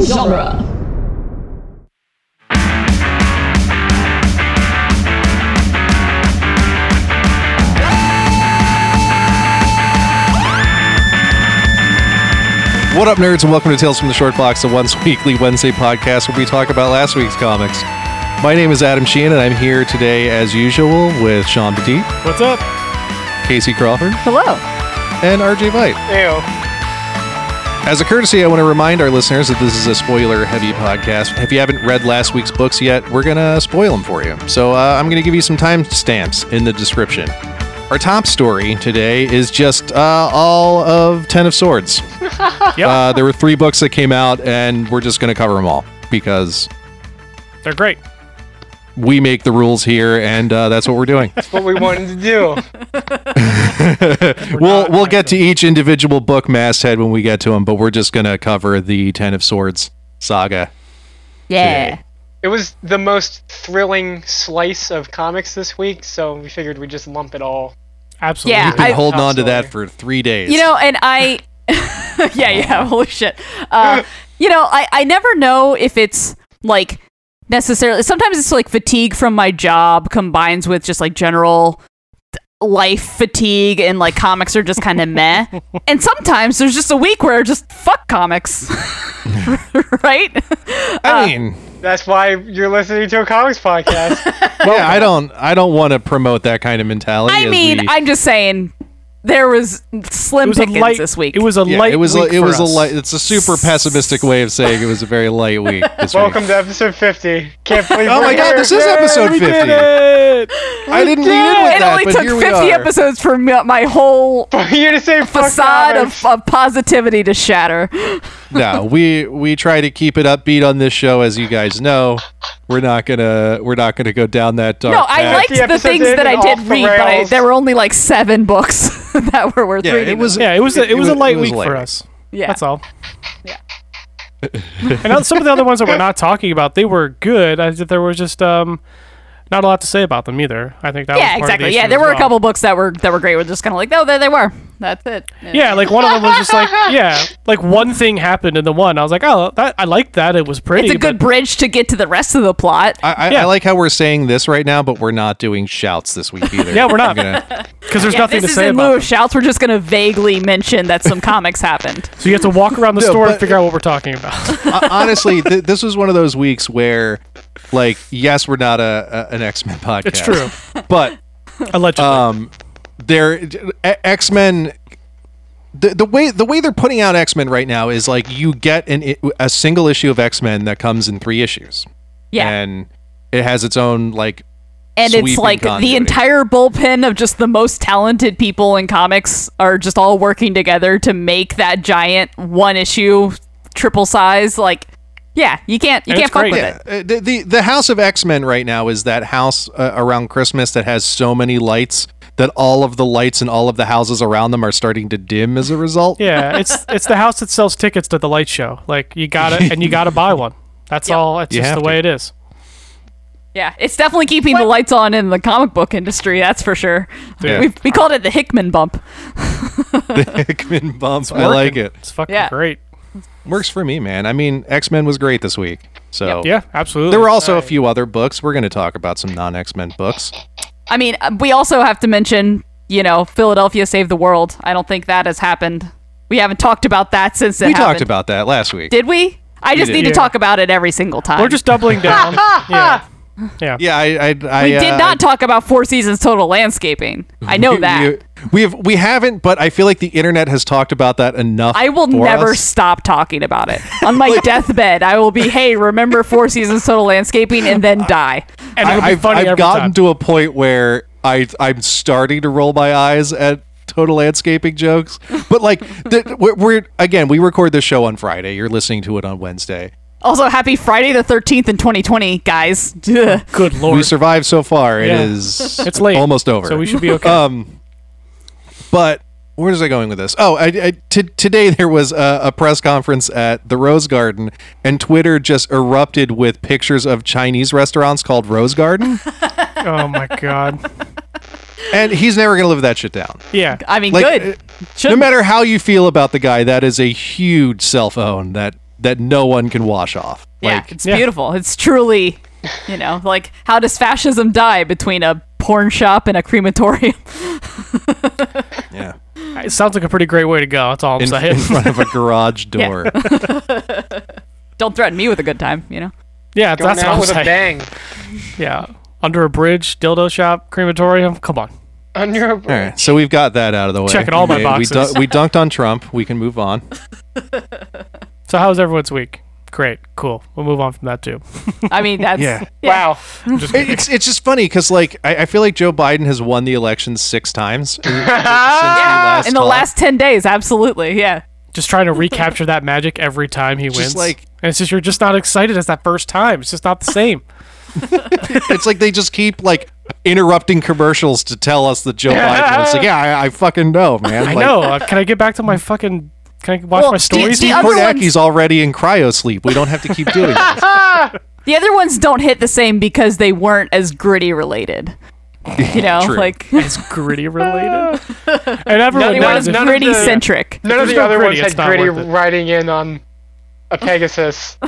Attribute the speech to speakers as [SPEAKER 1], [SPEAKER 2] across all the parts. [SPEAKER 1] genre.
[SPEAKER 2] What up, nerds, and welcome to Tales from the Short Box, the once weekly Wednesday podcast where we talk about last week's comics. My name is Adam Sheehan, and I'm here today, as usual, with Sean Petit,
[SPEAKER 3] What's up?
[SPEAKER 2] Casey Crawford,
[SPEAKER 4] Hello.
[SPEAKER 2] and RJ Vite.
[SPEAKER 3] Ayo.
[SPEAKER 2] As a courtesy, I want to remind our listeners that this is a spoiler heavy podcast. If you haven't read last week's books yet, we're going to spoil them for you. So uh, I'm going to give you some timestamps in the description. Our top story today is just uh, all of Ten of Swords.
[SPEAKER 3] Yep.
[SPEAKER 2] Uh, there were three books that came out, and we're just going to cover them all because
[SPEAKER 3] They're great.
[SPEAKER 2] we make the rules here, and uh, that's what we're doing.
[SPEAKER 5] what we wanted to do.
[SPEAKER 2] we'll we'll get to each individual book masthead when we get to them, but we're just going to cover the Ten of Swords saga.
[SPEAKER 4] Yeah.
[SPEAKER 5] It was the most thrilling slice of comics this week, so we figured we'd just lump it all.
[SPEAKER 3] Absolutely.
[SPEAKER 4] Yeah,
[SPEAKER 2] Been
[SPEAKER 4] I-
[SPEAKER 2] holding on to
[SPEAKER 5] Absolutely.
[SPEAKER 2] that for three days.
[SPEAKER 4] You know, and I. yeah, yeah. Holy shit. Uh, you know, I I never know if it's like necessarily. Sometimes it's like fatigue from my job combines with just like general life fatigue and like comics are just kind of meh and sometimes there's just a week where just fuck comics right uh,
[SPEAKER 2] I mean,
[SPEAKER 5] That's why you're listening to a comics podcast.
[SPEAKER 2] yeah, I don't I don't want to promote that kind of mentality.
[SPEAKER 4] i
[SPEAKER 2] as
[SPEAKER 4] mean
[SPEAKER 2] we-
[SPEAKER 4] i'm just saying there was
[SPEAKER 3] It
[SPEAKER 4] slim
[SPEAKER 3] was a
[SPEAKER 4] pickings
[SPEAKER 3] light
[SPEAKER 4] this week
[SPEAKER 3] It was a
[SPEAKER 2] yeah,
[SPEAKER 3] light.
[SPEAKER 2] it was
[SPEAKER 3] week
[SPEAKER 2] a, it
[SPEAKER 3] for
[SPEAKER 2] was a
[SPEAKER 3] us.
[SPEAKER 2] light. It's a super pessimistic way of saying it was a very light week. This
[SPEAKER 5] Welcome
[SPEAKER 2] week.
[SPEAKER 5] to episode 50. Can't believe
[SPEAKER 2] Oh
[SPEAKER 5] we're
[SPEAKER 2] my god,
[SPEAKER 5] here.
[SPEAKER 2] this is episode
[SPEAKER 3] We did
[SPEAKER 2] 50.
[SPEAKER 3] it.
[SPEAKER 2] I didn't lead in with
[SPEAKER 4] it
[SPEAKER 2] that,
[SPEAKER 4] only
[SPEAKER 2] but
[SPEAKER 4] took
[SPEAKER 2] here we
[SPEAKER 4] 50
[SPEAKER 2] are.
[SPEAKER 4] episodes for me, my whole
[SPEAKER 5] For you to say fuck
[SPEAKER 4] facade
[SPEAKER 5] comics.
[SPEAKER 4] of, of positivity to shatter.
[SPEAKER 2] no, we we try to keep it upbeat on this show, as you guys know. We're not gonna we're not gonna go down that dark.
[SPEAKER 4] No, I
[SPEAKER 2] path.
[SPEAKER 4] liked
[SPEAKER 5] The
[SPEAKER 4] the
[SPEAKER 5] episodes
[SPEAKER 4] things that
[SPEAKER 5] ended
[SPEAKER 4] I did
[SPEAKER 5] off the
[SPEAKER 4] read, but I,
[SPEAKER 5] rails.
[SPEAKER 4] there were only like seven books that were worth
[SPEAKER 2] Yeah,
[SPEAKER 4] reading.
[SPEAKER 2] it was.
[SPEAKER 3] Yeah, it was a, it was a light week
[SPEAKER 2] light.
[SPEAKER 3] for us.
[SPEAKER 4] yeah.
[SPEAKER 3] That's all.
[SPEAKER 4] Yeah.
[SPEAKER 3] and now some of the other ones that we're not talking about, they were good. I there was just um, not a lot to say about them either. I think that was
[SPEAKER 4] Yeah,
[SPEAKER 3] part of the
[SPEAKER 4] exactly.
[SPEAKER 3] issue
[SPEAKER 4] Yeah,
[SPEAKER 3] as
[SPEAKER 4] there were a
[SPEAKER 3] well.
[SPEAKER 4] couple books that were that were great. We're just kind of like, no, there they were. That's it.
[SPEAKER 3] Yeah, like one of them was just like yeah, like one thing happened in the one. I was like, oh, that I liked that. It was pretty.
[SPEAKER 4] it's a good
[SPEAKER 3] but
[SPEAKER 4] bridge to get to the rest of the plot.
[SPEAKER 2] I, I,
[SPEAKER 3] Yeah.
[SPEAKER 2] I like how we're saying this right now, but we're not doing shouts this week either.
[SPEAKER 3] Yeah, we're not.
[SPEAKER 2] I'm gonna-
[SPEAKER 3] because there's
[SPEAKER 4] Yeah,
[SPEAKER 3] nothing to
[SPEAKER 4] this is
[SPEAKER 3] say
[SPEAKER 4] in
[SPEAKER 3] about.
[SPEAKER 4] lieu
[SPEAKER 3] them.
[SPEAKER 4] of shouts. We're just going to vaguely mention that some comics happened.
[SPEAKER 3] So you have to walk around the
[SPEAKER 2] No,
[SPEAKER 3] store
[SPEAKER 2] but-
[SPEAKER 3] and figure out what we're talking about.
[SPEAKER 2] Hon- honestly, th- this was one of those weeks where, like, yes, we're not a, a an X Men podcast.
[SPEAKER 3] It's true.
[SPEAKER 2] but
[SPEAKER 3] Allegedly.
[SPEAKER 2] um, there X Men. The, the way the way they're putting out X Men right now is like you get an i- a single issue of X Men that comes in three issues.
[SPEAKER 4] Yeah.
[SPEAKER 2] and it has its own like
[SPEAKER 4] and it's
[SPEAKER 2] sweeping
[SPEAKER 4] like
[SPEAKER 2] continuity.
[SPEAKER 4] the entire bullpen of just the most talented people in comics are just all working together to make that giant one issue triple size like yeah you can't you
[SPEAKER 3] And
[SPEAKER 4] can't
[SPEAKER 3] it's
[SPEAKER 4] fuck
[SPEAKER 3] great.
[SPEAKER 4] with
[SPEAKER 2] Yeah,
[SPEAKER 4] it
[SPEAKER 2] uh, the, the the house of X Men right now is that house uh, around Christmas that has so many lights that all of the lights in all of the houses around them are starting to dim as a result.
[SPEAKER 3] Yeah, it's it's the house that sells tickets to the light show. Like you gotta and you gotta buy one. That's
[SPEAKER 4] Yep.
[SPEAKER 3] all. It's
[SPEAKER 2] You
[SPEAKER 3] just
[SPEAKER 2] have
[SPEAKER 3] the way it is.
[SPEAKER 4] yeah it's definitely keeping the lights on in the comic book industry that's for sure
[SPEAKER 2] Yeah.
[SPEAKER 4] we we called it the hickman bump
[SPEAKER 2] The Hickman bump. I like it.
[SPEAKER 3] It's fucking
[SPEAKER 4] Yeah.
[SPEAKER 3] great.
[SPEAKER 2] Works for me, man. I mean, X Men was great this week. So
[SPEAKER 3] Yeah, absolutely.
[SPEAKER 2] There were also a few other books. We're going to talk about some non X Men books.
[SPEAKER 4] i mean uh, we also have to mention you know philadelphia saved the world i don't think that has happened we haven't talked about that since it
[SPEAKER 2] We
[SPEAKER 4] happened.
[SPEAKER 2] talked about that last week.
[SPEAKER 4] did we i just
[SPEAKER 2] did.
[SPEAKER 4] need
[SPEAKER 3] Yeah.
[SPEAKER 4] to talk about it every single time
[SPEAKER 3] We're just doubling down. yeah. Yeah.
[SPEAKER 2] yeah, I, I, I
[SPEAKER 4] We did
[SPEAKER 2] uh,
[SPEAKER 4] not talk about Four Seasons Total Landscaping. I know that.
[SPEAKER 2] You- we've we haven't, but I feel like the internet has talked about that enough.
[SPEAKER 4] I will
[SPEAKER 2] for
[SPEAKER 4] never
[SPEAKER 2] us.
[SPEAKER 4] stop talking about it. On my deathbed, I will be, hey, remember Four Seasons Total Landscaping and then die.
[SPEAKER 3] And it'll
[SPEAKER 2] I,
[SPEAKER 3] be
[SPEAKER 2] have
[SPEAKER 3] funny
[SPEAKER 2] I've
[SPEAKER 3] every
[SPEAKER 2] gotten
[SPEAKER 3] time.
[SPEAKER 2] to a point where I I'm starting to roll my eyes at total landscaping jokes, but like the, we're, we're again we record this show on Friday. You're listening to it on Wednesday.
[SPEAKER 4] Also, happy Friday the 13th in 2020, guys. Duh.
[SPEAKER 3] Good lord.
[SPEAKER 2] We survived so far.
[SPEAKER 3] Yeah.
[SPEAKER 2] It is
[SPEAKER 3] it's late.
[SPEAKER 2] almost over.
[SPEAKER 3] So we should be okay.
[SPEAKER 2] Um, but where is I going with this? Oh, I, I- t- today there was a, a press conference at the Rose Garden, and Twitter just erupted with pictures of Chinese restaurants called Rose Garden,
[SPEAKER 3] oh my god.
[SPEAKER 2] and he's never gonna live that shit down.
[SPEAKER 3] Yeah.
[SPEAKER 4] I mean,
[SPEAKER 2] Like,
[SPEAKER 4] good.
[SPEAKER 2] uh, No matter how you feel about the guy, that is a huge self own that that no one can wash off.
[SPEAKER 4] yeah,
[SPEAKER 2] Like,
[SPEAKER 4] it's
[SPEAKER 3] Yeah.
[SPEAKER 4] beautiful. It's truly, you know, like how does fascism die between a porn shop and a crematorium?
[SPEAKER 2] yeah,
[SPEAKER 3] It sounds like a pretty great way to go. That's all I'm
[SPEAKER 2] in,
[SPEAKER 3] saying.
[SPEAKER 2] in front of a garage door.
[SPEAKER 4] Don't threaten me with a good time, you know.
[SPEAKER 3] yeah,
[SPEAKER 5] Going
[SPEAKER 3] that's what
[SPEAKER 5] out
[SPEAKER 3] I'm
[SPEAKER 5] with a
[SPEAKER 3] saying.
[SPEAKER 5] bang.
[SPEAKER 3] Yeah, under a bridge, dildo shop, crematorium. Come on.
[SPEAKER 5] Under a bridge.
[SPEAKER 2] All right, so we've got that out of the way.
[SPEAKER 3] Checking all my
[SPEAKER 2] we,
[SPEAKER 3] boxes.
[SPEAKER 2] We, dun- we dunked on Trump. We can move on.
[SPEAKER 3] So how's everyone's week? Great, cool. We'll move on from that too.
[SPEAKER 4] I mean, that's
[SPEAKER 2] Yeah.
[SPEAKER 5] Wow.
[SPEAKER 3] Just
[SPEAKER 2] It- it's it's just funny because like I, I feel like Joe Biden has won the election six times since we last
[SPEAKER 4] in the
[SPEAKER 2] talked.
[SPEAKER 4] last ten days, absolutely, yeah.
[SPEAKER 3] just trying to recapture that magic every time he wins.
[SPEAKER 2] like-
[SPEAKER 3] and it's just you're just not excited as that first time. It's just not the same.
[SPEAKER 2] It's like they just keep like interrupting commercials to tell us that Joe Biden. It's like yeah, I, I fucking know, man.
[SPEAKER 3] I
[SPEAKER 2] like,
[SPEAKER 3] know. Uh, can I get back to my fucking? Can I watch
[SPEAKER 4] Well,
[SPEAKER 3] my
[SPEAKER 4] the-
[SPEAKER 3] stories?
[SPEAKER 4] the
[SPEAKER 3] now?
[SPEAKER 4] other ones-
[SPEAKER 2] Kordaki's already in cryo sleep. We don't have to keep doing this.
[SPEAKER 4] The other ones don't hit the same because they weren't as gritty related. You know,
[SPEAKER 2] True.
[SPEAKER 4] like
[SPEAKER 3] It's gritty related. and everyone
[SPEAKER 4] they
[SPEAKER 5] None-
[SPEAKER 4] weren't
[SPEAKER 3] knows
[SPEAKER 4] as
[SPEAKER 5] none
[SPEAKER 3] it.
[SPEAKER 5] of the-
[SPEAKER 4] gritty centric.
[SPEAKER 5] None of
[SPEAKER 3] There's
[SPEAKER 5] the
[SPEAKER 3] no
[SPEAKER 5] other
[SPEAKER 3] gritty,
[SPEAKER 5] ones
[SPEAKER 3] it's
[SPEAKER 5] had
[SPEAKER 3] not
[SPEAKER 5] gritty
[SPEAKER 3] worth it.
[SPEAKER 5] riding in on a Pegasus.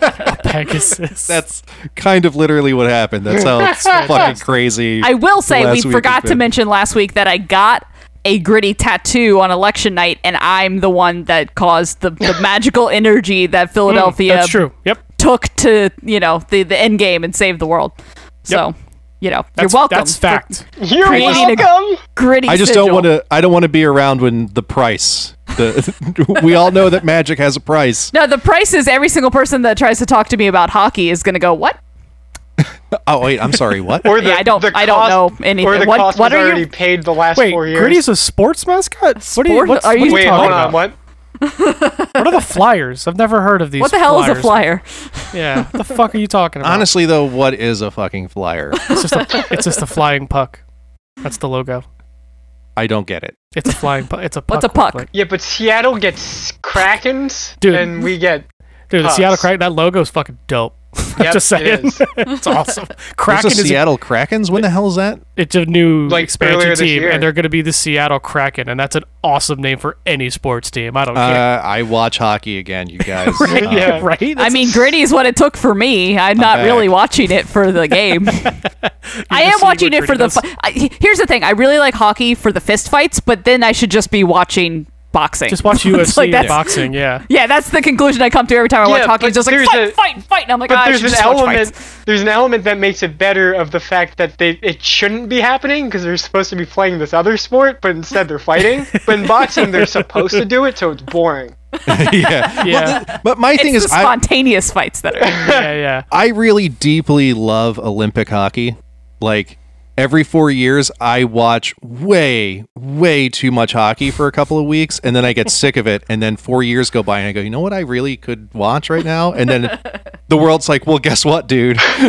[SPEAKER 3] Pegasus.
[SPEAKER 2] That's kind of literally what happened. That's how it's fucking crazy.
[SPEAKER 4] I will say
[SPEAKER 2] last
[SPEAKER 4] we
[SPEAKER 2] week
[SPEAKER 4] forgot
[SPEAKER 2] has
[SPEAKER 4] to
[SPEAKER 2] been.
[SPEAKER 4] mention last week that I got a gritty tattoo on election night, and I'm the one that caused the, the magical energy
[SPEAKER 5] Mm,
[SPEAKER 4] that Philadelphia
[SPEAKER 3] That's true. Yep.
[SPEAKER 4] took to you know the the end game and save the world. So you know
[SPEAKER 3] That's,
[SPEAKER 4] you're welcome.
[SPEAKER 3] That's
[SPEAKER 4] for
[SPEAKER 3] fact.
[SPEAKER 5] You're
[SPEAKER 4] Creating a-
[SPEAKER 5] welcome.
[SPEAKER 4] Gritty.
[SPEAKER 2] I just don't want to. I don't want to be around when the price. The we all know that magic has a price.
[SPEAKER 4] No, the price is every single person that tries to talk to me about hockey is going to go what?
[SPEAKER 2] Oh wait, I'm sorry. What?
[SPEAKER 5] Or
[SPEAKER 4] Yeah, I don't- I don't know
[SPEAKER 5] Or
[SPEAKER 4] anything.
[SPEAKER 5] the
[SPEAKER 4] What-
[SPEAKER 5] cost
[SPEAKER 4] what
[SPEAKER 5] was
[SPEAKER 4] are you-
[SPEAKER 5] already paid the last
[SPEAKER 3] Wait,
[SPEAKER 5] four years.
[SPEAKER 3] Gritty's a sports mascot? What are you,
[SPEAKER 4] Sport-
[SPEAKER 3] what's,
[SPEAKER 4] are
[SPEAKER 3] what
[SPEAKER 4] you-
[SPEAKER 3] are
[SPEAKER 5] Wait,
[SPEAKER 3] talking
[SPEAKER 5] hold
[SPEAKER 3] about?
[SPEAKER 5] on. What?
[SPEAKER 3] What are the flyers? I've never heard of these.
[SPEAKER 4] What the hell is a
[SPEAKER 3] flyers.
[SPEAKER 4] flyer?
[SPEAKER 3] Yeah. What the fuck are you talking about?
[SPEAKER 2] Honestly, though, what is a fucking flyer?
[SPEAKER 3] it's just a, it's just a flying puck. That's the logo.
[SPEAKER 2] I don't get it.
[SPEAKER 3] It's a flying puck. It's a puck.
[SPEAKER 4] What's a puck?
[SPEAKER 3] Like,
[SPEAKER 5] Yeah, but Seattle gets Krakens,
[SPEAKER 3] Dude.
[SPEAKER 5] and we get.
[SPEAKER 3] dude, the
[SPEAKER 5] Pucks.
[SPEAKER 3] Seattle Kraken. That logo's fucking dope. I'm
[SPEAKER 5] Yep,
[SPEAKER 3] just
[SPEAKER 5] it
[SPEAKER 3] saying.
[SPEAKER 5] is.
[SPEAKER 3] it's awesome.
[SPEAKER 2] There's
[SPEAKER 3] Kraken
[SPEAKER 2] a
[SPEAKER 3] is a
[SPEAKER 2] Seattle Krakens. When the hell is that?
[SPEAKER 3] it's a new
[SPEAKER 5] Like, earlier
[SPEAKER 3] expansion
[SPEAKER 5] this
[SPEAKER 3] team,
[SPEAKER 5] year.
[SPEAKER 3] and they're going to be the Seattle Kraken, and that's an awesome name for any sports team. I don't
[SPEAKER 2] Uh,
[SPEAKER 3] care.
[SPEAKER 2] I watch hockey again, you guys. Uh,
[SPEAKER 5] yeah.
[SPEAKER 3] right?
[SPEAKER 4] I
[SPEAKER 3] That's-
[SPEAKER 4] mean, gritty is what it took for me. I'm not
[SPEAKER 2] back.
[SPEAKER 4] really watching it for the game. I
[SPEAKER 3] just
[SPEAKER 4] am
[SPEAKER 3] see
[SPEAKER 4] watching
[SPEAKER 3] what
[SPEAKER 4] it for the.
[SPEAKER 3] gritty
[SPEAKER 4] Fu- I, here's the thing: I really like hockey for the fist fights, but then I should just be watching boxing.
[SPEAKER 3] just watch
[SPEAKER 4] It's
[SPEAKER 3] UFC
[SPEAKER 4] like
[SPEAKER 3] and
[SPEAKER 4] that's-
[SPEAKER 3] boxing. Yeah,
[SPEAKER 4] Yeah, that's the conclusion I come to every time I
[SPEAKER 5] Yeah,
[SPEAKER 4] watch hockey.
[SPEAKER 5] but
[SPEAKER 4] It's just like
[SPEAKER 5] there's
[SPEAKER 4] fight,
[SPEAKER 5] a-
[SPEAKER 4] fight, fight, and I'm like,
[SPEAKER 5] But
[SPEAKER 4] "Ah, I
[SPEAKER 5] there's
[SPEAKER 4] should
[SPEAKER 5] an
[SPEAKER 4] just watch
[SPEAKER 5] element.
[SPEAKER 4] fights.
[SPEAKER 5] There's an element that makes it better of the fact that they it shouldn't be happening because they're supposed to be playing this other sport, but instead they're fighting. but in boxing, they're supposed to do it, so it's boring.
[SPEAKER 2] yeah.
[SPEAKER 3] yeah,
[SPEAKER 2] But my thing
[SPEAKER 4] It's
[SPEAKER 2] is,
[SPEAKER 4] the
[SPEAKER 2] I,
[SPEAKER 4] spontaneous fights that are.
[SPEAKER 3] yeah, yeah.
[SPEAKER 2] I really deeply love Olympic hockey. Like every four years, I watch way, way too much hockey for a couple of weeks, and then I get sick of it. And then four years go by, and I go, you know what? I really could watch right now. And then the world's like, well, guess what, dude?
[SPEAKER 3] We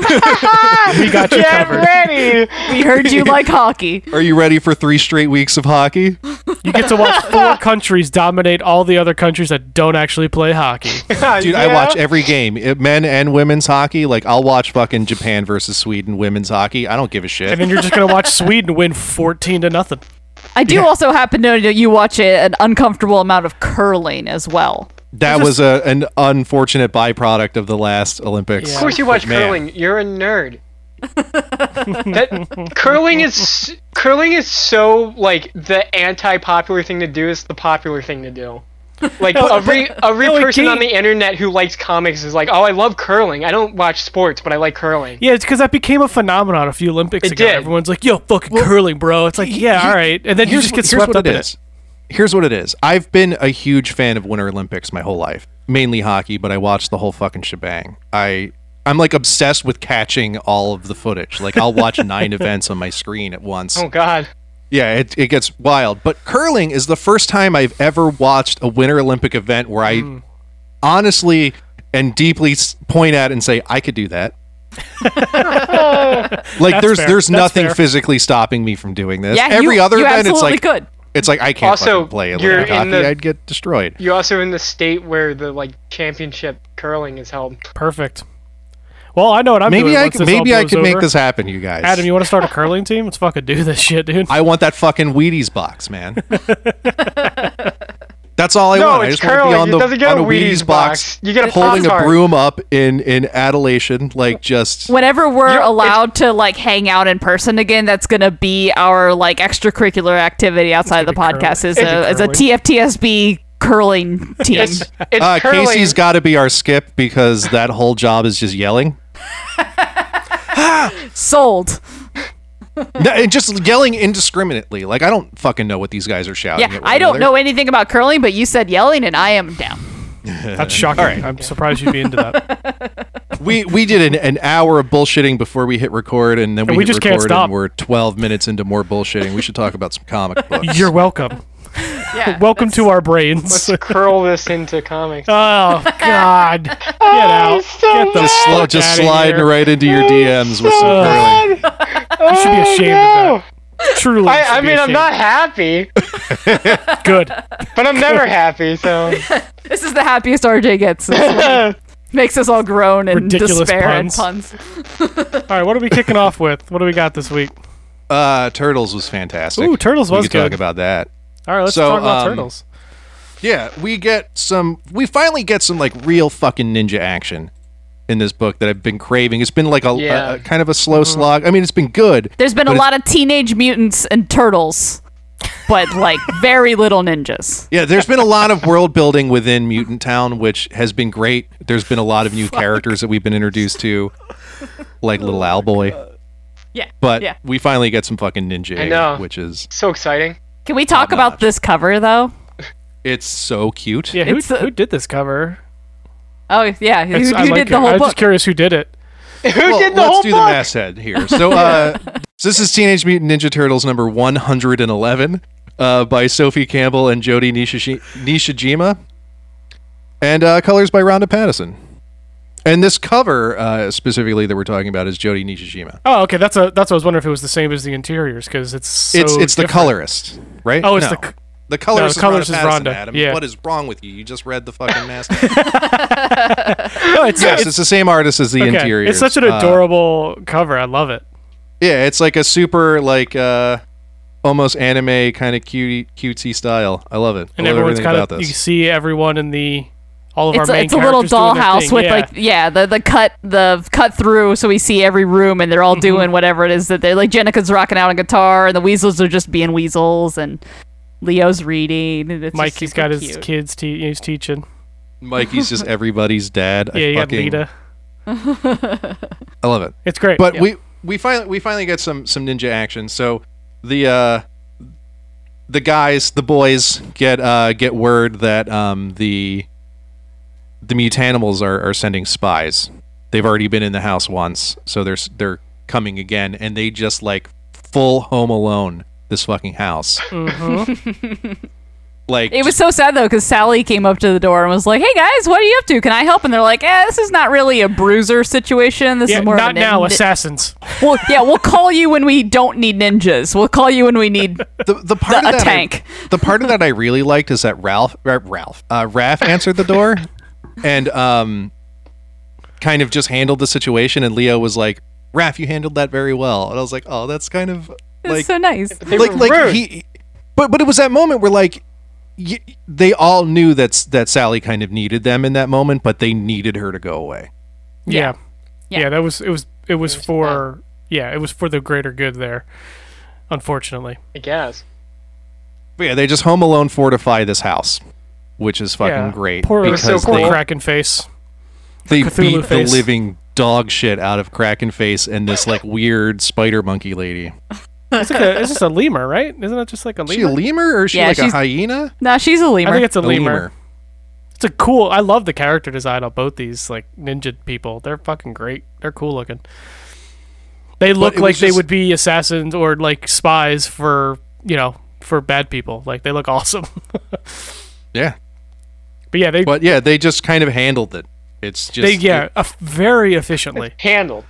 [SPEAKER 3] got you
[SPEAKER 5] Get
[SPEAKER 3] covered.
[SPEAKER 5] ready.
[SPEAKER 4] We heard you like hockey.
[SPEAKER 2] Are you ready for three straight weeks of hockey?
[SPEAKER 3] You get to watch four countries dominate all the other countries that don't actually play hockey.
[SPEAKER 2] Dude, I watch every game, It- men and women's hockey. Like, I'll watch fucking Japan versus Sweden women's hockey. I don't give a shit.
[SPEAKER 3] And then you're just gonna watch Sweden win fourteen to nothing.
[SPEAKER 4] I do also happen to know that you watch a, an uncomfortable amount of curling as well.
[SPEAKER 2] that was a, an unfortunate byproduct of the last Olympics.
[SPEAKER 3] Yeah.
[SPEAKER 5] Of course, you watch
[SPEAKER 2] But man.
[SPEAKER 5] curling. You're a nerd. that curling is curling is so like the anti-popular thing to do is the popular thing to do. Like every every
[SPEAKER 3] no, it
[SPEAKER 5] person on
[SPEAKER 3] can't-
[SPEAKER 5] the internet who likes comics is like, oh, I love curling. I don't watch sports, but I like curling.
[SPEAKER 3] Yeah, it's because that became a phenomenon a few Olympics
[SPEAKER 5] It
[SPEAKER 3] ago.
[SPEAKER 5] did.
[SPEAKER 3] Everyone's like, "Yo, fucking curling, bro." It's like, yeah, all right, and then you
[SPEAKER 2] Here's wh-
[SPEAKER 3] just get
[SPEAKER 2] here's
[SPEAKER 3] swept
[SPEAKER 2] what
[SPEAKER 3] up
[SPEAKER 2] it
[SPEAKER 3] in
[SPEAKER 2] is. Here's what it is. I've been a huge fan of Winter Olympics my whole life, mainly hockey, but I watched the whole fucking shebang. I I'm like obsessed with catching all of the footage. Like I'll watch nine events on my screen at once.
[SPEAKER 5] Oh God.
[SPEAKER 2] Yeah, it, it gets wild. But curling is the first time I've ever watched a Winter Olympic event where I
[SPEAKER 3] Mm.
[SPEAKER 2] honestly and deeply s- point at and say I could do that. like
[SPEAKER 3] That's
[SPEAKER 2] there's
[SPEAKER 3] fair.
[SPEAKER 2] there's
[SPEAKER 3] That's
[SPEAKER 2] nothing
[SPEAKER 3] fair.
[SPEAKER 2] physically stopping me from doing this.
[SPEAKER 4] Yeah,
[SPEAKER 2] Every
[SPEAKER 4] you,
[SPEAKER 2] other
[SPEAKER 4] you
[SPEAKER 2] event, it's
[SPEAKER 4] absolutely
[SPEAKER 2] like
[SPEAKER 4] could.
[SPEAKER 2] it's like I can't
[SPEAKER 5] Also,
[SPEAKER 2] fucking play
[SPEAKER 5] you're
[SPEAKER 2] Olympic
[SPEAKER 5] in
[SPEAKER 2] hockey.
[SPEAKER 5] the-
[SPEAKER 2] I'd get destroyed.
[SPEAKER 5] You're also in the state where the like championship curling is held.
[SPEAKER 3] Perfect. Well, I know what I'm
[SPEAKER 2] Maybe
[SPEAKER 3] doing.
[SPEAKER 2] I
[SPEAKER 3] once
[SPEAKER 2] could,
[SPEAKER 3] this all
[SPEAKER 2] maybe I
[SPEAKER 3] blows
[SPEAKER 2] could make
[SPEAKER 3] over.
[SPEAKER 2] this happen, you guys.
[SPEAKER 3] Adam, you want to start a curling team? Let's fucking do this shit, dude.
[SPEAKER 2] I want that fucking Wheaties box, man. That's all I
[SPEAKER 5] No,
[SPEAKER 2] want. I
[SPEAKER 5] it's
[SPEAKER 2] just want to be
[SPEAKER 5] curling.
[SPEAKER 2] on
[SPEAKER 5] It
[SPEAKER 2] the
[SPEAKER 5] doesn't get
[SPEAKER 2] on
[SPEAKER 5] a
[SPEAKER 2] a Wheaties
[SPEAKER 5] Wheaties
[SPEAKER 2] box.
[SPEAKER 5] box. You get a
[SPEAKER 2] holding a
[SPEAKER 5] Pop-Tart.
[SPEAKER 2] broom up in in adulation, like just
[SPEAKER 4] Whenever we're
[SPEAKER 5] You know,
[SPEAKER 4] allowed to like hang out in person again, that's gonna be our like extracurricular activity outside of the
[SPEAKER 3] gonna be
[SPEAKER 4] podcast. Is
[SPEAKER 3] curling.
[SPEAKER 4] a
[SPEAKER 3] It's
[SPEAKER 4] is a
[SPEAKER 3] gonna be
[SPEAKER 4] TFTSB curling team.
[SPEAKER 5] It's, it's
[SPEAKER 2] uh,
[SPEAKER 5] curling.
[SPEAKER 2] Casey's got to be our skip because that whole job is just yelling.
[SPEAKER 4] Sold.
[SPEAKER 2] No, and just yelling indiscriminately. Like I don't fucking know what these guys are shouting.
[SPEAKER 4] Yeah,
[SPEAKER 2] at one
[SPEAKER 4] I don't
[SPEAKER 2] another.
[SPEAKER 4] know anything about curling, but you said yelling, and I am down.
[SPEAKER 3] That's shocking. I'm surprised you'd be into that.
[SPEAKER 2] We we did an, an hour of bullshitting before we hit record, and then we,
[SPEAKER 3] And we
[SPEAKER 2] hit
[SPEAKER 3] just
[SPEAKER 2] record
[SPEAKER 3] can't stop.
[SPEAKER 2] And we're twelve minutes into more bullshitting. We should talk about some comic books.
[SPEAKER 3] You're welcome.
[SPEAKER 4] Yeah,
[SPEAKER 3] Welcome to our brains.
[SPEAKER 5] Let's curl this into comics.
[SPEAKER 3] Oh God! Get
[SPEAKER 5] Oh,
[SPEAKER 3] out! Get the
[SPEAKER 2] just sl-
[SPEAKER 3] fuck
[SPEAKER 2] just
[SPEAKER 3] outta
[SPEAKER 2] sliding
[SPEAKER 3] here.
[SPEAKER 2] right into your DMs with some
[SPEAKER 5] Oh,
[SPEAKER 2] curling.
[SPEAKER 5] God.
[SPEAKER 3] You should be ashamed of that. Truly, you should
[SPEAKER 5] Oh, I, I
[SPEAKER 3] be
[SPEAKER 5] mean, I'm
[SPEAKER 3] ashamed.
[SPEAKER 5] not happy,
[SPEAKER 3] good.
[SPEAKER 5] but I'm never happy. So
[SPEAKER 4] This is the happiest RJ gets. It's like- makes us all groan and
[SPEAKER 3] Ridiculous
[SPEAKER 4] despair and
[SPEAKER 3] puns.
[SPEAKER 4] puns.
[SPEAKER 3] All right, what are we kicking off with? What do we got this week?
[SPEAKER 2] Uh, Turtles was fantastic.
[SPEAKER 3] Ooh, Turtles
[SPEAKER 2] we
[SPEAKER 3] was
[SPEAKER 2] could talk
[SPEAKER 3] good.
[SPEAKER 2] about that.
[SPEAKER 3] All right, let's
[SPEAKER 2] So,
[SPEAKER 3] talk about
[SPEAKER 2] um,
[SPEAKER 3] turtles.
[SPEAKER 2] Yeah, we get some. We finally get some like real fucking ninja action in this book that I've been craving. It's been like a,
[SPEAKER 5] Yeah.
[SPEAKER 2] a- a kind of a slow
[SPEAKER 3] Mm-hmm.
[SPEAKER 2] slog. I mean, it's been good.
[SPEAKER 4] There's been
[SPEAKER 2] But
[SPEAKER 4] a
[SPEAKER 2] it's-
[SPEAKER 4] lot of teenage mutants and turtles, but like very little ninjas.
[SPEAKER 2] Yeah, there's been a lot of world building within Mutant Town, which has been great. There's been a lot of new characters that we've been introduced to, like Little Owlboy.
[SPEAKER 4] Yeah,
[SPEAKER 2] But
[SPEAKER 4] yeah.
[SPEAKER 2] we finally get some fucking ninja,
[SPEAKER 5] I know.
[SPEAKER 2] which is
[SPEAKER 5] so exciting.
[SPEAKER 4] Can we talk about this cover though?
[SPEAKER 2] it's so cute.
[SPEAKER 3] Yeah, who,
[SPEAKER 4] it's, uh,
[SPEAKER 3] who did this cover?
[SPEAKER 4] Oh yeah, who,
[SPEAKER 3] It's-
[SPEAKER 4] who
[SPEAKER 3] I like
[SPEAKER 4] did
[SPEAKER 3] it.
[SPEAKER 4] the
[SPEAKER 3] I'm
[SPEAKER 4] whole
[SPEAKER 3] just
[SPEAKER 4] book?
[SPEAKER 3] curious who did it.
[SPEAKER 5] Who
[SPEAKER 2] Well,
[SPEAKER 5] did the
[SPEAKER 2] let's
[SPEAKER 5] whole
[SPEAKER 2] do
[SPEAKER 5] book?
[SPEAKER 2] the masthead here. So, uh, so this is Teenage Mutant Ninja Turtles number 111 uh, by Sophie Campbell and Jody Nishishi- Nishijima, and uh, colors by Rhonda Pattison. And this cover uh, specifically that we're talking about is Jody Nishijima.
[SPEAKER 3] Oh, okay. That's a. That's what I was wondering if it was the same as the interiors because it's so.
[SPEAKER 2] it's it's the
[SPEAKER 3] different.
[SPEAKER 2] colorist, right?
[SPEAKER 3] Oh, it's
[SPEAKER 2] No.
[SPEAKER 3] the c-
[SPEAKER 2] the colorist.
[SPEAKER 3] no, colorist
[SPEAKER 2] is
[SPEAKER 3] is
[SPEAKER 2] Rhonda. Pattison,
[SPEAKER 3] Rhonda,
[SPEAKER 2] Adam.
[SPEAKER 3] yeah.
[SPEAKER 2] What is wrong with you? You just read the fucking masthead.
[SPEAKER 3] No, it's,
[SPEAKER 2] yes,
[SPEAKER 3] it's,
[SPEAKER 2] it's the same artist as the uh,
[SPEAKER 3] okay.
[SPEAKER 2] interior.
[SPEAKER 3] It's such an adorable cover. I love it.
[SPEAKER 2] Yeah, it's like a super like uh almost anime kind of cutie cutesy style. I love it.
[SPEAKER 3] And
[SPEAKER 2] I love
[SPEAKER 3] everyone's
[SPEAKER 2] everything
[SPEAKER 3] kind
[SPEAKER 2] about
[SPEAKER 3] of. You
[SPEAKER 2] this.
[SPEAKER 3] see everyone in the. All of
[SPEAKER 4] It's
[SPEAKER 3] our
[SPEAKER 4] a,
[SPEAKER 3] main
[SPEAKER 4] it's a little
[SPEAKER 3] characters doing their
[SPEAKER 4] dollhouse
[SPEAKER 3] thing,
[SPEAKER 4] with
[SPEAKER 3] yeah.
[SPEAKER 4] like yeah the the cut the cut through so we see every room and
[SPEAKER 3] Mm-hmm.
[SPEAKER 4] they're all doing whatever it is that they like Jenica's rocking out on guitar and the weasels are just being weasels and Leo's reading and it's just
[SPEAKER 3] Mikey's
[SPEAKER 4] super
[SPEAKER 3] got his
[SPEAKER 4] cute.
[SPEAKER 3] kids. Te- he's teaching.
[SPEAKER 2] Mikey's just everybody's dad.
[SPEAKER 3] Yeah,
[SPEAKER 2] I
[SPEAKER 3] you got
[SPEAKER 2] fucking
[SPEAKER 3] Lita.
[SPEAKER 2] I love it.
[SPEAKER 3] It's great.
[SPEAKER 2] But we we finally we finally get some some ninja action. So the uh the guys, the boys get uh get word that um the the mutanimals are are sending spies. They've already been in the house once, so they're s- they're coming again and they just like full home alone this fucking house.
[SPEAKER 3] Mhm.
[SPEAKER 2] Like
[SPEAKER 4] It was so sad though, because Sally came up to the door and was like, "Hey guys, what are you up to? Can I help?" And they're like, "Eh, this is not really a bruiser situation. This
[SPEAKER 3] yeah,
[SPEAKER 4] is more
[SPEAKER 3] not
[SPEAKER 4] of a
[SPEAKER 3] now.
[SPEAKER 4] nin-
[SPEAKER 3] Assassins.
[SPEAKER 4] well, yeah, we'll call you when we don't need ninjas. We'll call you when we need
[SPEAKER 2] the, the part of
[SPEAKER 4] The- a
[SPEAKER 2] that I-
[SPEAKER 4] tank.
[SPEAKER 2] the part of that I really liked is that Ralph uh, Ralph uh, Raph answered the door and um kind of just handled the situation and Leo was like Raph you handled that very well and I was like oh that's kind of
[SPEAKER 4] It's
[SPEAKER 2] like
[SPEAKER 4] so nice."
[SPEAKER 5] They
[SPEAKER 2] like
[SPEAKER 5] were
[SPEAKER 2] like
[SPEAKER 5] rude.
[SPEAKER 2] he but but it was that moment where like y- they all knew that's that Sally kind of needed them in that moment but they needed her to go away
[SPEAKER 3] Yeah.
[SPEAKER 4] Yeah.
[SPEAKER 3] yeah, That was it. Was it was for yeah. It was for the greater good there. Unfortunately,
[SPEAKER 5] I guess.
[SPEAKER 2] but yeah they just home alone fortify this house which is fucking
[SPEAKER 3] yeah.
[SPEAKER 2] great
[SPEAKER 3] Poor
[SPEAKER 5] was so
[SPEAKER 2] because
[SPEAKER 5] cool.
[SPEAKER 2] they,
[SPEAKER 3] Kraken face.
[SPEAKER 2] they
[SPEAKER 3] Cthulhu
[SPEAKER 2] beat
[SPEAKER 3] face.
[SPEAKER 2] the living dog shit out of Kraken Face and this like weird spider monkey lady.
[SPEAKER 3] It's like a, it's just a lemur, right? Isn't it just like a
[SPEAKER 2] Is she a
[SPEAKER 3] lemur?
[SPEAKER 2] lemur or is she
[SPEAKER 4] Yeah,
[SPEAKER 2] like a
[SPEAKER 4] she's-
[SPEAKER 2] hyena?
[SPEAKER 4] Nah, she's a
[SPEAKER 3] I
[SPEAKER 4] lemur.
[SPEAKER 3] think it's
[SPEAKER 2] A
[SPEAKER 3] a, lemur. It's a cool. I love the character design on both these like ninja people. They're fucking great. They're cool looking. They look
[SPEAKER 2] it was
[SPEAKER 3] like they
[SPEAKER 2] just-
[SPEAKER 3] would be assassins or like spies for you know for bad people. Like they look awesome.
[SPEAKER 2] Yeah.
[SPEAKER 3] but yeah, they
[SPEAKER 2] But yeah, they just kind of handled it. It's just
[SPEAKER 3] they yeah uh, very efficiently.
[SPEAKER 5] Handled.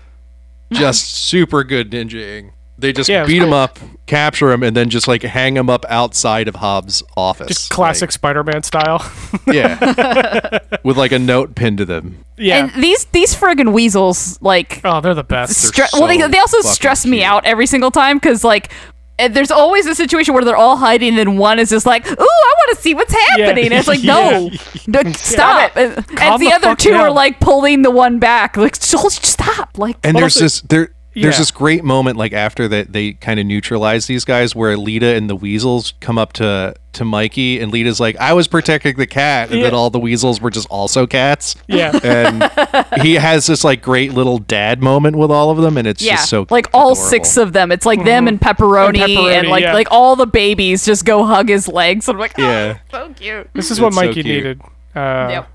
[SPEAKER 2] just super good ninjaing. They just
[SPEAKER 3] Yeah,
[SPEAKER 2] beat 'em
[SPEAKER 3] it was
[SPEAKER 2] beat him up, capture him, and then just like hang him up outside of Hobbs' office.
[SPEAKER 3] Just classic Spider-Man style.
[SPEAKER 2] Like, yeah. With like a note pinned to them.
[SPEAKER 3] yeah.
[SPEAKER 4] And these these friggin' weasels like
[SPEAKER 3] oh, they're the best.
[SPEAKER 2] They're
[SPEAKER 4] stre- well they,
[SPEAKER 2] so
[SPEAKER 4] they also
[SPEAKER 2] fucking
[SPEAKER 4] stress me
[SPEAKER 2] cute.
[SPEAKER 4] out every single time because like and there's always a situation where they're all hiding and one is just like, "Ooh, I want to see what's happening." And it's like, "No, no, stop!" And, and
[SPEAKER 3] Calm
[SPEAKER 4] the,
[SPEAKER 3] the
[SPEAKER 4] other
[SPEAKER 3] fuck
[SPEAKER 4] two are
[SPEAKER 3] down.
[SPEAKER 4] like pulling the one back, like, "Just stop!" Like,
[SPEAKER 2] And
[SPEAKER 3] Well,
[SPEAKER 2] there's
[SPEAKER 3] also-
[SPEAKER 2] this there there's
[SPEAKER 3] yeah.
[SPEAKER 2] this great moment like after that they kind of neutralize these guys where Lita and the weasels come up to to Mikey and Lita's like, I was protecting the cat, and then
[SPEAKER 3] Yeah.
[SPEAKER 2] all the weasels were just also cats.
[SPEAKER 3] Yeah.
[SPEAKER 2] And he has this like great little dad moment with all of them, and it's
[SPEAKER 4] yeah,
[SPEAKER 2] just so
[SPEAKER 4] like all
[SPEAKER 2] adorable.
[SPEAKER 4] six of them. It's like them and pepperoni, and
[SPEAKER 3] And Pepperoni,
[SPEAKER 4] like
[SPEAKER 3] yeah.
[SPEAKER 4] like all the babies just go hug his legs. And I'm like, "Oh,
[SPEAKER 2] Yeah.
[SPEAKER 4] so cute."
[SPEAKER 3] This is what
[SPEAKER 2] It's so
[SPEAKER 3] Mikey
[SPEAKER 2] cute.
[SPEAKER 3] needed. Uh,
[SPEAKER 4] Yep.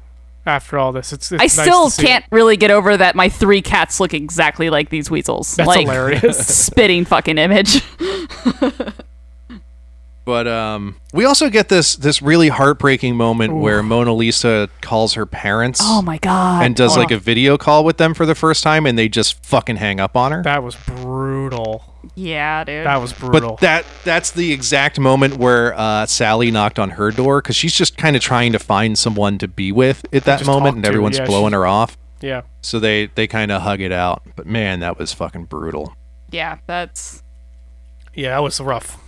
[SPEAKER 3] After all this, it's. it's
[SPEAKER 4] I
[SPEAKER 3] nice
[SPEAKER 4] still
[SPEAKER 3] to see.
[SPEAKER 4] can't really get over that my three cats look exactly like these weasels.
[SPEAKER 3] That's
[SPEAKER 4] like,
[SPEAKER 3] hilarious.
[SPEAKER 4] Spitting fucking image.
[SPEAKER 2] But um, we also get this this really heartbreaking moment where Mona Lisa calls her parents
[SPEAKER 4] Oh my god.
[SPEAKER 2] and does like a video call with them for the first time, and they just fucking hang up on her.
[SPEAKER 3] That was brutal.
[SPEAKER 4] yeah, dude.
[SPEAKER 3] That was brutal.
[SPEAKER 2] But that that's the exact moment where uh, Sally knocked on her door because she's just kind of trying to find someone to be with at that
[SPEAKER 3] Just
[SPEAKER 2] moment,
[SPEAKER 3] talk
[SPEAKER 2] and
[SPEAKER 3] to,
[SPEAKER 2] everyone's
[SPEAKER 3] yeah,
[SPEAKER 2] blowing her off.
[SPEAKER 3] yeah.
[SPEAKER 2] So they they kind of hug it out. But man, that was fucking brutal.
[SPEAKER 4] yeah, that's
[SPEAKER 3] Yeah, that was rough.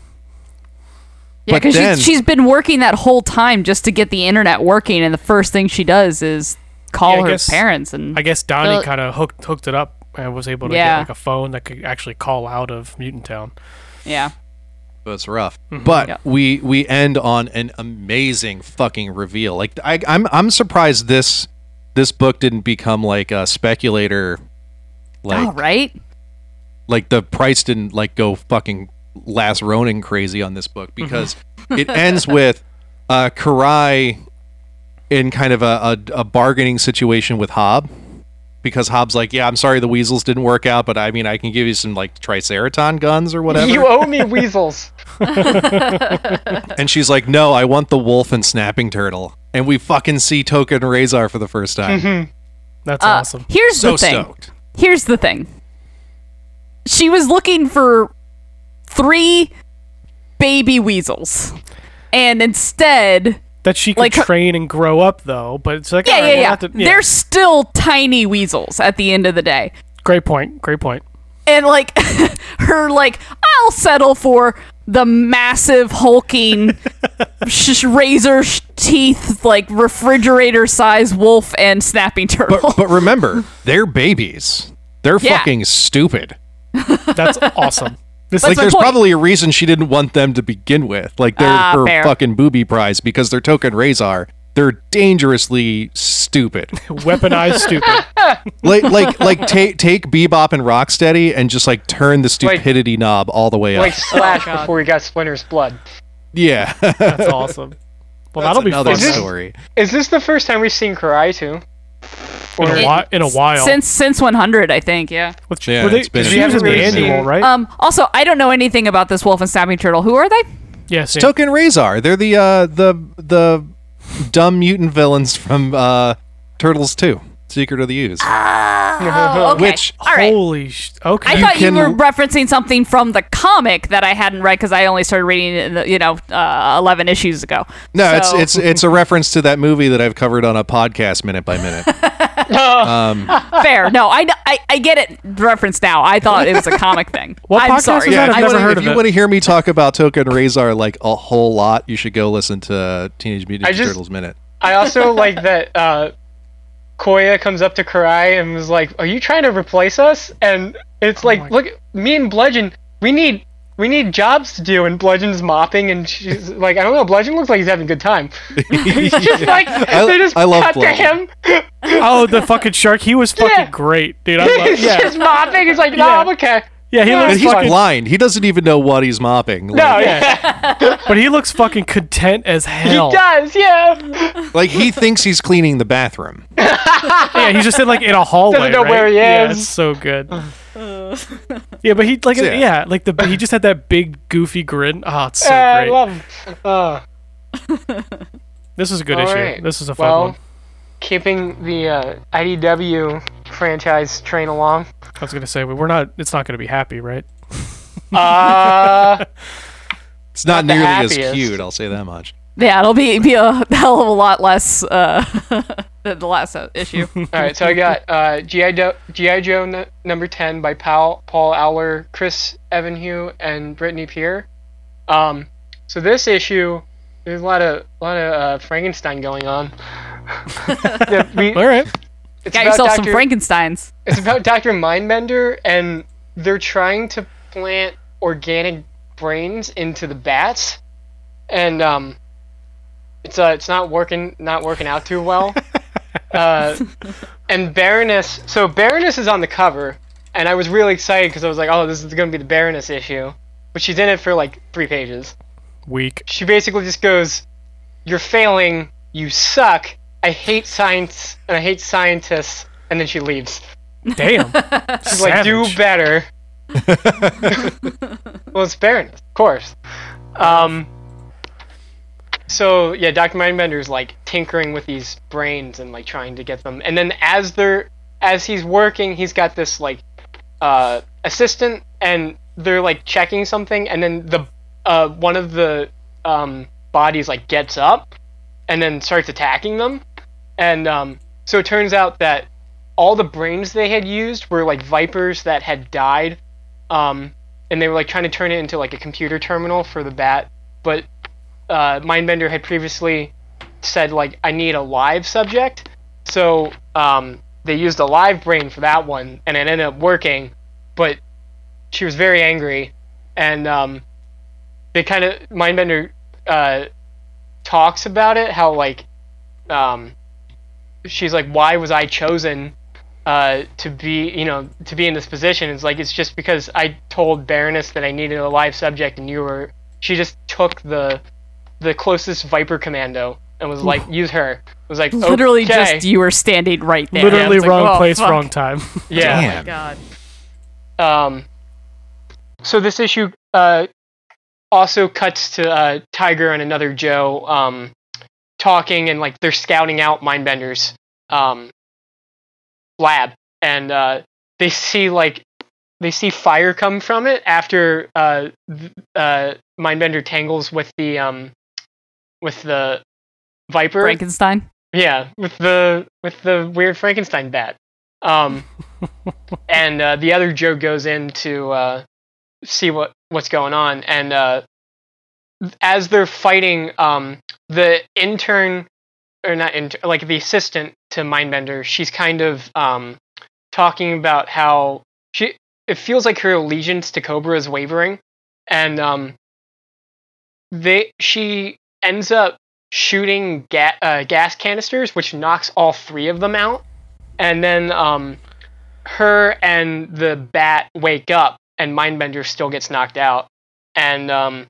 [SPEAKER 4] yeah,
[SPEAKER 2] But
[SPEAKER 4] because
[SPEAKER 2] then-
[SPEAKER 4] she's, she's been working that whole time just to get the internet working, and the first thing she does is call
[SPEAKER 3] Yeah, I
[SPEAKER 4] her
[SPEAKER 3] guess-
[SPEAKER 4] parents and
[SPEAKER 3] I guess Donnie
[SPEAKER 4] Well-
[SPEAKER 3] kind of hooked hooked it up and was able to
[SPEAKER 4] Yeah.
[SPEAKER 3] get like a phone that could actually call out of Mutant Town.
[SPEAKER 4] yeah,
[SPEAKER 2] But it's rough.
[SPEAKER 3] Mm-hmm.
[SPEAKER 2] But
[SPEAKER 4] Yeah.
[SPEAKER 2] we we end on an amazing fucking reveal. Like I, I'm I'm surprised this this book didn't become like a speculator. Like
[SPEAKER 4] all Oh, right.
[SPEAKER 2] like the price didn't like go fucking last Ronin crazy on this book because
[SPEAKER 4] Mm-hmm.
[SPEAKER 2] it ends with uh Karai in kind of a, a, a bargaining situation with Hob because Hob's like, yeah, I'm sorry the weasels didn't work out, but I mean I can give you some like triceraton guns or whatever.
[SPEAKER 5] You owe me weasels.
[SPEAKER 2] and she's like, no, I want the wolf and snapping turtle. And we fucking see Token Razor for the first time.
[SPEAKER 3] That's
[SPEAKER 4] Uh,
[SPEAKER 3] awesome.
[SPEAKER 4] Here's
[SPEAKER 2] so
[SPEAKER 4] the Mm-hmm. thing.
[SPEAKER 2] stoked.
[SPEAKER 4] Here's the thing. She was looking for three baby weasels, and instead.
[SPEAKER 3] That she could
[SPEAKER 4] like her-
[SPEAKER 3] train and grow up though, but it's like
[SPEAKER 4] Yeah,
[SPEAKER 3] all right,
[SPEAKER 4] yeah,
[SPEAKER 3] we'll
[SPEAKER 4] yeah.
[SPEAKER 3] have to- yeah.
[SPEAKER 4] They're still tiny weasels at the end of the day.
[SPEAKER 3] great point. Great point.
[SPEAKER 4] And like her like I'll settle for the massive hulking sh- razor sh- teeth like refrigerator size wolf and snapping turtle.
[SPEAKER 2] But, but remember, they're babies. They're
[SPEAKER 4] Yeah.
[SPEAKER 2] fucking stupid.
[SPEAKER 3] That's awesome. This
[SPEAKER 2] like
[SPEAKER 4] my
[SPEAKER 2] there's
[SPEAKER 4] point.
[SPEAKER 2] probably a reason she didn't want them to begin with. Like they're
[SPEAKER 4] Ah,
[SPEAKER 2] her
[SPEAKER 4] fair.
[SPEAKER 2] fucking booby prize because they're token Razor. They're dangerously stupid.
[SPEAKER 3] weaponized stupid.
[SPEAKER 2] like like like take take Bebop and Rocksteady and just like turn the stupidity knob all the way up.
[SPEAKER 5] Like Slash
[SPEAKER 4] God.
[SPEAKER 5] before he got Splinter's blood.
[SPEAKER 2] yeah,
[SPEAKER 3] That's awesome. Well,
[SPEAKER 2] That's
[SPEAKER 3] that'll be
[SPEAKER 2] another
[SPEAKER 3] fun.
[SPEAKER 5] Is this-
[SPEAKER 2] story.
[SPEAKER 5] Is this the first time we've seen Karai too?
[SPEAKER 3] in a, while, in a while.
[SPEAKER 4] since since 100, I think, yeah.
[SPEAKER 3] With,
[SPEAKER 2] Yeah,
[SPEAKER 3] were they,
[SPEAKER 2] it's been
[SPEAKER 3] she
[SPEAKER 2] a
[SPEAKER 3] was in the
[SPEAKER 5] few years.
[SPEAKER 3] annual, right?
[SPEAKER 4] Um also, I don't know anything about this wolf and snapping turtle. Who are they?
[SPEAKER 3] yeah, same.
[SPEAKER 2] Token Razor. They're the uh the the dumb mutant villains from uh Turtles Two: Secret of the Ooze.
[SPEAKER 4] Ah, Oh, okay.
[SPEAKER 2] Uh-huh. Which-
[SPEAKER 4] All right.
[SPEAKER 3] Holy sh! Okay,
[SPEAKER 4] I thought
[SPEAKER 2] can-
[SPEAKER 4] you were referencing something from the comic that I hadn't read because I only started reading it, in the, you know, uh, eleven issues ago.
[SPEAKER 2] No,
[SPEAKER 4] So-
[SPEAKER 2] it's it's it's a reference to that movie that I've covered on a podcast minute by minute.
[SPEAKER 4] Fair. No, I, kn- I, I get it referenced now. I thought it was a comic thing.
[SPEAKER 3] What
[SPEAKER 4] I'm
[SPEAKER 3] podcast
[SPEAKER 4] sorry.
[SPEAKER 3] was that?
[SPEAKER 2] if
[SPEAKER 3] I've
[SPEAKER 2] you
[SPEAKER 3] never
[SPEAKER 2] wanna-
[SPEAKER 3] heard
[SPEAKER 2] if
[SPEAKER 3] of
[SPEAKER 2] you
[SPEAKER 3] it.
[SPEAKER 2] want to hear me talk about Token Razor like a whole lot, you should go listen to Teenage Mutant
[SPEAKER 5] I
[SPEAKER 2] Ninja
[SPEAKER 5] just-
[SPEAKER 2] Turtles Minute.
[SPEAKER 5] I also like that uh, Koya comes up to Karai and was like, "Are you trying to replace us?" And it's like, "Look, me and Bludgeon, we need we need jobs to do." And Bludgeon's mopping, and she's like, "I don't know." Bludgeon looks like he's having a good time. He's just like they just
[SPEAKER 2] I love
[SPEAKER 5] cut to
[SPEAKER 2] Bludgeon.
[SPEAKER 5] him.
[SPEAKER 3] Oh, the fucking shark. He was fucking
[SPEAKER 5] Yeah.
[SPEAKER 3] great, dude. I love,
[SPEAKER 5] he's
[SPEAKER 3] yeah,
[SPEAKER 5] just mopping. He's like, "No,
[SPEAKER 3] Yeah.
[SPEAKER 5] I'm okay."
[SPEAKER 3] yeah. He
[SPEAKER 5] Yeah.
[SPEAKER 2] And
[SPEAKER 3] looks
[SPEAKER 2] he's
[SPEAKER 3] fucking,
[SPEAKER 2] blind. He doesn't even know what he's mopping.
[SPEAKER 5] No,
[SPEAKER 2] Like,
[SPEAKER 5] yeah,
[SPEAKER 3] but he looks fucking content as hell.
[SPEAKER 5] he does. Yeah,
[SPEAKER 2] like, he thinks he's cleaning the bathroom.
[SPEAKER 3] Yeah, he's just in like in a hallway.
[SPEAKER 5] Doesn't know
[SPEAKER 3] right?
[SPEAKER 5] where he
[SPEAKER 3] Yeah,
[SPEAKER 5] is.
[SPEAKER 3] it's so good. yeah, but he like
[SPEAKER 2] Yeah.
[SPEAKER 3] yeah. like the he just had that big goofy grin. Oh, it's so
[SPEAKER 5] I
[SPEAKER 3] great.
[SPEAKER 5] love. Him. Uh,
[SPEAKER 3] this is a good
[SPEAKER 5] All
[SPEAKER 3] issue.
[SPEAKER 5] right.
[SPEAKER 3] This is a fun
[SPEAKER 5] well,
[SPEAKER 3] one.
[SPEAKER 5] keeping the uh, IDW franchise train along.
[SPEAKER 3] I was gonna say we- we're not. It's not gonna be happy, right?
[SPEAKER 5] Uh,
[SPEAKER 2] It's not,
[SPEAKER 5] the
[SPEAKER 2] nearly as
[SPEAKER 5] happiest.
[SPEAKER 2] cute, I'll say that much.
[SPEAKER 4] Yeah, it'll be be a hell of a lot less. Uh, the, the last uh, issue.
[SPEAKER 5] All right, so I got uh, GI Do- GI Joe n- number ten by Paul Paul Aller, Chris Evanhue, and Brittany Pierre. Um, so this issue, there's a lot of lot of uh, Frankenstein going on. Yeah, we-
[SPEAKER 3] All right.
[SPEAKER 5] it's
[SPEAKER 4] Got
[SPEAKER 5] about
[SPEAKER 4] yourself some
[SPEAKER 5] Dr.
[SPEAKER 4] Frankenstein's.
[SPEAKER 5] It's about Doctor Mindbender, and they're trying to plant organic brains into the bats, and um, it's uh, it's not working, not working out too well. uh, and Baroness, so Baroness is on the cover, and I was really excited because I was like, oh, this is going to be the Baroness issue, but she's in it for like three pages.
[SPEAKER 3] Weak.
[SPEAKER 5] She basically just goes, "You're failing. You suck. I hate science, and I hate scientists," and then she leaves.
[SPEAKER 3] Damn.
[SPEAKER 5] She's like, do
[SPEAKER 3] Savage.
[SPEAKER 5] better. well, it's Baroness, of course. Um, so yeah, Doctor Mindbender's like tinkering with these brains and like trying to get them. And then as they're as he's working, he's got this like uh, assistant, and they're like checking something, and then the uh, one of the um, bodies like gets up, and then starts attacking them. And um, so it turns out that all the brains they had used were like vipers that had died, um, and they were like trying to turn it into like a computer terminal for the bat. But uh, Mindbender had previously said like I need a live subject, so um, they used a live brain for that one, and it ended up working. But she was very angry, and um, they kind of Mindbender uh, talks about it how like um, she's like why was I chosen uh, to be you know to be in this position it's like it's just because I told Baroness that I needed a live subject and you were she just took the the closest Viper commando and was like use her It was like
[SPEAKER 4] Literally
[SPEAKER 5] okay.
[SPEAKER 4] just you were standing right there.
[SPEAKER 3] Literally
[SPEAKER 5] it's like,
[SPEAKER 3] wrong
[SPEAKER 4] oh,
[SPEAKER 3] place,
[SPEAKER 4] fuck.
[SPEAKER 3] wrong time.
[SPEAKER 5] yeah
[SPEAKER 2] Damn.
[SPEAKER 4] God.
[SPEAKER 5] Um, so this issue uh, also cuts to uh, Tiger and another Joe um, talking, and like they're scouting out Mindbender's um, lab, and uh, they see like they see fire come from it after uh, th- uh, Mindbender tangles with the um, with the Viper.
[SPEAKER 4] Frankenstein.
[SPEAKER 5] Yeah, with the with the weird Frankenstein bat. Um, and uh, the other Joe goes in to uh, see what what's going on, and uh, as they're fighting, um, the intern or not intern, like the assistant to Mindbender, she's kind of um, talking about how she it feels like her allegiance to Cobra is wavering, and um, they she ends up shooting ga- uh, gas canisters, which knocks all three of them out. And then um, her and the bat wake up, and Mindbender still gets knocked out. And um,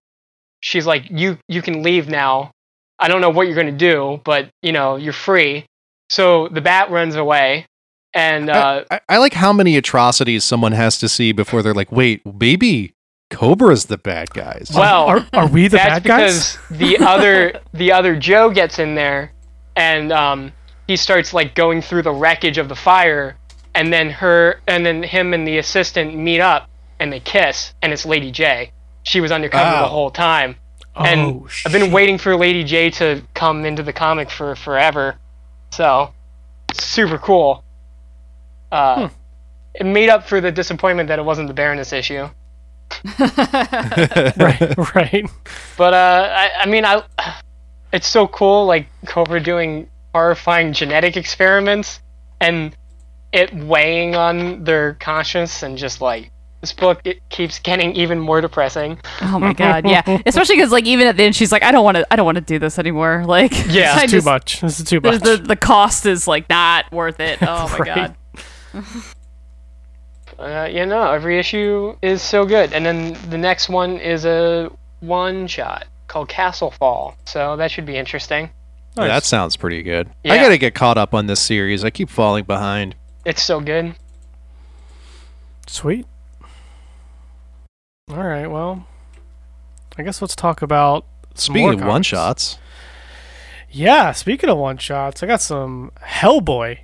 [SPEAKER 5] she's like, "You you can leave now. I don't know what you're gonna do, but you know you're free." So the bat runs away, and uh,
[SPEAKER 2] I, I like how many atrocities someone has to see before they're like, wait, maybe Cobra's the bad guys.
[SPEAKER 5] well,
[SPEAKER 3] are, are we the
[SPEAKER 5] Oh. that's
[SPEAKER 3] bad guys?
[SPEAKER 5] because the other the other Joe gets in there, and um, he starts like going through the wreckage of the fire, and then her and then him and the assistant meet up and they kiss, and it's Lady J. She was undercover
[SPEAKER 2] Wow.
[SPEAKER 5] the whole time, and
[SPEAKER 3] oh,
[SPEAKER 5] I've been
[SPEAKER 3] shit.
[SPEAKER 5] waiting for Lady J to come into the comic for forever, so super cool. Uh, It made up for the disappointment that it wasn't the Baroness issue.
[SPEAKER 3] right, right.
[SPEAKER 5] But uh, I, I mean, I, it's so cool, like Cobra doing horrifying genetic experiments, and it weighing on their conscience, and just like this book, it keeps getting even more depressing.
[SPEAKER 4] Oh my god. Yeah. Especially because like even at the end she's like I don't want to I don't want to do this anymore. Like
[SPEAKER 5] Yeah.
[SPEAKER 4] I
[SPEAKER 5] It's
[SPEAKER 3] Too
[SPEAKER 4] just-
[SPEAKER 3] much. This is too
[SPEAKER 4] The,
[SPEAKER 3] much.
[SPEAKER 4] the the cost is like not worth it. Oh my
[SPEAKER 3] Right.
[SPEAKER 4] god.
[SPEAKER 5] Uh, you know, every issue is so good, and then the next one is a one shot called Castlefall, so that should be interesting.
[SPEAKER 3] Nice.
[SPEAKER 2] That sounds pretty good. I
[SPEAKER 5] Yeah.
[SPEAKER 2] gotta get caught up on this series. I keep falling behind.
[SPEAKER 5] It's so good.
[SPEAKER 3] Sweet. All right. Well, I guess let's talk about. some more
[SPEAKER 2] Speaking of
[SPEAKER 3] comics.
[SPEAKER 2] one shots,
[SPEAKER 3] Yeah. Speaking of one shots, I got some Hellboy,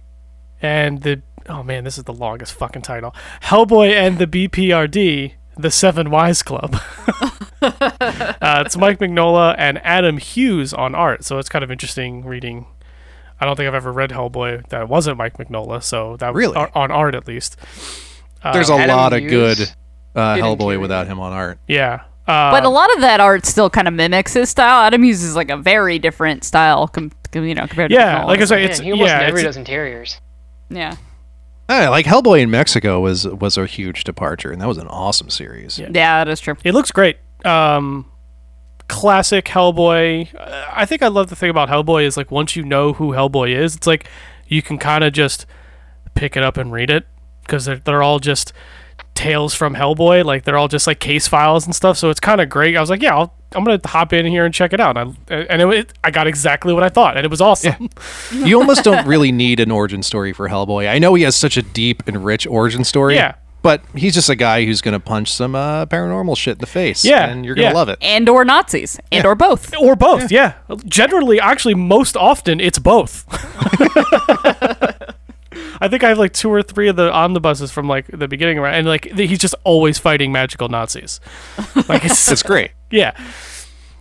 [SPEAKER 3] and the oh man, this is the longest fucking title. Hellboy and the BPRD, the Seven Wise Club. uh, it's Mike Mignola and Adam Hughes on art, so it's kind of interesting reading I don't think I've ever read Hellboy that wasn't Mike Mignola. So that
[SPEAKER 2] Really?
[SPEAKER 3] was on art at least. Uh,
[SPEAKER 2] There's a
[SPEAKER 5] Adam
[SPEAKER 2] lot of
[SPEAKER 5] Hughes
[SPEAKER 2] good uh,
[SPEAKER 5] didn't
[SPEAKER 2] Hellboy
[SPEAKER 5] carry
[SPEAKER 2] without him on art.
[SPEAKER 3] Yeah. Uh,
[SPEAKER 4] But a lot of that art still kind of mimics his style. Adam Hughes is like a very different style, com- com- you know, compared to
[SPEAKER 3] yeah,
[SPEAKER 4] Mignola.
[SPEAKER 3] like I say, it's
[SPEAKER 5] Man, he almost
[SPEAKER 3] yeah,
[SPEAKER 5] never
[SPEAKER 3] it's-
[SPEAKER 5] does interiors.
[SPEAKER 4] yeah,
[SPEAKER 2] Yeah, like Hellboy in Mexico was was a huge departure, and that was an awesome series.
[SPEAKER 3] Yeah.
[SPEAKER 4] yeah, that is true.
[SPEAKER 3] It looks great. Um, classic Hellboy. Uh, I think I love the thing about Hellboy is like once you know who Hellboy is, it's like you can kind of just pick it up and read it because they're they're all just tales from Hellboy. Like they're all just like case files and stuff. So it's kind of great. I was like, yeah, I'll, I'm gonna hop in here and check it out. And I and it, I got exactly what I thought, and it was awesome.
[SPEAKER 2] You almost don't really need an origin story for Hellboy. I know he has such a deep and rich origin story.
[SPEAKER 3] Yeah.
[SPEAKER 2] But he's just a guy who's going to punch some uh, paranormal shit in the face.
[SPEAKER 3] Yeah,
[SPEAKER 2] And you're going to
[SPEAKER 3] yeah.
[SPEAKER 2] love it.
[SPEAKER 4] And or Nazis, and or both.
[SPEAKER 3] Or both, yeah. Generally, actually, most often it's both. I think I have like two or three of the omnibuses from like the beginning around, and like th- he's just always fighting magical Nazis. Like it's
[SPEAKER 2] It's great.
[SPEAKER 3] yeah.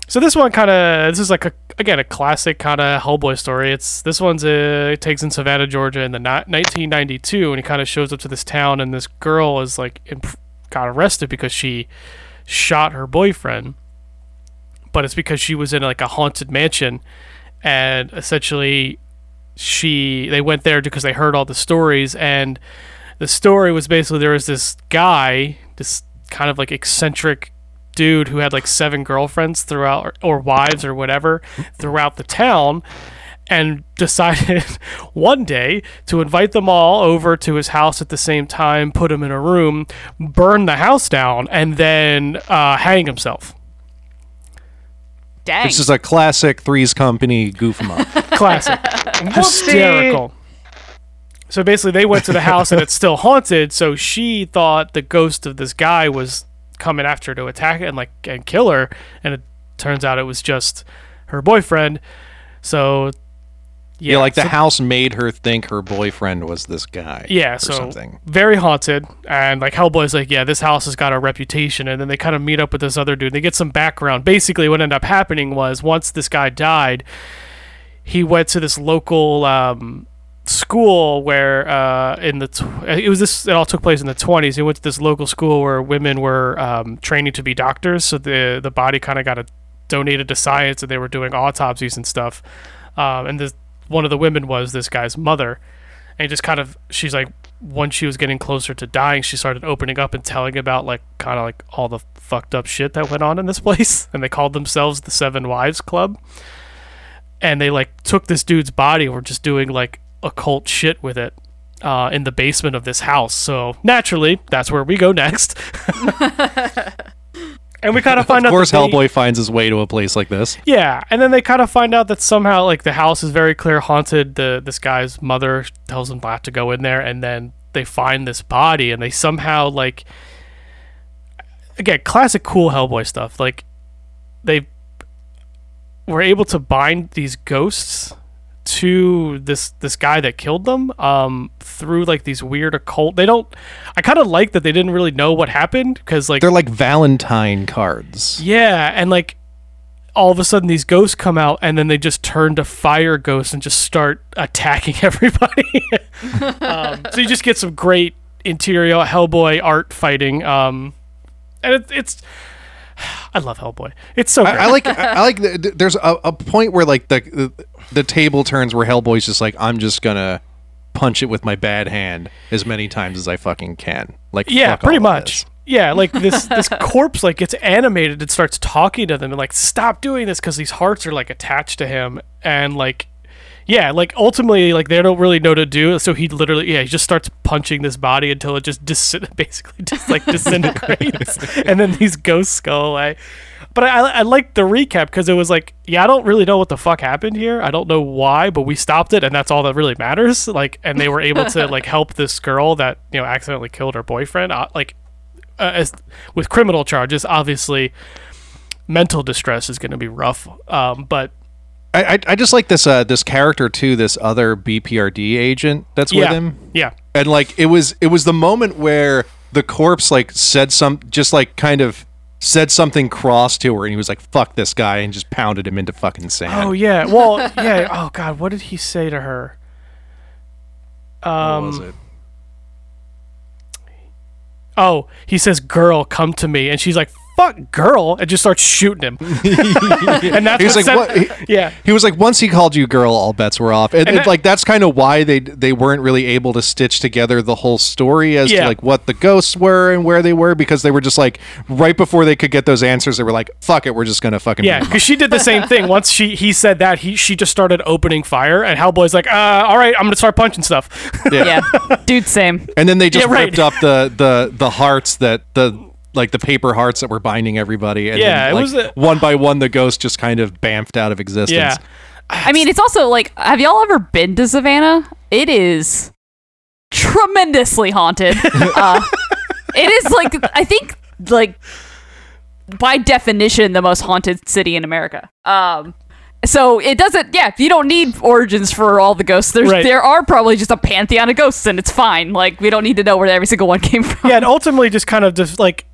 [SPEAKER 3] So this one kind of this is like a again a classic kind of Hellboy story. It's this one's uh it takes in Savannah, Georgia, in the ni- 1992, and he kind of shows up to this town, and this girl is like imp- got arrested because she shot her boyfriend, but it's because she was in like a haunted mansion, and essentially she they went there because they heard all the stories and the story was basically there was this guy this kind of like eccentric dude who had like seven girlfriends throughout or, or wives or whatever throughout the town and decided one day to invite them all over to his house at the same time put them in a room burn the house down and then uh, hang himself
[SPEAKER 4] Dang.
[SPEAKER 2] This is a classic Three's Company goof em up.
[SPEAKER 3] classic hysterical. So basically, they went to the house and it's still haunted. So she thought the ghost of this guy was coming after her to attack it and like and kill her. And it turns out it was just her boyfriend. So
[SPEAKER 2] yeah, like the
[SPEAKER 3] so-
[SPEAKER 2] house made her think her boyfriend was this guy.
[SPEAKER 3] yeah,
[SPEAKER 2] or
[SPEAKER 3] so
[SPEAKER 2] something.
[SPEAKER 3] very haunted, and like Hellboy's like, yeah, this house has got a reputation, and then they kind of meet up with this other dude. They get some background. Basically, what ended up happening was once this guy died, he went to this local um, school where uh, in the tw- it was this it all took place in the 20s. He went to this local school where women were um, training to be doctors, so the the body kind of got a, donated to science, and they were doing autopsies and stuff. Um, and this, one of the women was this guy's mother and just kind of she's like once she was getting closer to dying she started opening up and telling about like kind of like all the fucked up shit that went on in this place and they called themselves the seven wives club and they like took this dude's body and were just doing like occult shit with it uh, in the basement of this house so naturally that's where we go next and we kind of find
[SPEAKER 2] Of
[SPEAKER 3] out
[SPEAKER 2] course,
[SPEAKER 3] that they-
[SPEAKER 2] Hellboy finds his way to a place like this.
[SPEAKER 3] yeah, and then they kind of find out that somehow like the house is very clear haunted. The this guy's mother tells him not to go in there, and then they find this body, and they somehow like again classic cool Hellboy stuff. Like they were able to bind these ghosts to this this guy that killed them um through like these weird occult they don't i kind of like that they didn't really know what happened because like
[SPEAKER 2] They're like Valentine cards.
[SPEAKER 3] yeah, and like all of a sudden these ghosts come out and then they just turn to fire ghosts and just start attacking everybody. um, so you just get some great interior Hellboy art fighting. Um, and it, it's I love Hellboy. It's so great.
[SPEAKER 2] I, I like. I like. The, th- there's a, a point where like the, the the table turns where Hellboy's just like, I'm just gonna punch it with my bad hand as many times as I fucking can. Like
[SPEAKER 3] yeah,
[SPEAKER 2] fuck
[SPEAKER 3] pretty
[SPEAKER 2] all of
[SPEAKER 3] much.
[SPEAKER 2] this.
[SPEAKER 3] Yeah, like this this corpse like gets animated and starts talking to them and like stop doing this because these hearts are like attached to him and like yeah like ultimately like they don't really know what to do so he literally yeah he just starts punching this body until it just dis- basically just like disintegrates and then these ghosts go away. But I, I like the recap because it was like, yeah, I don't really know what the fuck happened here. I don't know why, but we stopped it, and that's all that really matters. Like, and they were able to like help this girl that you know accidentally killed her boyfriend, uh, like, uh, as, with criminal charges. Obviously, mental distress is going to be rough. Um, but
[SPEAKER 2] I, I I just like this uh this character too. This other BPRD agent that's with
[SPEAKER 3] yeah,
[SPEAKER 2] him.
[SPEAKER 3] yeah,
[SPEAKER 2] and like it was it was the moment where the corpse like said some just like kind of said something cross to her, and he was like, "Fuck this guy," and just pounded him into fucking sand.
[SPEAKER 3] Oh yeah. Well, yeah. Oh god, what did he say to her?
[SPEAKER 2] What
[SPEAKER 3] Um,
[SPEAKER 2] was it?
[SPEAKER 3] Oh, he says, "Girl, come to me," and she's like, "Fuck, girl," and just starts shooting him. and that's
[SPEAKER 2] He was
[SPEAKER 3] what
[SPEAKER 2] like,
[SPEAKER 3] sent-
[SPEAKER 2] "What?" He-
[SPEAKER 3] Yeah.
[SPEAKER 2] He was like, once he called you girl, all bets were off. And, and,
[SPEAKER 3] that-
[SPEAKER 2] like that's kind of why they they weren't really able to stitch together the whole story as to
[SPEAKER 3] Yeah.
[SPEAKER 2] like what the ghosts were and where they were because they were just like right before they could get those answers, they were like, fuck it, we're just gonna fucking
[SPEAKER 3] Yeah, because she did the same thing. Once she he said that, he she just started opening fire, and Hellboy's like, "Uh, all right, I'm gonna start punching stuff."
[SPEAKER 4] yeah, dude, same.
[SPEAKER 2] And then they just
[SPEAKER 3] Yeah, right.
[SPEAKER 2] ripped up the the the hearts that the like the paper hearts that were binding everybody. And
[SPEAKER 3] Yeah,
[SPEAKER 2] then,
[SPEAKER 3] it
[SPEAKER 2] like,
[SPEAKER 3] was a-
[SPEAKER 2] one by one the ghost just kind of bamfed out of existence.
[SPEAKER 3] yeah,
[SPEAKER 4] I mean, it's also like, have y'all ever been to Savannah? It is tremendously haunted. uh, it is like, I think, like by definition, the most haunted city in America. Um, so it doesn't. Yeah, you don't need origins for all the ghosts. There's,
[SPEAKER 3] Right.
[SPEAKER 4] There are probably just a pantheon of ghosts, and it's fine. Like we don't need to know where every single one came from.
[SPEAKER 3] yeah, and ultimately just kind of just like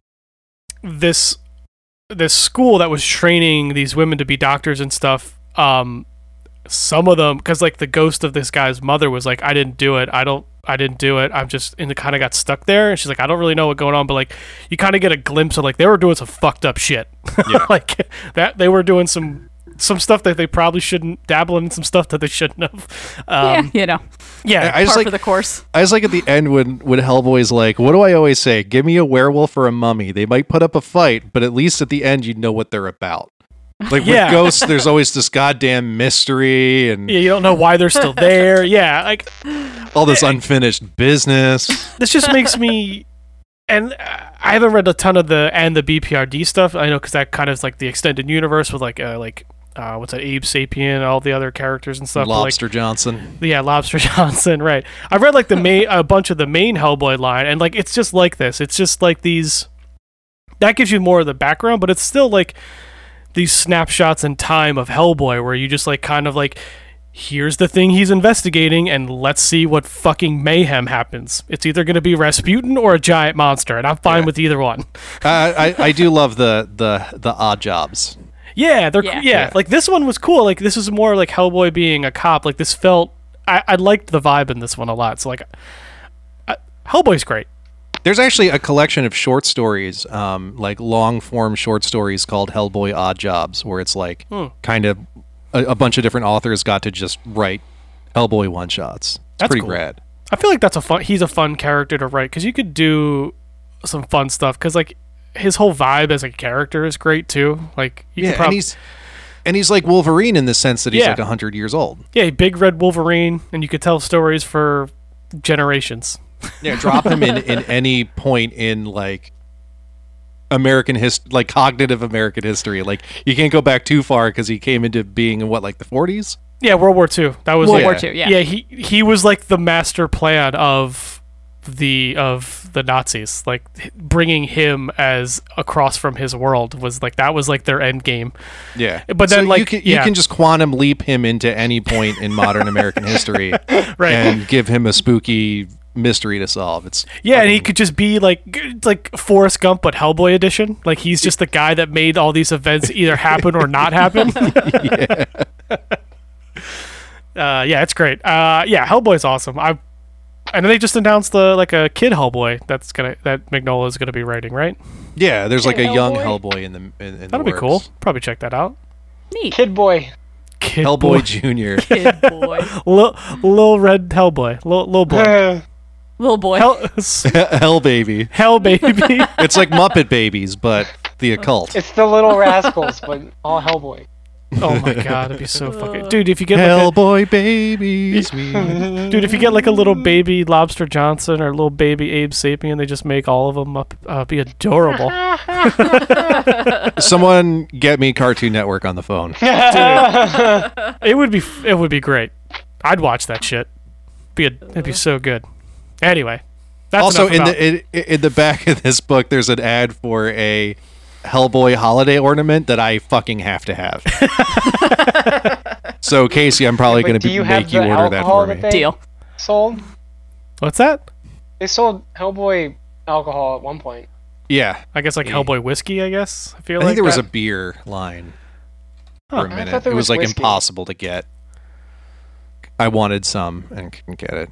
[SPEAKER 3] this this school that was training these women to be doctors and stuff. Um, some of them, because like the ghost of this guy's mother was like, "I didn't do it. I don't. I didn't do it. I'm just," and it kind of got stuck there. And she's like, "I don't really know what's going on," but like you kind of get a glimpse of like they were doing some fucked up shit. like that they were doing some some stuff that they probably shouldn't dabble in some stuff that they shouldn't have. Um,
[SPEAKER 4] yeah, you know,
[SPEAKER 3] yeah,
[SPEAKER 2] I, I just
[SPEAKER 4] par
[SPEAKER 2] like
[SPEAKER 4] for the course.
[SPEAKER 2] I was like at the end when when Hellboy's like, "What do I always say? Give me a werewolf or a mummy. They might put up a fight, but at least at the end you know what they're about." Like
[SPEAKER 3] Yeah.
[SPEAKER 2] with ghosts, there's always this goddamn mystery and
[SPEAKER 3] yeah, you don't know why they're still there. Yeah, like
[SPEAKER 2] all this unfinished business.
[SPEAKER 3] this just makes me and i haven't read a ton of the and the bprd stuff i know because that kind of is like the extended universe with like uh, like uh, what's that abe sapien all the other characters and stuff but,
[SPEAKER 2] Lobster Johnson.
[SPEAKER 3] like, yeah lobster johnson right i've read like the main a bunch of the main hellboy line and like it's just like this it's just like these that gives you more of the background but it's still like these snapshots in time of hellboy where you just like kind of like here's the thing he's investigating and let's see what fucking mayhem happens it's either going to be rasputin or a giant monster and i'm fine with either one
[SPEAKER 2] I, I I do love the the the odd jobs.
[SPEAKER 3] yeah they're
[SPEAKER 4] Yeah.
[SPEAKER 3] yeah.
[SPEAKER 2] Yeah.
[SPEAKER 3] like this one was cool like this is more like hellboy being a cop like this felt i, I liked the vibe in this one a lot so like I, hellboy's great
[SPEAKER 2] There's actually a collection of short stories, um, like long form short stories called Hellboy Odd Jobs, where it's like kind of a, a bunch of different authors got to just write Hellboy one shots. It's
[SPEAKER 3] That's
[SPEAKER 2] pretty
[SPEAKER 3] cool.
[SPEAKER 2] rad.
[SPEAKER 3] I feel like that's a fun. He's a fun character to write because you could do some fun stuff. Because like his whole vibe as a character is great too. Like you
[SPEAKER 2] Yeah,
[SPEAKER 3] could prob-
[SPEAKER 2] and he's and he's like Wolverine in the sense that he's
[SPEAKER 3] Yeah.
[SPEAKER 2] like like hundred years old.
[SPEAKER 3] yeah, big red Wolverine, and you could tell stories for generations.
[SPEAKER 2] Yeah, drop him in in any point in like American history, like cognitive American history. Like you can't go back too far because he came into being in what like the forties.
[SPEAKER 3] Yeah, World War II. That was
[SPEAKER 4] World
[SPEAKER 3] like,
[SPEAKER 4] War
[SPEAKER 2] Yeah.
[SPEAKER 4] Two.
[SPEAKER 3] yeah.
[SPEAKER 4] Yeah, yeah,
[SPEAKER 3] He he was like the master plan of the of the Nazis. Like h- bringing him as across from his world was like that was like their end game.
[SPEAKER 2] Yeah,
[SPEAKER 3] But then,
[SPEAKER 2] you
[SPEAKER 3] like,
[SPEAKER 2] can, you
[SPEAKER 3] yeah.
[SPEAKER 2] can just quantum leap him into any point in modern American history,
[SPEAKER 3] Right.
[SPEAKER 2] And give him a spooky mystery to solve. It's
[SPEAKER 3] Yeah, and he could just be like g- like Forrest Gump, but Hellboy edition. Like he's just the guy that made all these events either happen or not happen. yeah. uh, yeah, it's great. Uh, yeah, Hellboy's awesome. I and they just announced the like a kid Hellboy that's gonna that Magnola is gonna be writing. Right,
[SPEAKER 2] yeah. There's like a young
[SPEAKER 5] Hellboy.
[SPEAKER 2] Hellboy in the in, in the
[SPEAKER 3] that'll be
[SPEAKER 2] works.
[SPEAKER 3] cool. Probably check that out.
[SPEAKER 4] neat.
[SPEAKER 5] Kid boy.
[SPEAKER 3] Kid
[SPEAKER 2] Hellboy Junior.
[SPEAKER 4] Kid boy,
[SPEAKER 3] Lil, Lil Red Hellboy, Lil, Lil Boy,
[SPEAKER 5] Uh,
[SPEAKER 4] little boy.
[SPEAKER 3] Hell,
[SPEAKER 2] Hell baby.
[SPEAKER 3] Hell Baby.
[SPEAKER 2] It's like Muppet Babies, but the occult.
[SPEAKER 5] it's the Little Rascals, but all Hellboy.
[SPEAKER 3] oh my god, it'd be so fucking dude. If you get like a,
[SPEAKER 2] Hellboy babies. we-
[SPEAKER 3] Dude, if you get like a little baby Lobster Johnson or little baby Abe Sapien, they just make all of them up uh, be adorable.
[SPEAKER 2] Someone get me Cartoon Network on the phone.
[SPEAKER 3] it would be it would be great. I'd watch that shit. Be a, it'd be so good. Anyway, that's
[SPEAKER 2] also,
[SPEAKER 3] enough
[SPEAKER 2] in
[SPEAKER 3] about-
[SPEAKER 2] the in, in the back of this book, there's an ad for a Hellboy holiday ornament that I fucking have to have. so, Casey, I'm probably
[SPEAKER 5] Wait,
[SPEAKER 2] going to
[SPEAKER 5] do
[SPEAKER 2] be,
[SPEAKER 5] you
[SPEAKER 2] make
[SPEAKER 5] have
[SPEAKER 2] you
[SPEAKER 5] the
[SPEAKER 2] order that
[SPEAKER 5] alcohol
[SPEAKER 2] for me.
[SPEAKER 5] that they-
[SPEAKER 4] Deal.
[SPEAKER 5] Sold.
[SPEAKER 3] what's that?
[SPEAKER 5] They sold Hellboy alcohol at one point.
[SPEAKER 2] Yeah,
[SPEAKER 3] I guess like
[SPEAKER 2] Yeah.
[SPEAKER 3] Hellboy whiskey. I guess I feel
[SPEAKER 2] I think
[SPEAKER 3] like
[SPEAKER 2] there was a
[SPEAKER 3] that-
[SPEAKER 2] beer line
[SPEAKER 3] Huh.
[SPEAKER 2] for a
[SPEAKER 3] I
[SPEAKER 5] thought
[SPEAKER 2] minute.
[SPEAKER 5] there
[SPEAKER 2] It was,
[SPEAKER 5] was
[SPEAKER 2] like
[SPEAKER 5] whiskey.
[SPEAKER 2] impossible to get. I wanted some and couldn't get it.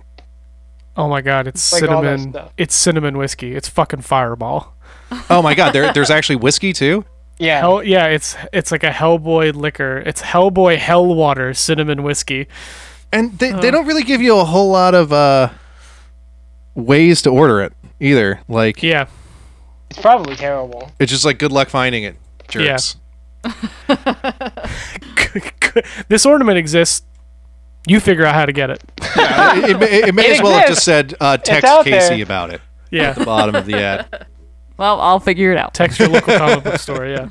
[SPEAKER 3] oh my god, it's
[SPEAKER 5] Like all that
[SPEAKER 3] cinnamon.
[SPEAKER 5] stuff.
[SPEAKER 3] It's cinnamon whiskey. It's fucking Fireball.
[SPEAKER 2] Oh my god, there, there's actually whiskey too.
[SPEAKER 5] Yeah.
[SPEAKER 3] Hell yeah, it's it's like a Hellboy liquor. It's Hellboy Hellwater cinnamon whiskey.
[SPEAKER 2] and they, they don't really give you a whole lot of uh ways to order it either like
[SPEAKER 3] Yeah,
[SPEAKER 5] It's probably terrible.
[SPEAKER 2] it's just like good luck finding it jerks
[SPEAKER 3] this ornament exists. You figure out how to get it.
[SPEAKER 2] yeah. it, it, may- it may
[SPEAKER 5] It
[SPEAKER 2] as well have
[SPEAKER 5] exists.
[SPEAKER 2] just said uh, text
[SPEAKER 5] out
[SPEAKER 2] casey
[SPEAKER 5] there.
[SPEAKER 2] about it
[SPEAKER 3] Yeah,
[SPEAKER 2] at the bottom of the ad
[SPEAKER 4] Well, I'll figure it out.
[SPEAKER 3] text your local comic book store. Yeah,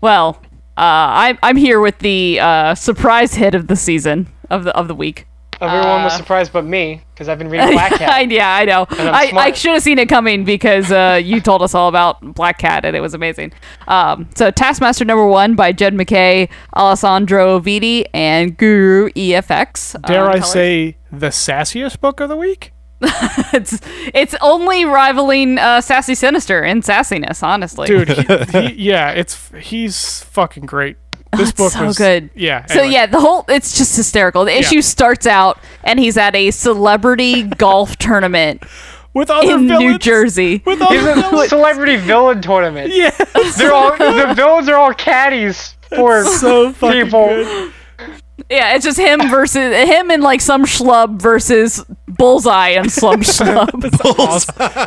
[SPEAKER 4] Well, uh, I'm I'm here with the uh, surprise hit of the season of the of the week.
[SPEAKER 5] Everyone was surprised but me because I've been reading Black Cat.
[SPEAKER 4] yeah, I know.
[SPEAKER 5] I'm
[SPEAKER 4] I, I
[SPEAKER 5] smart.
[SPEAKER 4] should have seen it coming because uh, you told us all about Black Cat and it was amazing. Um, so, Taskmaster number one by Jed McKay, Alessandro Vitti, and Guru EFX. uh,
[SPEAKER 3] dare I
[SPEAKER 4] colors.
[SPEAKER 3] say the sassiest book of the week?
[SPEAKER 4] it's it's only rivaling uh, Sassy Sinister in sassiness, honestly.
[SPEAKER 3] Dude, he, he, yeah, it's he's fucking great. This
[SPEAKER 4] it's
[SPEAKER 3] book
[SPEAKER 4] so
[SPEAKER 3] was
[SPEAKER 4] good.
[SPEAKER 3] Yeah.
[SPEAKER 4] So
[SPEAKER 3] anyway.
[SPEAKER 4] yeah, the whole it's just hysterical. The issue starts out and he's at a celebrity golf tournament
[SPEAKER 3] with other
[SPEAKER 4] in
[SPEAKER 3] villains,
[SPEAKER 4] New Jersey.
[SPEAKER 3] With other
[SPEAKER 5] He's a celebrity villain tournament.
[SPEAKER 3] yeah,
[SPEAKER 5] They're all the villains are all caddies for
[SPEAKER 3] so fucking
[SPEAKER 5] people.
[SPEAKER 3] good.
[SPEAKER 4] Yeah, it's just him versus him and like some schlub versus Bullseye and some schlub.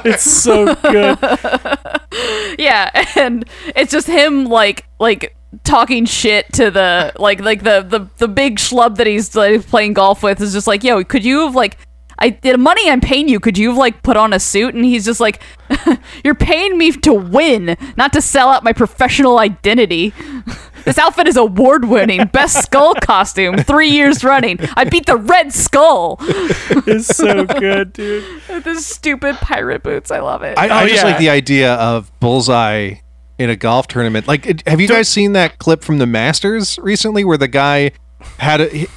[SPEAKER 3] It's so good.
[SPEAKER 4] yeah, and it's just him like like talking shit to the like like the the the big schlub that he's like, playing golf with is just like, yo, could you have like. I the money I'm paying you. Could you have like put on a suit? And he's just like, "You're paying me to win, not to sell out my professional identity." This outfit is award-winning, best skull costume, three years running. I beat the Red Skull.
[SPEAKER 3] It's so good, dude.
[SPEAKER 4] the stupid pirate boots. I love it.
[SPEAKER 2] i, I
[SPEAKER 3] Oh,
[SPEAKER 2] just
[SPEAKER 3] yeah.
[SPEAKER 2] like the idea of bullseye in a golf tournament like it- have you guys seen that clip from the masters recently where the guy had a he,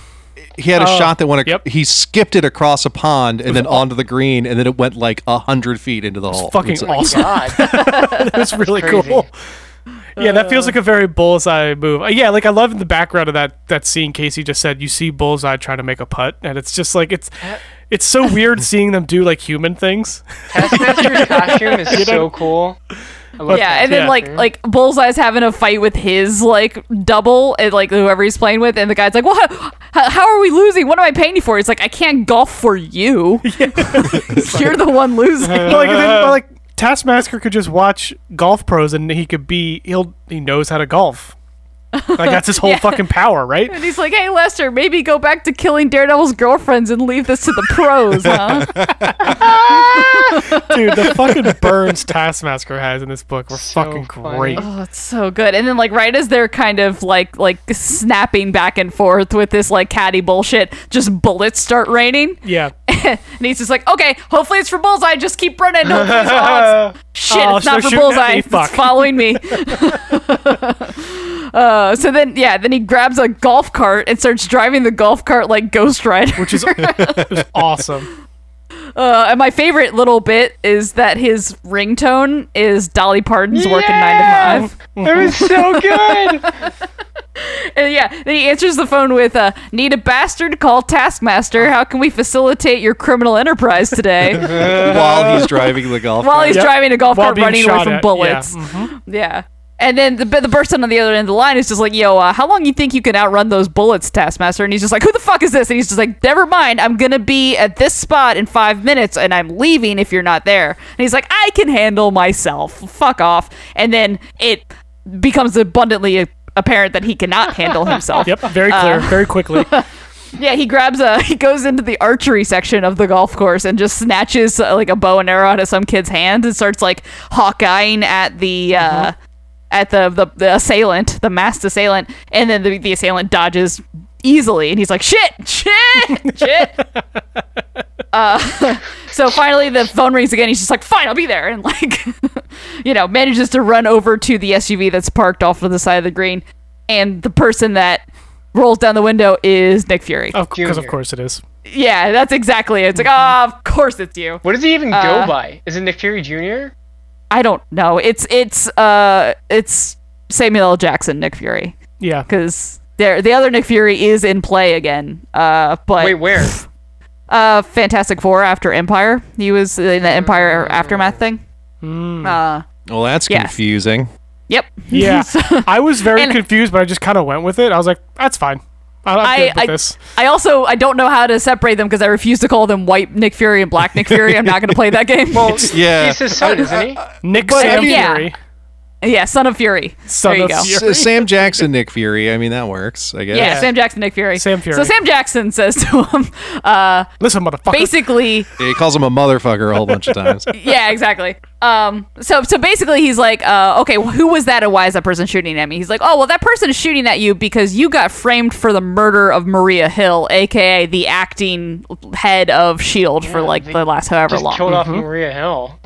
[SPEAKER 2] he had a
[SPEAKER 3] Oh,
[SPEAKER 2] shot that went. Ac-
[SPEAKER 3] yep.
[SPEAKER 2] He skipped it across a pond and then onto the green, and then it went like a hundred feet into the hole.
[SPEAKER 3] fucking
[SPEAKER 2] It's like-
[SPEAKER 3] awesome.
[SPEAKER 5] Oh God.
[SPEAKER 3] That's really
[SPEAKER 5] crazy.
[SPEAKER 3] cool. Yeah, that feels like a very bullseye move. Uh, yeah, like I love in the background of that that scene Casey just said, you see bullseye trying to make a putt, and it's just like it's it's so weird seeing them do like human things.
[SPEAKER 5] Taskmaster's costume is so cool. I love
[SPEAKER 4] yeah, and then
[SPEAKER 3] Yeah.
[SPEAKER 4] like like Bullseye's having a fight with his like double and like whoever he's playing with, and the guy's like, "Well, how, how- how are we losing? What am I paying you for?" He's like, "I can't golf for you. You're the one losing."
[SPEAKER 3] But, like then, but, like Taskmaster could just watch golf pros, and he could be he'll he knows how to golf. Like that's his whole fucking power, right?
[SPEAKER 4] And he's like, "Hey Lester, maybe go back to killing Daredevil's girlfriends and leave this to the pros, huh?"
[SPEAKER 3] Dude, the fucking burns Taskmaster has in this book were
[SPEAKER 5] So
[SPEAKER 3] fucking
[SPEAKER 5] funny.
[SPEAKER 3] great.
[SPEAKER 4] Oh, it's so good. And then like right as they're kind of like like snapping back and forth with this like catty bullshit, just bullets start raining.
[SPEAKER 3] Yeah.
[SPEAKER 4] and he's just like, okay, hopefully it's for Bullseye. Just keep running. Hopefully it's not. Shit,
[SPEAKER 3] Oh,
[SPEAKER 4] it's
[SPEAKER 3] so
[SPEAKER 4] not for
[SPEAKER 3] shooting at
[SPEAKER 4] Bullseye.
[SPEAKER 3] me,
[SPEAKER 4] It's
[SPEAKER 3] fuck.
[SPEAKER 4] following me. uh, so then, yeah, then he grabs a golf cart and starts driving the golf cart like Ghost Rider.
[SPEAKER 3] Which is it was awesome.
[SPEAKER 4] Uh, and my favorite little bit is that his ringtone is Dolly Parton's working
[SPEAKER 5] Yeah!
[SPEAKER 4] nine to five.
[SPEAKER 5] It was so good.
[SPEAKER 4] And yeah, then he answers the phone with, uh, "Need a bastard? Call Taskmaster. How can we facilitate your criminal enterprise today?"
[SPEAKER 2] uh, while he's driving the golf.
[SPEAKER 4] while
[SPEAKER 2] cart.
[SPEAKER 4] he's
[SPEAKER 3] Yep.
[SPEAKER 4] driving a golf
[SPEAKER 3] While
[SPEAKER 4] cart
[SPEAKER 3] being
[SPEAKER 4] running away
[SPEAKER 3] shot
[SPEAKER 4] from
[SPEAKER 3] at,
[SPEAKER 4] bullets.
[SPEAKER 3] yeah. mm-hmm.
[SPEAKER 4] Yeah. And then the, but the person on the other end of the line is just like, yo, uh, how long you think you can outrun those bullets, Taskmaster? And he's just like, who the fuck is this? And he's just like, never mind. I'm going to be at this spot in five minutes and I'm leaving if you're not there. And he's like, I can handle myself. Fuck off. And then it becomes abundantly apparent that he cannot handle himself.
[SPEAKER 3] Yep, very clear,
[SPEAKER 5] Uh.
[SPEAKER 3] very quickly.
[SPEAKER 4] Yeah, he grabs a. He goes into the archery section of the golf course and just snatches uh, like a bow and arrow out of some kid's hand and starts like hawkeyeing at the uh, at the, the the assailant, the masked assailant, and then the, the assailant dodges easily, and he's like, "Shit, shit, shit." uh, so finally, the phone rings again. He's just like, "Fine, I'll be there," and like, you know, manages to run over to the SUV that's parked off to the side of the green, and the person that rolls down the window is Nick Fury.
[SPEAKER 3] Because of
[SPEAKER 5] Junior.
[SPEAKER 3] course it is.
[SPEAKER 4] yeah, that's exactly it. It's like, ah, of course it's you.
[SPEAKER 5] What does he even
[SPEAKER 4] Uh,
[SPEAKER 5] go by? Is it Nick Fury Jr.?
[SPEAKER 4] I don't know. It's it's uh it's Samuel L. Jackson, Nick Fury,
[SPEAKER 3] Yeah.
[SPEAKER 4] because there the other Nick Fury is in play again. Uh, but
[SPEAKER 5] Wait, where?
[SPEAKER 4] Uh, Fantastic Four after Empire. He was in the Empire aftermath thing. Uh,
[SPEAKER 2] Well, that's
[SPEAKER 4] Yeah.
[SPEAKER 2] confusing.
[SPEAKER 4] yep.
[SPEAKER 3] Hmm. Yeah.
[SPEAKER 4] So-
[SPEAKER 3] I was very
[SPEAKER 4] And-
[SPEAKER 3] confused, but I just kind of went with it. I was like, that's fine. I'm
[SPEAKER 4] I-
[SPEAKER 3] I, good with
[SPEAKER 4] I-
[SPEAKER 3] this.
[SPEAKER 4] I also I don't know how to separate them because I refuse to call them white Nick Fury and black Nick Fury. I'm not going to play that game.
[SPEAKER 5] Well,
[SPEAKER 2] Yeah.
[SPEAKER 5] he's his son, isn't he?
[SPEAKER 3] Nick
[SPEAKER 2] But, I
[SPEAKER 3] Sam
[SPEAKER 2] mean-
[SPEAKER 4] Yeah.
[SPEAKER 3] Fury.
[SPEAKER 4] yeah, Son of Fury.
[SPEAKER 3] Son
[SPEAKER 4] there you
[SPEAKER 3] of
[SPEAKER 4] go.
[SPEAKER 3] Fury.
[SPEAKER 2] S- Sam Jackson, Nick Fury. I mean, that works, I guess.
[SPEAKER 4] Yeah, Sam Jackson, Nick Fury.
[SPEAKER 3] Sam Fury.
[SPEAKER 4] So Sam Jackson says to him, uh,
[SPEAKER 3] Listen, motherfucker.
[SPEAKER 4] basically,
[SPEAKER 2] He calls him a motherfucker a whole bunch of times.
[SPEAKER 4] yeah, exactly. Um, so so basically, he's like, uh, okay, well, who was that, and why is that person shooting at me? He's like, oh, well, that person is shooting at you because you got framed for the murder of Maria Hill, aka the acting head of Shield E for like
[SPEAKER 5] they
[SPEAKER 4] the last however
[SPEAKER 5] Just
[SPEAKER 4] long.
[SPEAKER 5] killed off Maria Hill.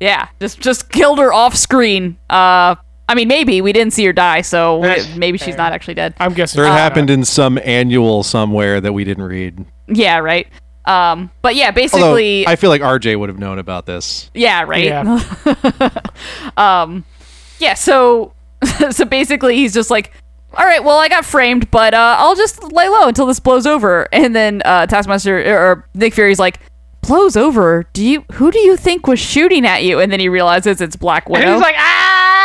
[SPEAKER 4] yeah, just just killed her off screen. Uh, I mean, maybe we didn't see her die, so
[SPEAKER 5] That's
[SPEAKER 4] maybe she's not actually dead.
[SPEAKER 3] I'm guessing.
[SPEAKER 2] Or it
[SPEAKER 3] Uh,
[SPEAKER 2] happened in some annual somewhere that we didn't read.
[SPEAKER 4] Yeah, right. Um, but yeah,
[SPEAKER 2] Although
[SPEAKER 4] basically,
[SPEAKER 2] I feel like RJ would have known about this.
[SPEAKER 4] Yeah, right.
[SPEAKER 3] Yeah.
[SPEAKER 4] um yeah, so so basically he's just like all right, well, I got framed, but uh, I'll just lay low until this blows over. And then uh, Taskmaster or, or Nick Fury's like, "Blows over? Do you? Who do you think was shooting at you?" And then he realizes it's Black
[SPEAKER 5] And
[SPEAKER 4] Widow.
[SPEAKER 5] he's like,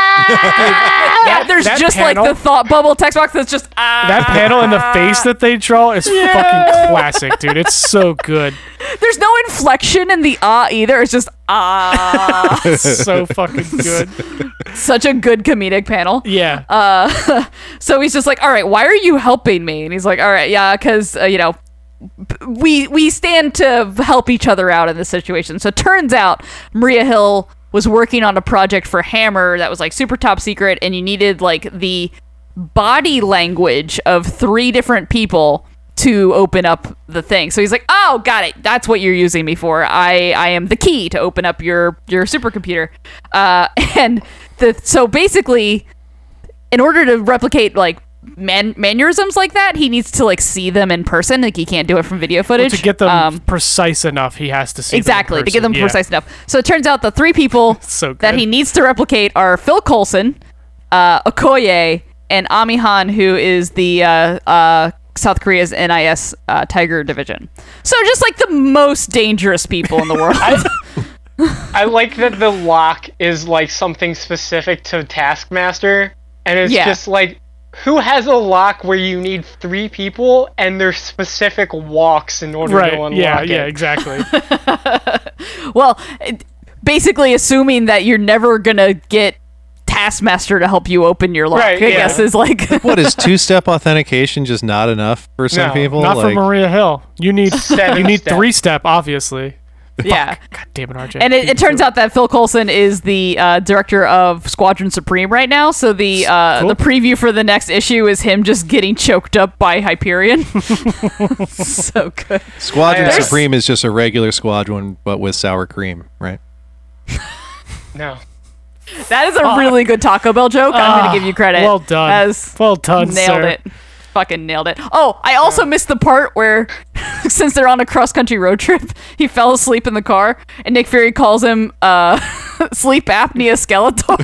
[SPEAKER 5] ah!
[SPEAKER 4] "Yeah, there's
[SPEAKER 3] that
[SPEAKER 4] just
[SPEAKER 3] panel-
[SPEAKER 4] like the thought bubble text box that's just ah."
[SPEAKER 3] That panel and the face that they draw is fucking classic, dude. It's so good.
[SPEAKER 4] There's no inflection in the ah either. It's just ah.
[SPEAKER 3] so fucking good.
[SPEAKER 4] Such a good comedic panel.
[SPEAKER 3] Yeah.
[SPEAKER 4] Uh, so he's just like, "All right, why are you helping me?" And he's like, "All right, yeah, because uh, you know, b- we we stand to help each other out in this situation." So turns out Maria Hill was working on a project for Hammer that was like super top secret, and you needed like the body language of three different people to open up the thing. So he's like, "Oh, got it. That's what you're using me for. I I am the key to open up your your supercomputer." Uh, and the so basically in order to replicate like man- mannerisms like that, he needs to like see them in person. Like he can't do it from video footage.
[SPEAKER 3] to get them
[SPEAKER 4] Um,
[SPEAKER 3] precise enough, he has to see them in
[SPEAKER 4] exactly to get
[SPEAKER 3] person.
[SPEAKER 4] them
[SPEAKER 3] Yeah.
[SPEAKER 4] precise enough. So it turns out the three people
[SPEAKER 3] So
[SPEAKER 4] that
[SPEAKER 3] good.
[SPEAKER 4] he needs to replicate are Phil Coulson, uh, Okoye, and Amihan, who is the uh, uh, South Korea's NIS uh, Tiger Division. So just like the most dangerous people in the world.
[SPEAKER 5] I like that the lock is like something specific to Taskmaster, and it's
[SPEAKER 4] Yeah.
[SPEAKER 5] just like, who has a lock where you need three people and their specific walks in order to
[SPEAKER 3] Right.
[SPEAKER 5] unlock
[SPEAKER 3] Yeah.
[SPEAKER 5] it?
[SPEAKER 3] Yeah. Exactly.
[SPEAKER 4] well, it- basically assuming that you're never gonna get Taskmaster to help you open your lock.
[SPEAKER 5] Right,
[SPEAKER 4] I
[SPEAKER 5] yeah.
[SPEAKER 4] guess is like
[SPEAKER 2] What is two-step authentication just not enough for some
[SPEAKER 5] No,
[SPEAKER 2] people?
[SPEAKER 3] Not
[SPEAKER 2] like,
[SPEAKER 3] for Maria Hill. You need
[SPEAKER 5] Seven
[SPEAKER 3] you need
[SPEAKER 5] steps.
[SPEAKER 3] three step, obviously.
[SPEAKER 4] yeah.
[SPEAKER 3] God damn it, RJ.
[SPEAKER 4] And it, it turns out that Phil Coulson is the uh, director of Squadron Supreme right now. So the uh,
[SPEAKER 3] Cool.
[SPEAKER 4] the preview for the next issue is him just getting choked up by Hyperion. so good.
[SPEAKER 2] Squadron
[SPEAKER 5] There's-
[SPEAKER 2] Supreme is just a regular squadron, but with sour cream, right?
[SPEAKER 5] No.
[SPEAKER 4] That is a really good Taco Bell joke. I'm gonna give you credit.
[SPEAKER 3] Ah, Well done.
[SPEAKER 4] That is-
[SPEAKER 3] well done.
[SPEAKER 4] nailed
[SPEAKER 3] sir.
[SPEAKER 4] it. Fucking nailed it. Oh, I also missed the part where, since they're on a cross country road trip, he fell asleep in the car, and Nick Fury calls him uh, sleep apnea Skeletor.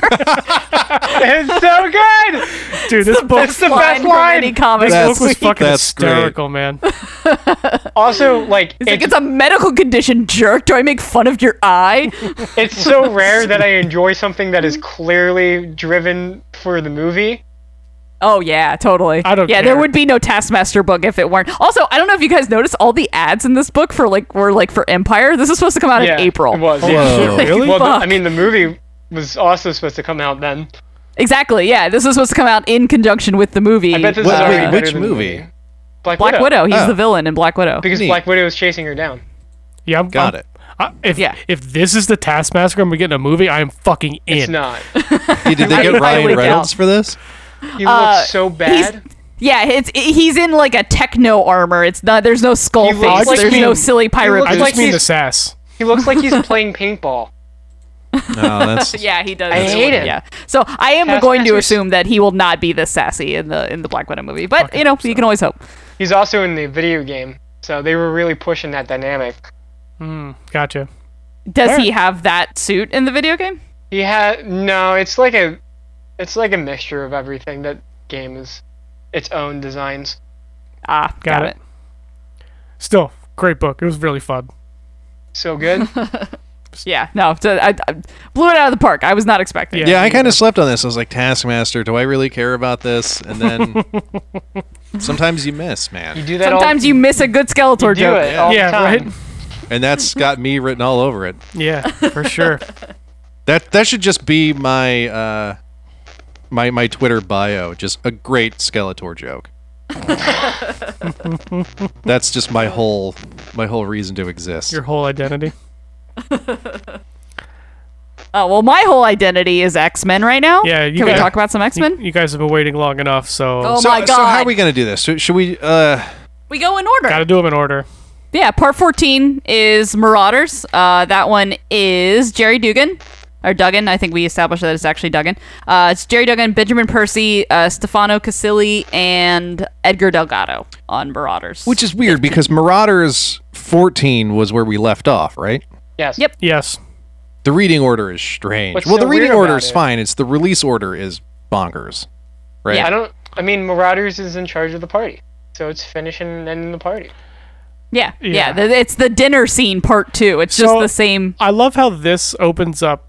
[SPEAKER 5] It's so good!
[SPEAKER 3] dude. This book,
[SPEAKER 5] the
[SPEAKER 3] this
[SPEAKER 5] best
[SPEAKER 4] Line from
[SPEAKER 5] line.
[SPEAKER 4] any comic.
[SPEAKER 2] That's-
[SPEAKER 4] book.
[SPEAKER 3] book was fucking
[SPEAKER 2] That's great.
[SPEAKER 3] hysterical, man.
[SPEAKER 5] Also, like,
[SPEAKER 4] It's like
[SPEAKER 5] it's,
[SPEAKER 4] it's a medical condition, jerk. Do I make fun of your eye?
[SPEAKER 5] it's so rare that I enjoy something that is clearly driven for the movie.
[SPEAKER 4] oh yeah, totally.
[SPEAKER 3] I don't
[SPEAKER 4] Yeah,
[SPEAKER 3] care.
[SPEAKER 4] there would be no Taskmaster book if it weren't. Also, I don't know if you guys noticed all the ads in this book for like were like for Empire. This is supposed to come out
[SPEAKER 5] yeah,
[SPEAKER 4] in April.
[SPEAKER 5] It was.
[SPEAKER 2] Whoa.
[SPEAKER 5] Yeah.
[SPEAKER 2] Shit,
[SPEAKER 3] really?
[SPEAKER 5] Well, the,
[SPEAKER 4] Fuck.
[SPEAKER 5] I mean, the movie was also supposed to come out then.
[SPEAKER 4] Exactly. Yeah, this is supposed to come out in conjunction with the movie.
[SPEAKER 5] I bet this
[SPEAKER 2] Wait,
[SPEAKER 5] is
[SPEAKER 2] wait,
[SPEAKER 5] already better
[SPEAKER 2] which
[SPEAKER 5] than the
[SPEAKER 2] movie?
[SPEAKER 5] Black,
[SPEAKER 4] Black Widow. He's
[SPEAKER 2] Oh.
[SPEAKER 4] the villain in Black Widow.
[SPEAKER 5] Because
[SPEAKER 2] Neat.
[SPEAKER 5] Black Widow is chasing her down.
[SPEAKER 3] Yeah, I'm
[SPEAKER 2] Got
[SPEAKER 3] I'm-
[SPEAKER 2] it.
[SPEAKER 3] I, if
[SPEAKER 4] Yeah.
[SPEAKER 3] if this is the Taskmaster and we get in a movie, I am fucking in.
[SPEAKER 5] It's not.
[SPEAKER 2] Hey, Did they
[SPEAKER 4] I
[SPEAKER 2] get Ryan
[SPEAKER 4] highly
[SPEAKER 2] Reynolds
[SPEAKER 4] doubt.
[SPEAKER 2] for this?
[SPEAKER 5] You
[SPEAKER 4] Uh,
[SPEAKER 5] look so bad.
[SPEAKER 4] yeah, it's he's in like a techno armor. It's not. There's no skull
[SPEAKER 5] He looks
[SPEAKER 4] face.
[SPEAKER 5] like
[SPEAKER 4] there's
[SPEAKER 5] me.
[SPEAKER 4] no silly pirate.
[SPEAKER 5] looks
[SPEAKER 3] I
[SPEAKER 4] boots.
[SPEAKER 3] just
[SPEAKER 5] like
[SPEAKER 3] mean
[SPEAKER 5] he's-
[SPEAKER 3] the sass.
[SPEAKER 5] He looks like he's playing paintball.
[SPEAKER 2] No, that's
[SPEAKER 4] yeah, he does.
[SPEAKER 5] I hate it.
[SPEAKER 4] Yeah. So I am
[SPEAKER 5] Taskmaster's-
[SPEAKER 4] going to assume that he will not be this sassy in the in the Black Widow movie. But you know, you can always hope.
[SPEAKER 5] He's also in the video game So they were really pushing that dynamic.
[SPEAKER 3] Hmm. Gotcha.
[SPEAKER 4] Does
[SPEAKER 3] Fair.
[SPEAKER 4] he have that suit in the video game?
[SPEAKER 5] He had no. It's like a, it's like a mixture of everything. That game is, its own designs.
[SPEAKER 4] Ah, got,
[SPEAKER 3] Got
[SPEAKER 4] it.
[SPEAKER 3] it. Still, great book. It was really fun.
[SPEAKER 5] So good.
[SPEAKER 4] Yeah, no, so I, I blew it out of the park. I was not expecting.
[SPEAKER 2] Yeah, I kind of slept on this. I was like, Taskmaster, do I really care about this? And then sometimes you miss,
[SPEAKER 5] You
[SPEAKER 2] man.
[SPEAKER 5] do that.
[SPEAKER 4] Sometimes
[SPEAKER 5] all,
[SPEAKER 4] you miss a good Skeletor
[SPEAKER 5] you do
[SPEAKER 4] joke.
[SPEAKER 5] it all
[SPEAKER 3] Yeah,
[SPEAKER 5] the time.
[SPEAKER 3] right?
[SPEAKER 2] And that's got me written all over it.
[SPEAKER 3] Yeah, for sure.
[SPEAKER 2] That that should just be my uh, my my Twitter bio. Just a great Skeletor joke. that's just my whole my whole reason to exist.
[SPEAKER 3] Your whole identity.
[SPEAKER 4] Oh well, my whole identity is X Men right now.
[SPEAKER 3] Yeah, you
[SPEAKER 4] can we
[SPEAKER 3] got-
[SPEAKER 4] talk about some X Men?
[SPEAKER 3] You guys have been waiting long enough, so
[SPEAKER 4] Oh
[SPEAKER 2] so,
[SPEAKER 4] my
[SPEAKER 2] so how
[SPEAKER 4] God.
[SPEAKER 2] are we gonna do this? Should, should we? Uh,
[SPEAKER 4] We go in order.
[SPEAKER 3] gotta do them in order.
[SPEAKER 4] Yeah, part 14 is Marauders. Uh, that one is Jerry Dugan, or Duggan. I think we established that it's actually Duggan. Uh, it's Jerry Duggan, Benjamin Percy, uh, Stefano Casilli, and Edgar Delgado on Marauders.
[SPEAKER 2] which is weird because Marauders 14 was where we left off, right?
[SPEAKER 5] Yes.
[SPEAKER 4] Yep.
[SPEAKER 3] Yes.
[SPEAKER 2] The reading order is strange.
[SPEAKER 5] What's
[SPEAKER 2] well,
[SPEAKER 5] so
[SPEAKER 2] the reading
[SPEAKER 5] weird
[SPEAKER 2] order
[SPEAKER 5] about
[SPEAKER 2] is
[SPEAKER 5] it?
[SPEAKER 2] fine. It's the release order is bonkers, right?
[SPEAKER 4] Yeah.
[SPEAKER 5] I don't. I mean, Marauders is in charge of the party, so it's finishing and ending the party.
[SPEAKER 4] yeah, yeah,
[SPEAKER 3] Yeah.
[SPEAKER 4] th- it's the dinner scene part two. It's just
[SPEAKER 3] So-
[SPEAKER 4] the same.
[SPEAKER 3] I love how this opens up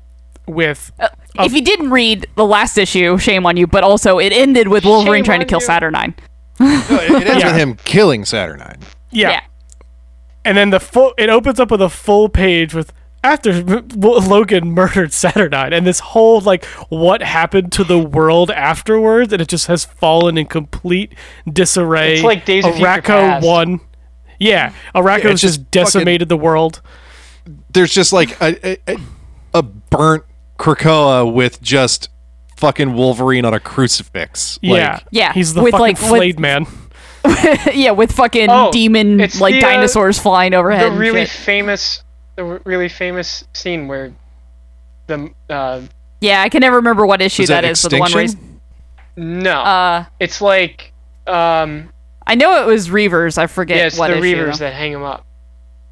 [SPEAKER 3] with
[SPEAKER 5] uh,
[SPEAKER 4] if you didn't read the last issue, shame on you. But also, it ended with Wolverine
[SPEAKER 5] Shame
[SPEAKER 4] trying to
[SPEAKER 5] on
[SPEAKER 4] kill
[SPEAKER 5] you.
[SPEAKER 4] Saturnine.
[SPEAKER 2] it ends
[SPEAKER 3] Yeah.
[SPEAKER 2] with him killing Saturnine.
[SPEAKER 3] yeah. and then the full it opens up with a full page with after M- W- Logan murdered Saturnine, and this whole like what happened to the world afterwards, and it just has fallen in complete disarray.
[SPEAKER 5] It's like Days of Future
[SPEAKER 3] Araco
[SPEAKER 5] Past.
[SPEAKER 3] won. Yeah, Araco
[SPEAKER 2] it's
[SPEAKER 3] just,
[SPEAKER 2] just
[SPEAKER 3] decimated the world.
[SPEAKER 2] There's just like a, a, a burnt Krakoa with just fucking Wolverine on a crucifix.
[SPEAKER 3] yeah,
[SPEAKER 2] Like,
[SPEAKER 4] Yeah,
[SPEAKER 3] He's the
[SPEAKER 4] with,
[SPEAKER 3] fucking
[SPEAKER 4] like, with-
[SPEAKER 3] flayed man.
[SPEAKER 4] Yeah, yeah, with fucking
[SPEAKER 5] Oh,
[SPEAKER 4] demon
[SPEAKER 5] it's
[SPEAKER 4] like
[SPEAKER 5] the, uh,
[SPEAKER 4] dinosaurs flying overhead.
[SPEAKER 5] The
[SPEAKER 4] and
[SPEAKER 5] really
[SPEAKER 4] shit.
[SPEAKER 5] famous, the r- really famous scene where, the uh,
[SPEAKER 4] yeah, I can never remember what issue
[SPEAKER 2] is that,
[SPEAKER 4] is, but the one where he's
[SPEAKER 2] Extinction?
[SPEAKER 5] no,
[SPEAKER 4] uh,
[SPEAKER 5] it's like, um,
[SPEAKER 4] I know it was Reavers. I forget
[SPEAKER 5] yeah, it's
[SPEAKER 4] what
[SPEAKER 5] the
[SPEAKER 4] issue.
[SPEAKER 5] Reavers that hang him up.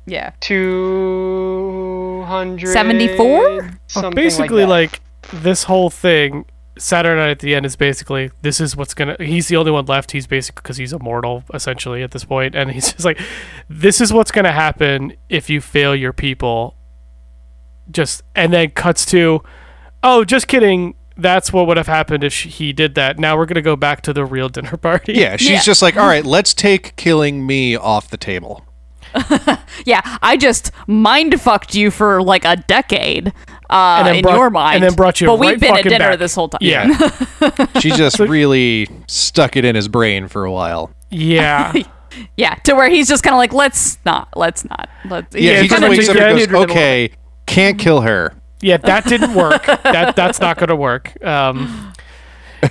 [SPEAKER 4] yeah.
[SPEAKER 5] Two hundred
[SPEAKER 4] 74?
[SPEAKER 5] Something
[SPEAKER 3] basically
[SPEAKER 5] like,
[SPEAKER 3] like, this whole thing saturday night at the end is basically this is what's gonna he's the only one left he's basically because he's immortal essentially at this point and he's just like this is what's gonna happen if you fail your people just and then cuts to oh just kidding that's what would have happened if sh he did that now we're gonna go back to the real dinner party
[SPEAKER 2] yeah, she's
[SPEAKER 4] Yeah.
[SPEAKER 2] just like, all right, let's take killing me off the table.
[SPEAKER 4] Yeah, I just mind fucked you for like a decade uh,
[SPEAKER 3] And then
[SPEAKER 4] in
[SPEAKER 3] brought-
[SPEAKER 4] your mind.
[SPEAKER 3] and then brought you
[SPEAKER 4] But
[SPEAKER 3] right
[SPEAKER 4] we've been at
[SPEAKER 3] fucking
[SPEAKER 4] dinner
[SPEAKER 3] back.
[SPEAKER 4] this whole time.
[SPEAKER 3] yeah
[SPEAKER 2] She just really stuck it in his brain for a while.
[SPEAKER 3] yeah
[SPEAKER 4] yeah. To where he's just kind of like, let's not, let's not, let's.
[SPEAKER 2] Yeah,
[SPEAKER 3] Yeah,
[SPEAKER 2] he
[SPEAKER 3] it's
[SPEAKER 2] just
[SPEAKER 3] kinda
[SPEAKER 2] wakes
[SPEAKER 3] just
[SPEAKER 2] up and
[SPEAKER 3] get-
[SPEAKER 2] goes, okay, can't kill her.
[SPEAKER 3] yeah that didn't work that that's not gonna work um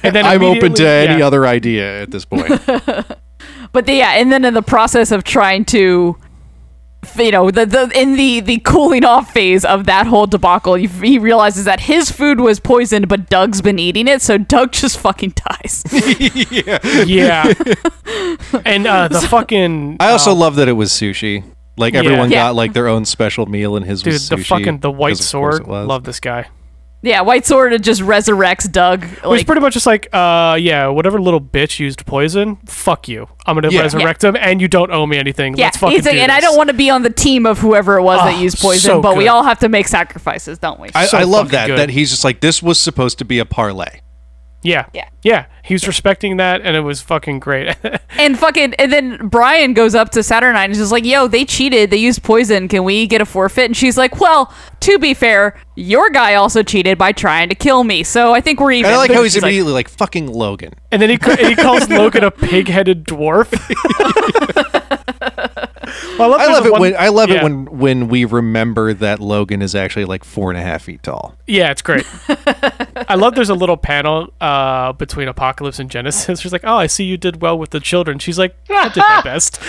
[SPEAKER 3] and then
[SPEAKER 2] I'm open
[SPEAKER 3] immediately-
[SPEAKER 2] to any
[SPEAKER 3] yeah.
[SPEAKER 2] other idea at this point.
[SPEAKER 4] But the, yeah, and then in the process of trying to, you know, the, the in the the cooling off phase of that whole debacle, he, he realizes that his food was poisoned, but Doug's been eating it, so Doug just fucking dies.
[SPEAKER 3] Yeah. and uh, the fucking uh,
[SPEAKER 2] I also love that it was sushi. Like everyone
[SPEAKER 4] Yeah.
[SPEAKER 2] got like their own special meal, and his
[SPEAKER 3] dude,
[SPEAKER 2] was
[SPEAKER 3] the
[SPEAKER 2] sushi,
[SPEAKER 3] fucking the white
[SPEAKER 2] 'cause of course
[SPEAKER 3] sword.
[SPEAKER 2] it was.
[SPEAKER 3] Love this guy.
[SPEAKER 4] yeah, White Sword just resurrects Doug.
[SPEAKER 3] He's
[SPEAKER 4] Like,
[SPEAKER 3] pretty much just like, uh, yeah, whatever little bitch used poison, fuck you. I'm gonna
[SPEAKER 2] Yeah.
[SPEAKER 3] resurrect him, and you don't owe me anything.
[SPEAKER 4] yeah,
[SPEAKER 3] Let's fucking
[SPEAKER 4] he's like,
[SPEAKER 3] do
[SPEAKER 4] and I
[SPEAKER 3] this."
[SPEAKER 4] don't want to be on the team of whoever it was that
[SPEAKER 3] Oh,
[SPEAKER 4] used poison,
[SPEAKER 3] so
[SPEAKER 4] but we
[SPEAKER 3] good.
[SPEAKER 4] all have to make sacrifices, don't we?
[SPEAKER 2] I,
[SPEAKER 3] so
[SPEAKER 2] I love
[SPEAKER 3] fucking
[SPEAKER 2] that
[SPEAKER 3] good.
[SPEAKER 2] that he's just like this was supposed to be a parlay.
[SPEAKER 3] Yeah.
[SPEAKER 4] Yeah.
[SPEAKER 3] Yeah. He was respecting that, and it was fucking great.
[SPEAKER 4] and fucking, and then Brian goes up to Saturnine and is just like, "Yo, they cheated. They used poison. Can we get a forfeit?" And she's like, "Well, to be fair, your guy also cheated by trying to kill me, so I think we're even."
[SPEAKER 2] And I like how he's
[SPEAKER 4] She's like,
[SPEAKER 2] immediately like, fucking Logan.
[SPEAKER 3] and then he ca- he calls Logan a pig-headed dwarf. Well,
[SPEAKER 2] I
[SPEAKER 3] there's
[SPEAKER 2] love it
[SPEAKER 3] one-
[SPEAKER 2] when I love it
[SPEAKER 3] yeah.
[SPEAKER 2] when when we remember that Logan is actually like four and a half feet tall.
[SPEAKER 3] Yeah, it's great. I love there's a little panel uh, between Apocalypse and Genesis. She's like, "Oh, I see you did well with the children." She's like, "I did my best."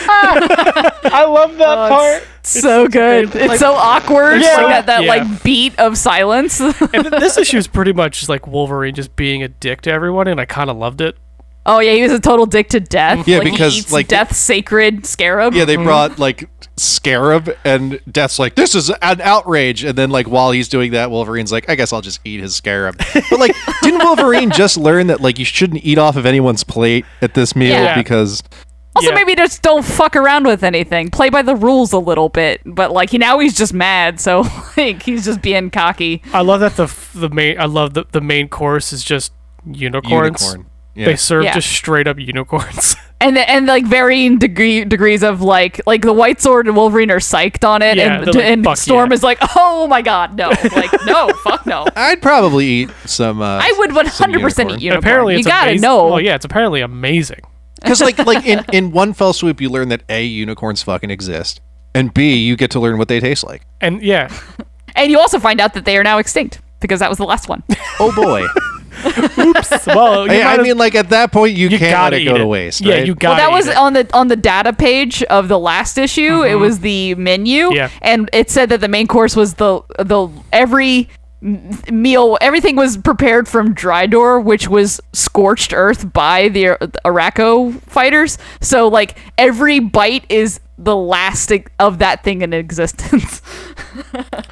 [SPEAKER 5] I love that part.
[SPEAKER 4] so good. It's so awkward.
[SPEAKER 3] Yeah.
[SPEAKER 4] like that, that
[SPEAKER 3] Yeah.
[SPEAKER 4] like beat of silence.
[SPEAKER 3] And th- this issue is pretty much just like Wolverine just being a dick to everyone, and I kind of loved it.
[SPEAKER 4] Oh yeah, he was a total dick to death.
[SPEAKER 2] Yeah,
[SPEAKER 4] like, he
[SPEAKER 2] because,
[SPEAKER 4] eats
[SPEAKER 2] like-
[SPEAKER 4] death sacred scarab.
[SPEAKER 2] Yeah, they brought like Scarab, and Death's like, "This is an outrage." And then, like, while he's doing that, Wolverine's like, "I guess I'll just eat his Scarab." But like, didn't Wolverine just learn that like you shouldn't eat off of anyone's plate at this meal
[SPEAKER 4] Yeah.
[SPEAKER 2] because
[SPEAKER 4] also,
[SPEAKER 3] Yeah.
[SPEAKER 4] maybe just don't fuck around with anything. Play by the rules a little bit. But like, he now he's just mad, so like he's just being cocky.
[SPEAKER 3] I love that the f- the main. I love that the main course is just unicorns.
[SPEAKER 2] unicorn? Yeah.
[SPEAKER 3] They serve
[SPEAKER 4] Yeah.
[SPEAKER 3] just straight up unicorns.
[SPEAKER 4] and the, and like varying degree degrees of like like the White Sword and Wolverine are psyched on it,
[SPEAKER 3] Yeah,
[SPEAKER 4] and
[SPEAKER 3] they're like, "Fuck
[SPEAKER 4] and Storm
[SPEAKER 3] yeah."
[SPEAKER 4] is like, oh my god, no, like no, fuck no.
[SPEAKER 2] I'd probably eat some. Uh,
[SPEAKER 4] I would 100 percent
[SPEAKER 2] unicorn.
[SPEAKER 4] eat unicorn.
[SPEAKER 3] apparently,
[SPEAKER 4] you
[SPEAKER 3] it's
[SPEAKER 4] gotta
[SPEAKER 3] amazing.
[SPEAKER 4] know.
[SPEAKER 3] Well, yeah, it's apparently amazing.
[SPEAKER 2] Because like like in in one fell swoop, you learn that a unicorns fucking exist, and b you get to learn what they taste like.
[SPEAKER 3] And yeah,
[SPEAKER 4] And you also find out that they are now extinct because that was the last one.
[SPEAKER 2] Oh boy!
[SPEAKER 3] oops. Well, you
[SPEAKER 2] I,
[SPEAKER 3] might
[SPEAKER 2] I
[SPEAKER 3] as-
[SPEAKER 2] mean, like at that point, you,
[SPEAKER 3] you
[SPEAKER 2] can't let
[SPEAKER 3] gotta
[SPEAKER 2] it
[SPEAKER 3] eat
[SPEAKER 2] go to waste.
[SPEAKER 3] Yeah,
[SPEAKER 2] right?
[SPEAKER 3] you got.
[SPEAKER 4] well, that was on the on the data page of the last issue. It was the menu,
[SPEAKER 3] Yeah.
[SPEAKER 4] and it said that the main course was the the every m- meal everything was prepared from Drydor which was scorched earth by the Araco fighters so like every bite is the last e- of that thing in existence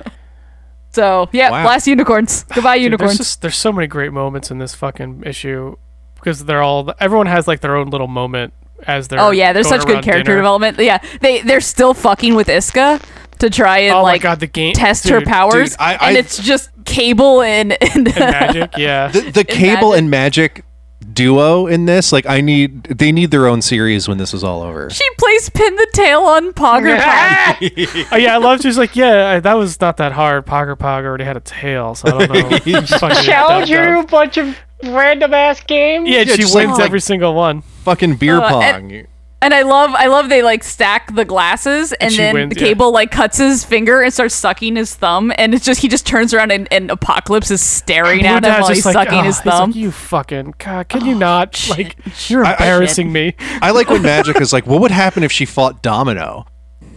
[SPEAKER 4] so yeah
[SPEAKER 2] Wow.
[SPEAKER 4] last unicorns goodbye
[SPEAKER 3] Dude,
[SPEAKER 4] unicorns
[SPEAKER 3] There's just there's so many great moments in this fucking issue because they're all everyone has like their own little moment as they're.
[SPEAKER 4] oh yeah there's
[SPEAKER 3] going
[SPEAKER 4] such good
[SPEAKER 3] around
[SPEAKER 4] character
[SPEAKER 3] dinner.
[SPEAKER 4] development yeah they they're still fucking with Iska to try and
[SPEAKER 3] Oh
[SPEAKER 4] like
[SPEAKER 3] my god, the game
[SPEAKER 4] test
[SPEAKER 3] dude,
[SPEAKER 4] her powers,
[SPEAKER 2] dude, I-
[SPEAKER 4] and
[SPEAKER 2] I-
[SPEAKER 4] it's just cable and, and,
[SPEAKER 3] and magic. Yeah,
[SPEAKER 2] the, the cable and magic duo in this like i need they need their own series when this is all over
[SPEAKER 4] she plays pin the tail on Pogger Pog.
[SPEAKER 3] oh, yeah. I love. She's like, yeah, I, that was not that hard. Pogger Pog already had a tail, so I don't know. You fucking dumb
[SPEAKER 5] Challenge you
[SPEAKER 3] dumb.
[SPEAKER 5] a bunch of random ass games.
[SPEAKER 3] Yeah,
[SPEAKER 2] Yeah,
[SPEAKER 3] she
[SPEAKER 2] just
[SPEAKER 3] wins
[SPEAKER 2] like- like-
[SPEAKER 3] every single one.
[SPEAKER 2] fucking beer
[SPEAKER 4] Uh,
[SPEAKER 2] pong
[SPEAKER 4] And I love, I love they like stack the glasses, and,
[SPEAKER 3] she
[SPEAKER 4] then
[SPEAKER 3] wins,
[SPEAKER 4] the
[SPEAKER 3] yeah.
[SPEAKER 4] cable like cuts his finger and starts sucking his thumb, and it's just he just turns around and, and Apocalypse is staring
[SPEAKER 3] Blue
[SPEAKER 4] at him
[SPEAKER 3] Dad's
[SPEAKER 4] while
[SPEAKER 3] just
[SPEAKER 4] he's
[SPEAKER 3] like,
[SPEAKER 4] sucking
[SPEAKER 3] "Ah,"
[SPEAKER 4] his
[SPEAKER 3] he's like,
[SPEAKER 4] thumb. Oh,
[SPEAKER 3] you fucking god, can you not? Like, you're
[SPEAKER 2] I-
[SPEAKER 3] embarrassing me.
[SPEAKER 2] i like when magic is like what would happen if she fought domino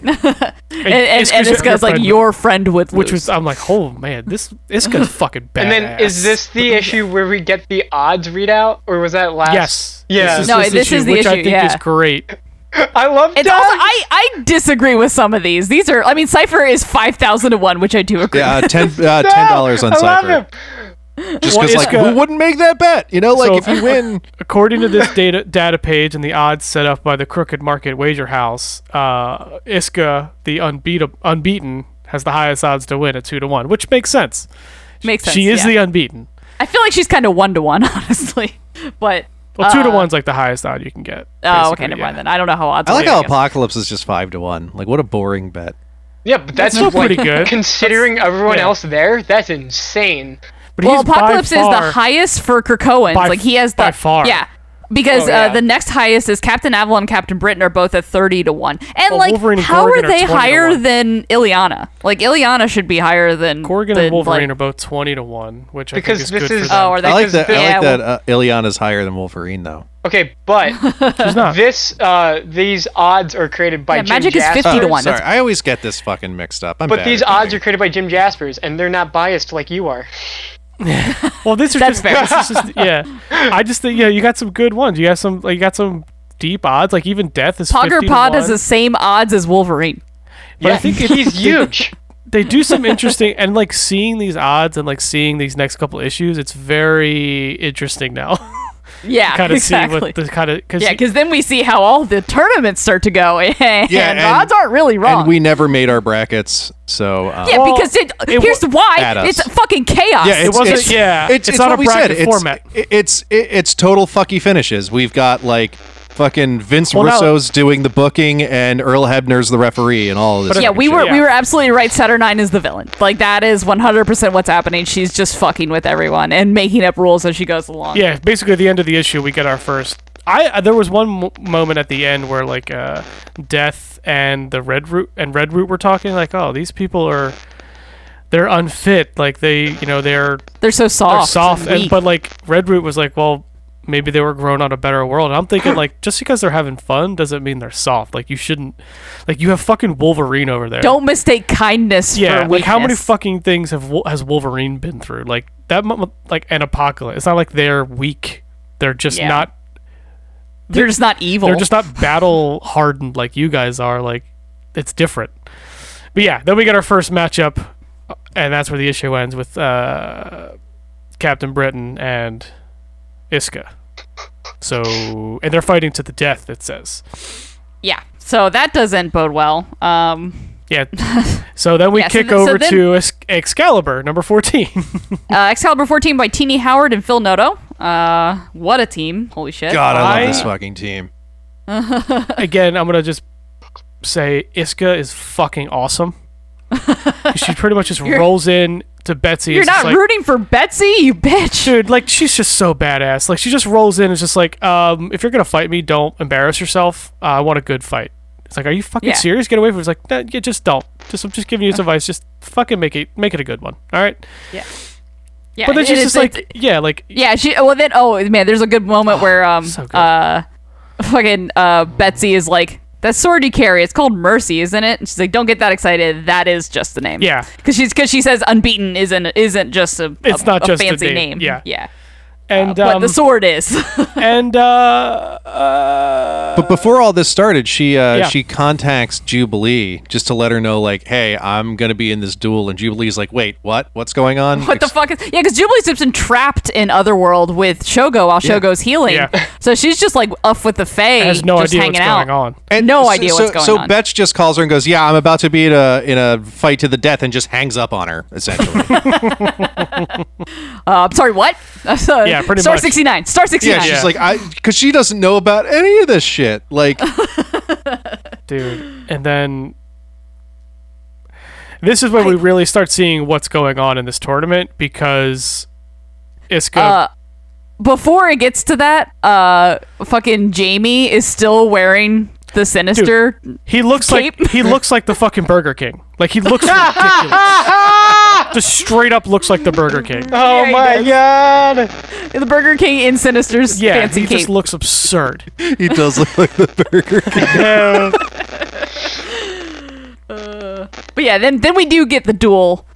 [SPEAKER 4] and and, and
[SPEAKER 3] Iska's
[SPEAKER 4] Iska's like,
[SPEAKER 3] friend-
[SPEAKER 4] your friend would lose.
[SPEAKER 3] Which was, I'm like, oh man, this Iska's fucking badass.
[SPEAKER 5] And then is this the issue where we get the odds readout, or was that last?
[SPEAKER 3] Yes.
[SPEAKER 5] Yeah.
[SPEAKER 4] No, this is the
[SPEAKER 3] which I
[SPEAKER 4] issue,
[SPEAKER 3] think is
[SPEAKER 4] yeah.
[SPEAKER 3] great.
[SPEAKER 5] I love
[SPEAKER 4] It's
[SPEAKER 5] Doug.
[SPEAKER 4] also, I, I disagree with some of these. These are, I mean, Cipher is 5,000 to 1, which I do agree
[SPEAKER 2] yeah uh, 10 uh,
[SPEAKER 5] No,
[SPEAKER 2] 10 dollars on
[SPEAKER 5] I love
[SPEAKER 2] cypher
[SPEAKER 5] him.
[SPEAKER 2] just
[SPEAKER 3] Well,
[SPEAKER 2] because like
[SPEAKER 3] Iska-
[SPEAKER 2] who wouldn't make that bet you know like
[SPEAKER 3] So-
[SPEAKER 2] if you win
[SPEAKER 3] According to this data data page and the odds set up by the Crooked Market Wager House, uh, Iska, the unbeatable, unbeaten, has the highest odds to win at two to one, which makes sense.
[SPEAKER 4] with. Makes sense.
[SPEAKER 3] she is
[SPEAKER 4] yeah.
[SPEAKER 3] the unbeaten.
[SPEAKER 4] I feel like she's kind of one to one, honestly. But
[SPEAKER 3] Well, two to one's like the highest odd you can get.
[SPEAKER 4] Uh, oh,
[SPEAKER 3] basically,
[SPEAKER 4] okay, never
[SPEAKER 3] yeah.
[SPEAKER 4] mind then. Oh, I don't know how odds.
[SPEAKER 2] i like
[SPEAKER 4] work,
[SPEAKER 2] how
[SPEAKER 4] guess.
[SPEAKER 2] apocalypse is just five to one like what a boring bet
[SPEAKER 5] Yeah, but that's,
[SPEAKER 3] still
[SPEAKER 5] like,
[SPEAKER 3] pretty good.
[SPEAKER 5] Considering everyone
[SPEAKER 3] yeah.
[SPEAKER 5] else there, that's insane.
[SPEAKER 3] But
[SPEAKER 4] Well,
[SPEAKER 3] he's by
[SPEAKER 4] apocalypse is
[SPEAKER 3] far-
[SPEAKER 4] the highest for Krakoans.
[SPEAKER 3] By-
[SPEAKER 4] Like he has the
[SPEAKER 3] by far.
[SPEAKER 4] Yeah, because
[SPEAKER 5] Oh, yeah.
[SPEAKER 4] Uh, the next highest is Captain Avalon and Captain Britain are both at thirty to one. And
[SPEAKER 3] Well,
[SPEAKER 4] like,
[SPEAKER 3] Oh, Wolverine and
[SPEAKER 4] how
[SPEAKER 3] Gorgon
[SPEAKER 4] are
[SPEAKER 3] are
[SPEAKER 4] they
[SPEAKER 3] 20 to
[SPEAKER 4] higher
[SPEAKER 3] 1.
[SPEAKER 4] than Ileana? Like Ileana should be higher than
[SPEAKER 3] Gorgon
[SPEAKER 4] than,
[SPEAKER 3] and Wolverine
[SPEAKER 4] like-
[SPEAKER 3] are both twenty to one, which I
[SPEAKER 5] Because
[SPEAKER 3] think is
[SPEAKER 5] this
[SPEAKER 3] good for
[SPEAKER 5] is-
[SPEAKER 3] them.
[SPEAKER 4] oh, are they?
[SPEAKER 2] i like
[SPEAKER 5] Because
[SPEAKER 2] that i
[SPEAKER 5] the-
[SPEAKER 2] like
[SPEAKER 4] yeah,
[SPEAKER 2] that uh, ileana's higher than wolverine though
[SPEAKER 5] Okay, but
[SPEAKER 3] She's not.
[SPEAKER 5] this uh, these odds are created by
[SPEAKER 4] Yeah,
[SPEAKER 5] Jim
[SPEAKER 4] magic is
[SPEAKER 5] Jaspers.
[SPEAKER 4] 50 to
[SPEAKER 2] Oh,
[SPEAKER 4] 1.
[SPEAKER 2] sorry i always get this fucking mixed up I'm
[SPEAKER 5] But
[SPEAKER 2] bad
[SPEAKER 5] these
[SPEAKER 2] at
[SPEAKER 5] odds
[SPEAKER 2] betting.
[SPEAKER 5] are created by Jim Jaspers, and they're not biased like you are.
[SPEAKER 3] Well, this is
[SPEAKER 4] That's
[SPEAKER 3] just, this is just- yeah. I just think yeah, you got some good ones. You got some like you got some deep odds. Like even death is
[SPEAKER 4] Pogger
[SPEAKER 3] 50 to
[SPEAKER 4] Pod
[SPEAKER 3] one.
[SPEAKER 4] has the same odds as Wolverine.
[SPEAKER 3] But
[SPEAKER 5] yeah,
[SPEAKER 3] I think if
[SPEAKER 5] he's huge.
[SPEAKER 3] they do some interesting and like seeing these odds and like seeing these next couple issues, it's very interesting now.
[SPEAKER 4] Yeah,
[SPEAKER 3] kind of
[SPEAKER 4] exactly.
[SPEAKER 3] see what the kind of because
[SPEAKER 4] yeah, because then we see how all the tournaments start to go, and,
[SPEAKER 2] Yeah, and-
[SPEAKER 4] odds aren't really wrong.
[SPEAKER 2] and we never made our brackets so um,
[SPEAKER 4] Yeah,
[SPEAKER 3] Well,
[SPEAKER 4] because it,
[SPEAKER 3] it
[SPEAKER 4] here's
[SPEAKER 2] At
[SPEAKER 4] why
[SPEAKER 2] us.
[SPEAKER 4] it's fucking chaos.
[SPEAKER 2] Yeah, it's,
[SPEAKER 3] wasn't-
[SPEAKER 2] It's,
[SPEAKER 3] yeah,
[SPEAKER 2] it's,
[SPEAKER 3] it's
[SPEAKER 2] it's
[SPEAKER 3] not
[SPEAKER 2] what
[SPEAKER 3] a
[SPEAKER 2] we said.
[SPEAKER 3] bracket
[SPEAKER 2] It's,
[SPEAKER 3] format.
[SPEAKER 2] it- It's it, it's total fucky finishes. We've got like fucking Vince
[SPEAKER 3] Well, now-
[SPEAKER 2] Russo's doing the booking and Earl Hebner's the referee and all of this.
[SPEAKER 3] But-
[SPEAKER 4] yeah,
[SPEAKER 2] fucking
[SPEAKER 4] we
[SPEAKER 2] shit.
[SPEAKER 4] were
[SPEAKER 3] Yeah.
[SPEAKER 4] we were absolutely right. Saturnine is the villain. Like that is 100% what's happening. She's just fucking with everyone and making up rules as she goes along.
[SPEAKER 3] yeah, basically at the end of the issue, we get our first. I uh, there was one mo- moment at the end where like uh, death and the red root and red root were talking like, oh, these people are they're unfit. Like they, you know, they're
[SPEAKER 4] They're so
[SPEAKER 3] are
[SPEAKER 4] soft.
[SPEAKER 3] soft, and,
[SPEAKER 4] weak.
[SPEAKER 3] but like Red Root was like, well, maybe they were grown on a better world. And I'm thinking like, just because they're having fun doesn't mean they're soft. Like you shouldn't, like you have fucking Wolverine over there.
[SPEAKER 4] don't mistake kindness
[SPEAKER 3] yeah.
[SPEAKER 4] for
[SPEAKER 3] Like how many
[SPEAKER 4] weakness.
[SPEAKER 3] fucking things have Wol- has Wolverine been through? Like that, mu- like an apocalypse. It's not like they're weak. They're just
[SPEAKER 4] Yeah.
[SPEAKER 3] not
[SPEAKER 4] They're just not evil.
[SPEAKER 3] They're just not battle hardened like you guys are. Like it's different. But yeah, then we get our first matchup, and that's where the issue ends with uh, Captain Britain and Iska. So and they're fighting to the death. It says.
[SPEAKER 4] yeah. So that doesn't bode well. Um,
[SPEAKER 3] Yeah. So then we
[SPEAKER 4] Yeah, so
[SPEAKER 3] kick
[SPEAKER 4] th- so
[SPEAKER 3] over
[SPEAKER 4] then-
[SPEAKER 3] to Ex- Excalibur number fourteen.
[SPEAKER 4] uh, Excalibur 14 by Teeny Howard and Phil Noto. Uh, what a team! Holy shit!
[SPEAKER 2] God, I
[SPEAKER 3] I-
[SPEAKER 2] love this fucking team.
[SPEAKER 3] again, I'm gonna just say Iska is fucking awesome. she pretty much just rolls in to Betsy.
[SPEAKER 4] You're
[SPEAKER 3] It's just
[SPEAKER 4] not
[SPEAKER 3] like,
[SPEAKER 4] rooting for Betsy, you bitch.
[SPEAKER 3] dude. Like she's just so badass. Like she just rolls in and is just like, um, if you're gonna fight me, don't embarrass yourself. Uh, I want a good fight. It's like, are you fucking
[SPEAKER 4] Yeah.
[SPEAKER 3] serious? Get away from. It's like, nah, yeah, just don't. Just I'm just giving you this advice. Just fucking make it make it a good one. All right.
[SPEAKER 4] Yeah,
[SPEAKER 3] But then
[SPEAKER 4] it-
[SPEAKER 3] she's
[SPEAKER 4] it-
[SPEAKER 3] just
[SPEAKER 4] it-
[SPEAKER 3] like,
[SPEAKER 4] it-
[SPEAKER 3] yeah, like
[SPEAKER 4] yeah. She well then oh man, there's a good moment where um
[SPEAKER 3] so good.
[SPEAKER 4] uh fucking uh Betsy is like that sword you carry. It's called Mercy, isn't it? And she's like, don't get that excited. That is just the name.
[SPEAKER 3] Yeah.
[SPEAKER 4] because she's because she says unbeaten isn't isn't just a
[SPEAKER 3] It's
[SPEAKER 4] a-
[SPEAKER 3] not
[SPEAKER 4] a
[SPEAKER 3] just a
[SPEAKER 4] fancy
[SPEAKER 3] name. Yeah.
[SPEAKER 4] yeah.
[SPEAKER 3] and
[SPEAKER 4] but
[SPEAKER 3] um,
[SPEAKER 4] the sword is.
[SPEAKER 3] and uh, uh,
[SPEAKER 2] But before all this started, she uh,
[SPEAKER 3] Yeah.
[SPEAKER 2] she contacts Jubilee just to let her know, like, hey, I'm gonna be in this duel, and Jubilee's like, wait, what? What's going on?
[SPEAKER 4] What the
[SPEAKER 2] Ex-
[SPEAKER 4] fuck is yeah? Because Jubilee Simpson trapped in Otherworld with Shogo while Shogo's healing,
[SPEAKER 3] Yeah.
[SPEAKER 4] so she's just like off with the Fae,
[SPEAKER 3] has no
[SPEAKER 4] just
[SPEAKER 3] idea
[SPEAKER 4] hanging
[SPEAKER 3] what's
[SPEAKER 4] out.
[SPEAKER 3] going on.
[SPEAKER 2] And
[SPEAKER 4] No
[SPEAKER 2] so-
[SPEAKER 4] idea
[SPEAKER 2] so,
[SPEAKER 4] what's going
[SPEAKER 2] so
[SPEAKER 4] on.
[SPEAKER 2] Betch just calls her and goes, "Yeah, I'm about to be in a in a fight to the death," and just hangs up on her. Essentially,
[SPEAKER 4] Uh, I'm sorry, what? yeah,
[SPEAKER 3] pretty
[SPEAKER 4] Star
[SPEAKER 3] much.
[SPEAKER 4] 69. Star 69.
[SPEAKER 2] yeah, she's
[SPEAKER 3] Yeah.
[SPEAKER 2] like, "I," because she doesn't know about any of this shit. Like,
[SPEAKER 3] dude. And then this is when we really start seeing what's going on in this tournament because Iska.
[SPEAKER 4] Uh, Before it gets to that, uh, fucking Jamie is still wearing the sinister.
[SPEAKER 3] he looks
[SPEAKER 4] cape?
[SPEAKER 3] like he looks like the fucking Burger King. Like he looks ridiculous. Just straight up looks like the Burger King.
[SPEAKER 5] Oh
[SPEAKER 4] Yeah, he
[SPEAKER 5] my
[SPEAKER 4] does.
[SPEAKER 5] god!
[SPEAKER 4] The Burger King in Sinister's
[SPEAKER 3] Yeah,
[SPEAKER 4] fancy
[SPEAKER 3] he
[SPEAKER 4] cape.
[SPEAKER 3] just looks absurd.
[SPEAKER 2] he does look like the Burger King.
[SPEAKER 4] but yeah, then then we do get the duel,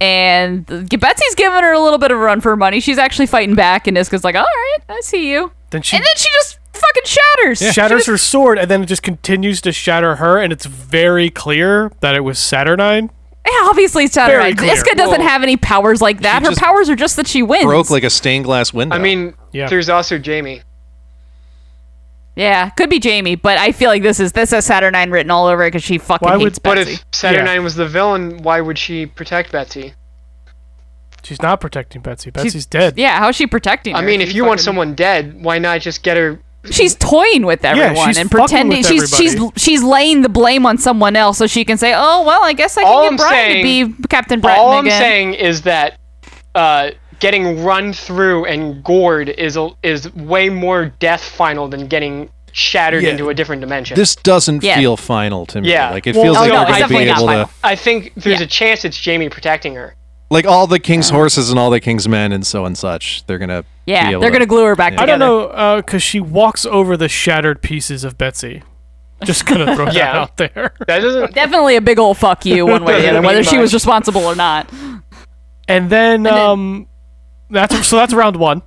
[SPEAKER 4] and the- Betsy's giving her a little bit of a run for her money. She's actually fighting back, and Iska's like, "All right, I see you,"
[SPEAKER 3] Then she
[SPEAKER 4] and then she just fucking shatters. She
[SPEAKER 3] shatters
[SPEAKER 4] just-
[SPEAKER 3] her sword, and then it just continues to shatter her, and it's very clear that it was Saturnine.
[SPEAKER 4] Yeah, obviously it's
[SPEAKER 3] Very
[SPEAKER 4] Saturnine.
[SPEAKER 3] clear.
[SPEAKER 4] Iska doesn't
[SPEAKER 5] Well,
[SPEAKER 4] have any powers like that.
[SPEAKER 2] she
[SPEAKER 4] Her
[SPEAKER 2] just
[SPEAKER 4] powers are just that she wins.
[SPEAKER 2] Broke like a stained glass window.
[SPEAKER 5] I mean,
[SPEAKER 3] Yeah.
[SPEAKER 5] there's also Jamie.
[SPEAKER 4] yeah, could be Jamie, but I feel like this is this has Saturnine written all over it because she fucking
[SPEAKER 3] Why would-
[SPEAKER 4] hates
[SPEAKER 5] But
[SPEAKER 4] Betsy.
[SPEAKER 5] if Saturnine was the villain, why would she protect Betsy?
[SPEAKER 3] She's not protecting Betsy. Betsy's dead.
[SPEAKER 4] Yeah, how is she protecting?
[SPEAKER 5] I
[SPEAKER 4] her?
[SPEAKER 5] mean,
[SPEAKER 4] She
[SPEAKER 5] if you want
[SPEAKER 4] fucking-
[SPEAKER 5] someone dead, why not just get her?
[SPEAKER 4] she's toying with everyone
[SPEAKER 3] she's
[SPEAKER 4] and
[SPEAKER 3] fucking
[SPEAKER 4] pretending
[SPEAKER 3] with
[SPEAKER 4] she's she's
[SPEAKER 3] everybody.
[SPEAKER 4] she's laying the blame on someone else, so she can say, "Oh well, I guess I can
[SPEAKER 5] All
[SPEAKER 4] get
[SPEAKER 5] I'm
[SPEAKER 4] Brian
[SPEAKER 5] saying-
[SPEAKER 4] to be Captain Breton
[SPEAKER 5] All I'm
[SPEAKER 4] again."
[SPEAKER 5] saying is that uh, getting run through and gored is a, is way more death final than getting shattered
[SPEAKER 2] Yeah.
[SPEAKER 5] into a different dimension.
[SPEAKER 2] this doesn't
[SPEAKER 4] Yeah.
[SPEAKER 2] feel final to me.
[SPEAKER 5] Yeah.
[SPEAKER 2] Like it
[SPEAKER 5] Well,
[SPEAKER 2] feels
[SPEAKER 5] oh,
[SPEAKER 2] like
[SPEAKER 5] no,
[SPEAKER 2] we're
[SPEAKER 5] it's
[SPEAKER 2] gonna be
[SPEAKER 4] definitely not
[SPEAKER 2] able to.
[SPEAKER 4] final.
[SPEAKER 5] I think there's
[SPEAKER 4] Yeah.
[SPEAKER 5] a chance it's Jamie protecting her.
[SPEAKER 2] like all the king's horses and all the king's men and so and such they're gonna be
[SPEAKER 4] yeah,
[SPEAKER 2] able
[SPEAKER 4] they're
[SPEAKER 2] to-
[SPEAKER 4] gonna glue her back
[SPEAKER 2] Yeah.
[SPEAKER 3] I
[SPEAKER 4] together.
[SPEAKER 3] don't know because she walks over the shattered pieces of Betsy. Just gonna throw that
[SPEAKER 5] Yeah.
[SPEAKER 3] out there.
[SPEAKER 5] That doesn't.
[SPEAKER 4] Definitely a big old fuck you, one way or the other,
[SPEAKER 5] Doesn't
[SPEAKER 4] whether
[SPEAKER 5] mean
[SPEAKER 4] she was
[SPEAKER 5] much.
[SPEAKER 4] responsible or not.
[SPEAKER 3] And then, um, that's so that's round one.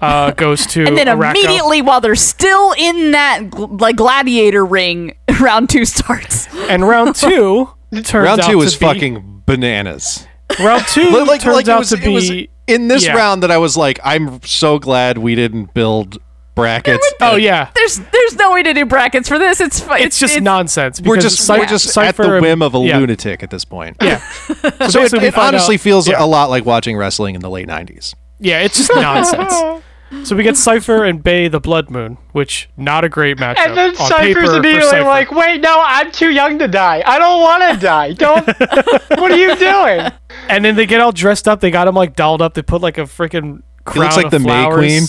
[SPEAKER 3] Uh, goes to
[SPEAKER 4] And then
[SPEAKER 3] Araco.
[SPEAKER 4] immediately, while they're still in that gl- like gladiator ring, round two starts.
[SPEAKER 3] and round two turns
[SPEAKER 2] round
[SPEAKER 3] out
[SPEAKER 2] two
[SPEAKER 3] to
[SPEAKER 2] is
[SPEAKER 3] be-
[SPEAKER 2] fucking bananas
[SPEAKER 3] round two
[SPEAKER 2] But, like,
[SPEAKER 3] turns
[SPEAKER 2] like it
[SPEAKER 3] out
[SPEAKER 2] was,
[SPEAKER 3] to
[SPEAKER 2] it was
[SPEAKER 3] be
[SPEAKER 2] in this
[SPEAKER 3] yeah.
[SPEAKER 2] round that i was like i'm so glad we didn't build brackets
[SPEAKER 3] oh yeah
[SPEAKER 4] There's there's no way to do brackets for this. It's fu-
[SPEAKER 3] it's just nonsense
[SPEAKER 2] we're
[SPEAKER 3] because
[SPEAKER 2] just
[SPEAKER 3] Cy-
[SPEAKER 2] we're just
[SPEAKER 3] Cypher
[SPEAKER 2] at the
[SPEAKER 3] and-
[SPEAKER 2] whim of a
[SPEAKER 3] yeah,
[SPEAKER 2] lunatic at this point
[SPEAKER 3] yeah
[SPEAKER 2] so it,
[SPEAKER 3] basically we
[SPEAKER 2] it
[SPEAKER 3] find
[SPEAKER 2] honestly
[SPEAKER 3] out-
[SPEAKER 2] feels
[SPEAKER 3] yeah.
[SPEAKER 2] a lot like watching wrestling in the late 90s
[SPEAKER 3] yeah it's just nonsense so we get Cypher and Bay the Blood Moon which not a great matchup
[SPEAKER 5] And then
[SPEAKER 3] on
[SPEAKER 5] Cypher's
[SPEAKER 3] paper
[SPEAKER 5] immediately
[SPEAKER 3] for Cypher.
[SPEAKER 5] like, wait, no, I'm too young to die. I don't want to die. Don't. what are you doing?
[SPEAKER 3] And then they get all dressed up. They got him like dolled up. They put like a freaking crown
[SPEAKER 2] looks like
[SPEAKER 3] of
[SPEAKER 2] the May
[SPEAKER 3] flowers.
[SPEAKER 2] Queen.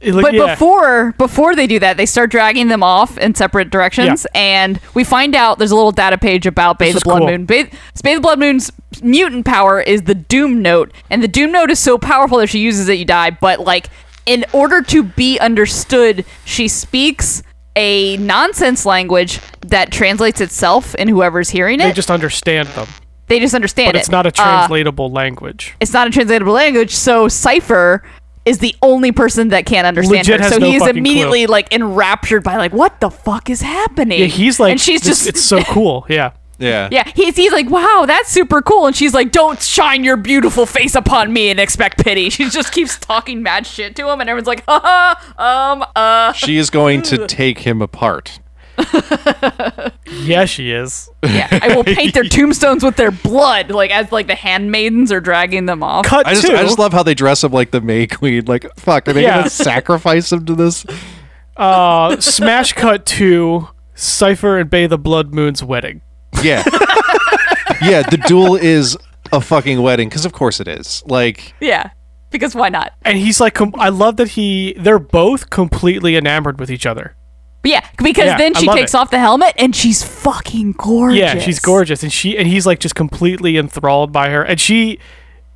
[SPEAKER 3] It look-
[SPEAKER 4] But
[SPEAKER 3] yeah.
[SPEAKER 4] before before they do that, they start dragging them off in separate directions, and we find out there's a little data page about Bay the
[SPEAKER 3] is
[SPEAKER 4] Blood
[SPEAKER 3] cool.
[SPEAKER 4] Moon. Bay, Bay the Blood Moon's mutant power is the Doom Note, and the Doom Note is so powerful that if she uses it, you die. But like, in order to be understood, she speaks a nonsense language that translates itself in whoever's hearing it.
[SPEAKER 3] they just understand them.
[SPEAKER 4] they just understand
[SPEAKER 3] But it's
[SPEAKER 4] it.
[SPEAKER 3] not a
[SPEAKER 4] Uh,
[SPEAKER 3] translatable language.
[SPEAKER 4] it's not a translatable language. So Cipher is the only person that can't understand
[SPEAKER 3] Legit
[SPEAKER 4] her.
[SPEAKER 3] has
[SPEAKER 4] So
[SPEAKER 3] no
[SPEAKER 4] he is
[SPEAKER 3] fucking
[SPEAKER 4] immediately like enraptured by like what the fuck is happening?
[SPEAKER 3] Yeah, he's like,
[SPEAKER 4] and she's
[SPEAKER 3] "This-
[SPEAKER 4] just
[SPEAKER 3] it's so cool. Yeah.
[SPEAKER 2] Yeah.
[SPEAKER 4] yeah, he's he's like, wow, that's super cool, and she's like, don't shine your beautiful face upon me and expect pity. She just keeps talking mad shit to him, and everyone's like, ha ha, um, uh.
[SPEAKER 2] She is going to take him apart.
[SPEAKER 3] Yeah, she is.
[SPEAKER 4] Yeah, I will paint their tombstones with their blood, like as like the handmaidens are dragging them off.
[SPEAKER 3] Cut
[SPEAKER 2] I just,
[SPEAKER 3] two.
[SPEAKER 2] I just love how they dress up like the May Queen. Like, fuck, are they
[SPEAKER 3] Yeah.
[SPEAKER 2] gonna sacrifice him to this?
[SPEAKER 3] uh, smash cut two. Cipher and Bay the Blood Moon's wedding.
[SPEAKER 2] Yeah, yeah. The duel is a fucking wedding because, of course, it is. Like,
[SPEAKER 4] Yeah, because why not?
[SPEAKER 3] And he's like, com- I love that he. They're both completely enamored with each other.
[SPEAKER 4] But yeah, because
[SPEAKER 3] Yeah,
[SPEAKER 4] then
[SPEAKER 3] I
[SPEAKER 4] she
[SPEAKER 3] love
[SPEAKER 4] takes
[SPEAKER 3] it.
[SPEAKER 4] off the helmet and she's fucking gorgeous.
[SPEAKER 3] Yeah, she's gorgeous, and she and he's like just completely enthralled by her, and she,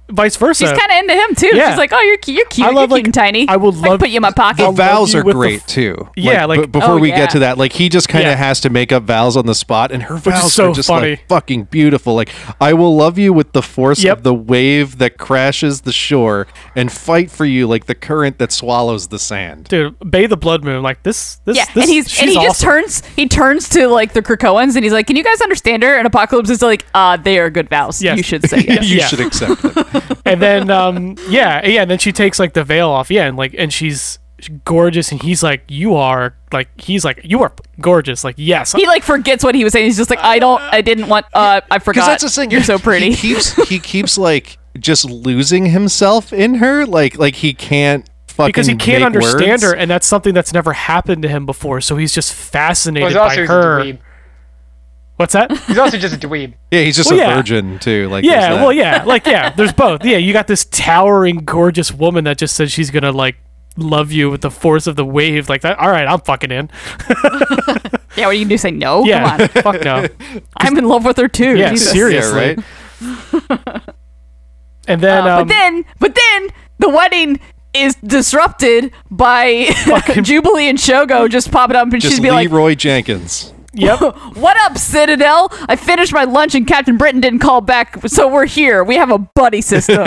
[SPEAKER 3] vice versa.
[SPEAKER 4] She's kind of into him too.
[SPEAKER 3] Yeah.
[SPEAKER 4] She's like, oh, you're cute, you're cute,
[SPEAKER 3] I love,
[SPEAKER 4] you're cute
[SPEAKER 3] like,
[SPEAKER 4] and tiny.
[SPEAKER 3] I would
[SPEAKER 4] can
[SPEAKER 3] love-
[SPEAKER 4] put you in my pocket.
[SPEAKER 2] the
[SPEAKER 3] love
[SPEAKER 2] vows
[SPEAKER 3] you
[SPEAKER 2] are
[SPEAKER 3] with the
[SPEAKER 2] great
[SPEAKER 3] f-
[SPEAKER 2] too.
[SPEAKER 3] Yeah,
[SPEAKER 2] b-
[SPEAKER 3] like-
[SPEAKER 2] before
[SPEAKER 4] Oh,
[SPEAKER 2] we
[SPEAKER 4] yeah.
[SPEAKER 2] get to that, like he just kind of
[SPEAKER 3] Yeah.
[SPEAKER 2] has to make up vows on the spot, and her vows
[SPEAKER 3] so
[SPEAKER 2] are just
[SPEAKER 3] funny.
[SPEAKER 2] like fucking beautiful. Like, I will love you with the force
[SPEAKER 3] Yep.
[SPEAKER 2] of the wave that crashes the shore, and fight for you like the current that swallows the sand.
[SPEAKER 3] Dude, Bay the Blood Moon, like this. this
[SPEAKER 4] yeah,
[SPEAKER 3] this,
[SPEAKER 4] and he's
[SPEAKER 3] she's
[SPEAKER 4] and he just
[SPEAKER 3] awesome.
[SPEAKER 4] turns he turns to like the Krakoans and he's like, can you guys understand her? And Apocalypse is like, uh, they are good vows.
[SPEAKER 3] Yes.
[SPEAKER 4] You should say yes.
[SPEAKER 2] you
[SPEAKER 3] Yeah.
[SPEAKER 2] should accept them.
[SPEAKER 3] and then um yeah yeah and then she takes like the veil off yeah and like and she's gorgeous and he's like you are like he's like you are gorgeous like yes
[SPEAKER 4] He like forgets what he was saying. He's just like, I don't, I didn't want. Uh, I forgot.
[SPEAKER 2] because that's the thing.
[SPEAKER 4] You're so
[SPEAKER 2] he-
[SPEAKER 4] pretty.
[SPEAKER 2] He keeps he keeps like just losing himself in her. Like like he can't fucking
[SPEAKER 3] because he can't
[SPEAKER 2] make
[SPEAKER 3] understand
[SPEAKER 2] words.
[SPEAKER 3] her and that's something that's never happened to him before so he's just fascinated
[SPEAKER 5] He's
[SPEAKER 3] by
[SPEAKER 5] also just a
[SPEAKER 3] her
[SPEAKER 5] dweeb.
[SPEAKER 3] what's that
[SPEAKER 5] He's also just a dweeb.
[SPEAKER 2] Yeah, he's just
[SPEAKER 3] Well,
[SPEAKER 2] a
[SPEAKER 3] yeah.
[SPEAKER 2] virgin too. Like there's
[SPEAKER 3] yeah
[SPEAKER 2] that.
[SPEAKER 3] well yeah like yeah there's both yeah you got this towering gorgeous woman that just said she's gonna like love you with the force of the wave like that all right i'm fucking in
[SPEAKER 4] yeah, what are you gonna do? Say no?
[SPEAKER 3] yeah
[SPEAKER 4] Come on.
[SPEAKER 3] fuck no
[SPEAKER 4] I'm in love with her too.
[SPEAKER 3] yeah
[SPEAKER 4] Jesus.
[SPEAKER 3] seriously
[SPEAKER 2] right?
[SPEAKER 3] and then
[SPEAKER 4] Uh,
[SPEAKER 3] um,
[SPEAKER 4] but then, but then the wedding is disrupted by Jubilee and Shogo just popping up, and
[SPEAKER 2] Just
[SPEAKER 4] she'd be like,
[SPEAKER 2] Leroy Jenkins.
[SPEAKER 3] yep
[SPEAKER 4] "What up, Citadel? I finished my lunch, and Captain Britain didn't call back, so we're here. We have a buddy system."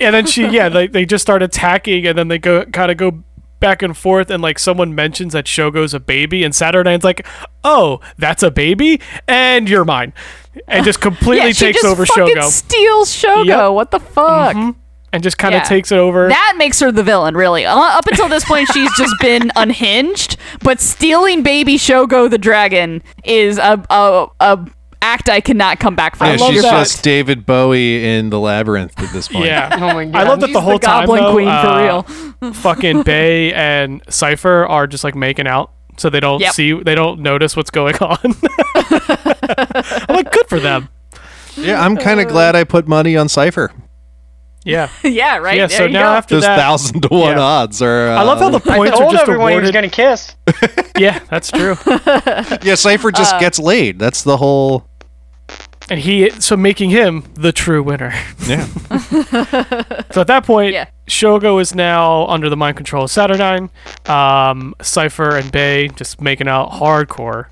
[SPEAKER 3] and then she yeah they, they just start attacking and then they go kind of go back and forth and like someone mentions that shogo's a baby and saturnine's like oh that's a baby and you're mine and just completely
[SPEAKER 4] yeah, she
[SPEAKER 3] takes
[SPEAKER 4] just
[SPEAKER 3] over
[SPEAKER 4] fucking
[SPEAKER 3] shogo
[SPEAKER 4] steals Shogo.
[SPEAKER 3] Yep. Mm-hmm.
[SPEAKER 4] What the fuck?
[SPEAKER 3] and just kind of
[SPEAKER 4] Yeah.
[SPEAKER 3] takes it over
[SPEAKER 4] That makes her the villain, really. Uh, up until this point, she's just been unhinged. But stealing baby Shogo the dragon is a a, a act I cannot come back from.
[SPEAKER 2] Yeah,
[SPEAKER 3] love
[SPEAKER 2] she's
[SPEAKER 3] that.
[SPEAKER 2] just David Bowie in the labyrinth at this point.
[SPEAKER 3] yeah
[SPEAKER 5] Oh my god.
[SPEAKER 3] I love that
[SPEAKER 4] She's
[SPEAKER 3] the whole time
[SPEAKER 4] Goblin
[SPEAKER 3] though,
[SPEAKER 4] Queen
[SPEAKER 3] uh,
[SPEAKER 4] for real.
[SPEAKER 3] fucking Bay and Cipher are just like making out, so they don't
[SPEAKER 4] Yep.
[SPEAKER 3] see, they don't notice what's going on. I'm like, good for them.
[SPEAKER 2] yeah. I'm kind of glad I put money on Cipher.
[SPEAKER 3] Yeah,
[SPEAKER 4] yeah, right.
[SPEAKER 3] yeah.
[SPEAKER 4] there
[SPEAKER 3] So
[SPEAKER 4] you
[SPEAKER 3] now
[SPEAKER 4] go.
[SPEAKER 3] after
[SPEAKER 2] Those
[SPEAKER 3] that,
[SPEAKER 2] thousand to one
[SPEAKER 3] yeah.
[SPEAKER 2] odds are. Uh,
[SPEAKER 3] I love how the
[SPEAKER 5] I
[SPEAKER 3] points are
[SPEAKER 5] told
[SPEAKER 3] just
[SPEAKER 5] everyone he was
[SPEAKER 3] awarded.
[SPEAKER 5] gonna kiss.
[SPEAKER 3] yeah, that's true.
[SPEAKER 2] yeah Cipher
[SPEAKER 3] uh,
[SPEAKER 2] just gets laid. That's the whole.
[SPEAKER 3] And he, so making him the true winner.
[SPEAKER 2] Yeah.
[SPEAKER 3] So at that point,
[SPEAKER 4] Yeah.
[SPEAKER 3] Shogo is now under the mind control of Saturnine. Um, Cypher and Bay just making out hardcore.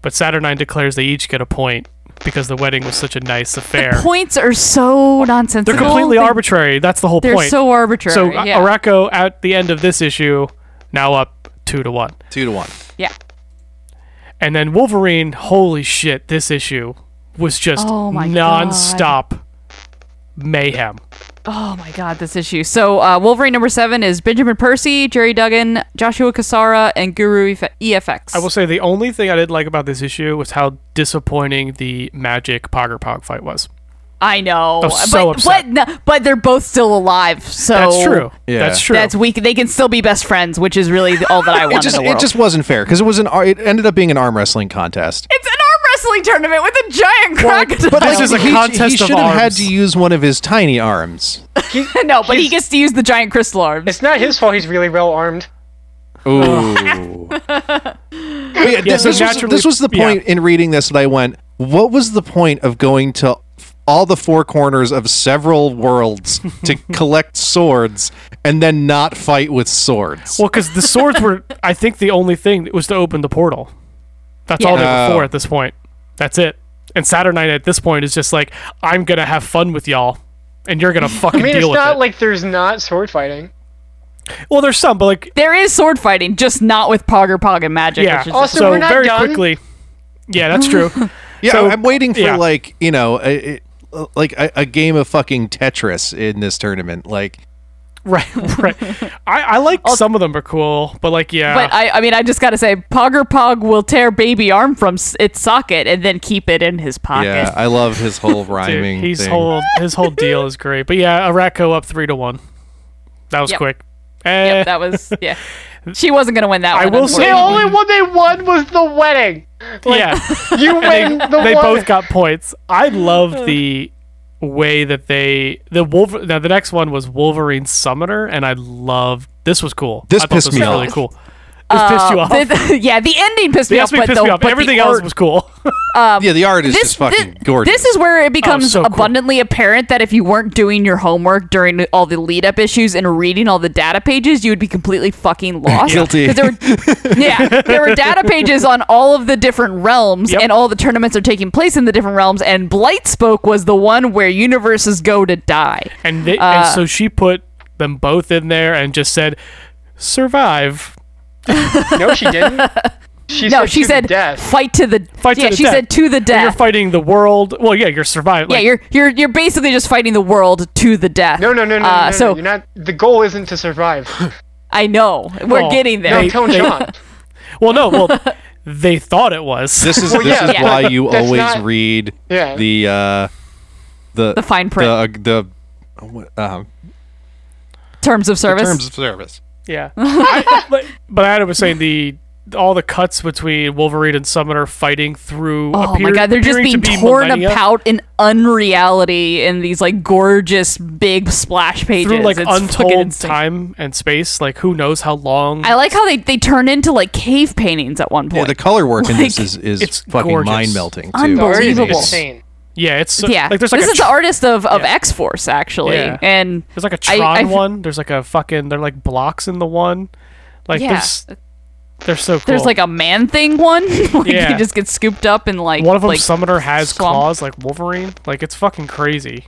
[SPEAKER 3] But Saturnine declares they each get a point because the wedding was such a nice affair.
[SPEAKER 4] points are so nonsensical.
[SPEAKER 3] they're completely
[SPEAKER 4] They-
[SPEAKER 3] arbitrary. That's the whole
[SPEAKER 4] They're
[SPEAKER 3] point.
[SPEAKER 4] so arbitrary.
[SPEAKER 3] So uh,
[SPEAKER 4] yeah.
[SPEAKER 3] Araco at the end of this issue, now up two to one.
[SPEAKER 2] Two to one.
[SPEAKER 4] yeah.
[SPEAKER 3] And then Wolverine, holy shit, this issue was just
[SPEAKER 4] Oh my
[SPEAKER 3] nonstop mayhem.
[SPEAKER 4] Oh my god, this issue. So uh, Wolverine number seven is Benjamin Percy, Jerry Duggan, Joshua Cassara, and Guru E Efe- EFX.
[SPEAKER 3] I will say the only thing I didn't like about this issue was how disappointing the magic Pogger Pog fight was.
[SPEAKER 4] I know.
[SPEAKER 3] I was so
[SPEAKER 4] but,
[SPEAKER 3] upset.
[SPEAKER 4] But, no- but they're both still alive. So
[SPEAKER 3] That's
[SPEAKER 5] Oh.
[SPEAKER 3] true.
[SPEAKER 2] Yeah.
[SPEAKER 3] That's true.
[SPEAKER 4] That's weak. They can still be best friends, which is really the- all that I want
[SPEAKER 2] It just
[SPEAKER 4] in the world.
[SPEAKER 2] it just wasn't fair because it was an ar- it ended up being an arm wrestling contest.
[SPEAKER 4] it's an arm wrestling tournament with a giant crocodile.
[SPEAKER 3] but this is a
[SPEAKER 2] He-
[SPEAKER 3] contest
[SPEAKER 2] he
[SPEAKER 3] of
[SPEAKER 2] should have had
[SPEAKER 3] arms.
[SPEAKER 2] to use one of his tiny arms.
[SPEAKER 4] no, but he gets to use the giant crystal arm.
[SPEAKER 5] It's not his fault he's really well armed.
[SPEAKER 2] Ooh. But yeah, this,
[SPEAKER 3] so
[SPEAKER 2] this was,
[SPEAKER 3] naturally-
[SPEAKER 2] this was the
[SPEAKER 3] yeah.
[SPEAKER 2] point in reading this that I went, what was the point of going to f- all the four corners of several worlds to collect swords and then not fight with swords?
[SPEAKER 3] well, because the swords were, I think, the only thing that was to open the portal. That's all they were
[SPEAKER 2] Yeah.
[SPEAKER 3] for at this point. That's it. And Saturnine at this point is just like, I'm gonna have fun with y'all. and you're gonna fucking
[SPEAKER 5] I mean,
[SPEAKER 3] deal
[SPEAKER 5] it's
[SPEAKER 3] with
[SPEAKER 5] not
[SPEAKER 3] it.
[SPEAKER 5] like there's not sword fighting.
[SPEAKER 3] well, there's some, but like
[SPEAKER 4] There is sword fighting, just not with Pogger Pog and magic.
[SPEAKER 3] yeah.
[SPEAKER 4] which is
[SPEAKER 5] Also,
[SPEAKER 4] just-
[SPEAKER 3] so
[SPEAKER 5] we're not
[SPEAKER 3] very
[SPEAKER 5] done.
[SPEAKER 3] quickly. Yeah, that's true.
[SPEAKER 2] Yeah,
[SPEAKER 3] So-
[SPEAKER 2] I'm waiting for
[SPEAKER 3] yeah.
[SPEAKER 2] like you know, a, a- like a, a game of fucking Tetris in this tournament. Like,
[SPEAKER 3] right, right. I, I like some of them are cool, but like yeah,
[SPEAKER 4] but I, I mean, I just gotta say, Pogger Pog will tear baby arm from s- its socket and then keep it in his pocket.
[SPEAKER 2] yeah, I love his whole
[SPEAKER 3] Dude,
[SPEAKER 2] rhyming.
[SPEAKER 3] his
[SPEAKER 2] thing.
[SPEAKER 3] whole his whole deal is great. But yeah, Araco up three to one. That was
[SPEAKER 4] Yep.
[SPEAKER 3] quick. Eh,
[SPEAKER 4] Yep, that was yeah. She wasn't gonna win that
[SPEAKER 3] I
[SPEAKER 4] one.
[SPEAKER 3] will say-
[SPEAKER 5] The
[SPEAKER 4] unfortunately.
[SPEAKER 5] only one they won was the wedding. Like,
[SPEAKER 3] yeah.
[SPEAKER 5] you win the
[SPEAKER 3] they
[SPEAKER 5] one.
[SPEAKER 3] both got points. I loved the way that they the Wolver. Now the next one was Wolverine Summoner, and I loved this was cool.
[SPEAKER 2] This
[SPEAKER 3] I thought
[SPEAKER 2] pissed
[SPEAKER 3] this
[SPEAKER 2] me
[SPEAKER 3] was
[SPEAKER 2] off.
[SPEAKER 3] really cool. This pissed you off.
[SPEAKER 4] The- the- yeah, the ending pissed
[SPEAKER 3] The
[SPEAKER 4] me off.
[SPEAKER 3] aspect
[SPEAKER 4] Uh, But,
[SPEAKER 3] pissed
[SPEAKER 4] the,
[SPEAKER 3] me off.
[SPEAKER 4] but the
[SPEAKER 3] Everything else
[SPEAKER 4] art-
[SPEAKER 3] was cool.
[SPEAKER 2] yeah, the art is
[SPEAKER 4] this,
[SPEAKER 2] just fucking
[SPEAKER 4] thi-
[SPEAKER 2] gorgeous.
[SPEAKER 4] this is where it becomes
[SPEAKER 3] so cool.
[SPEAKER 4] abundantly apparent that if you weren't doing your homework during all the lead up issues and reading all the data pages, you would be completely fucking lost.
[SPEAKER 2] Guilty.
[SPEAKER 4] 'Cause There were, yeah, there were data pages on all of the different realms,
[SPEAKER 3] Yep.
[SPEAKER 4] and all the tournaments are taking place in the different realms. And Blight spoke was the one where universes go to die.
[SPEAKER 3] And, they, and
[SPEAKER 4] uh,
[SPEAKER 3] so she put them both in there and just said, "Survive."
[SPEAKER 5] No, she didn't. She
[SPEAKER 4] No,
[SPEAKER 5] said
[SPEAKER 4] she
[SPEAKER 5] to the
[SPEAKER 4] said
[SPEAKER 5] death.
[SPEAKER 4] fight to the
[SPEAKER 3] Fight to
[SPEAKER 4] yeah.
[SPEAKER 3] the
[SPEAKER 4] she
[SPEAKER 3] death.
[SPEAKER 4] said to the
[SPEAKER 3] You're
[SPEAKER 4] death.
[SPEAKER 3] fighting the world. Well, yeah, you're surviving.
[SPEAKER 4] yeah, you're you're you're basically just fighting the world to the death.
[SPEAKER 5] No, no, no, no,
[SPEAKER 4] Uh,
[SPEAKER 5] no, no.
[SPEAKER 4] so
[SPEAKER 5] You're not. The goal isn't to survive.
[SPEAKER 4] I know we're
[SPEAKER 3] Well,
[SPEAKER 4] getting
[SPEAKER 5] No,
[SPEAKER 4] there.
[SPEAKER 5] I'm telling Sean.
[SPEAKER 3] Well, no. Well, they thought it was.
[SPEAKER 2] This is this
[SPEAKER 5] yeah,
[SPEAKER 2] is
[SPEAKER 4] yeah.
[SPEAKER 2] why you
[SPEAKER 5] That's
[SPEAKER 2] always
[SPEAKER 5] not-
[SPEAKER 2] read
[SPEAKER 5] Yeah.
[SPEAKER 2] the uh the uh,
[SPEAKER 4] The fine print.
[SPEAKER 2] the the, what, uh,
[SPEAKER 4] terms of service.
[SPEAKER 2] terms of service.
[SPEAKER 3] Yeah. I- but, but Adam was saying the all the cuts between Wolverine and Summoner fighting through.
[SPEAKER 4] Oh my
[SPEAKER 3] appear-
[SPEAKER 4] god, they're just
[SPEAKER 3] appearing to
[SPEAKER 4] being
[SPEAKER 3] be
[SPEAKER 4] torn
[SPEAKER 3] millennia
[SPEAKER 4] apart in unreality in these like gorgeous big splash pages.
[SPEAKER 3] through like
[SPEAKER 4] It's fucking
[SPEAKER 3] untold
[SPEAKER 4] insane.
[SPEAKER 3] time and space. Like who knows how long?
[SPEAKER 4] I like how they, they turn into like cave paintings at one
[SPEAKER 2] Yeah,
[SPEAKER 4] point.
[SPEAKER 2] the color work in this
[SPEAKER 4] Like,
[SPEAKER 2] is is
[SPEAKER 3] it's
[SPEAKER 2] fucking
[SPEAKER 3] gorgeous.
[SPEAKER 2] mind melting.
[SPEAKER 4] Unbelievable.
[SPEAKER 5] It's insane.
[SPEAKER 3] yeah, it's so-
[SPEAKER 4] Yeah,
[SPEAKER 3] like there's like
[SPEAKER 4] this
[SPEAKER 3] a
[SPEAKER 4] is the
[SPEAKER 3] tr-
[SPEAKER 4] artist of, of
[SPEAKER 3] yeah.
[SPEAKER 4] X Force actually,
[SPEAKER 3] Yeah.
[SPEAKER 4] and
[SPEAKER 3] There's like a
[SPEAKER 4] I-
[SPEAKER 3] Tron
[SPEAKER 4] I f-
[SPEAKER 3] one. There's like a fucking. They're like blocks in the one. Like
[SPEAKER 4] Yeah.
[SPEAKER 3] there's they're so cool.
[SPEAKER 4] there's like a man thing one. like
[SPEAKER 3] Yeah.
[SPEAKER 4] they just get scooped up and like
[SPEAKER 3] one of them
[SPEAKER 4] like,
[SPEAKER 3] Summoner has
[SPEAKER 4] swamp.
[SPEAKER 3] claws like Wolverine. Like it's fucking crazy.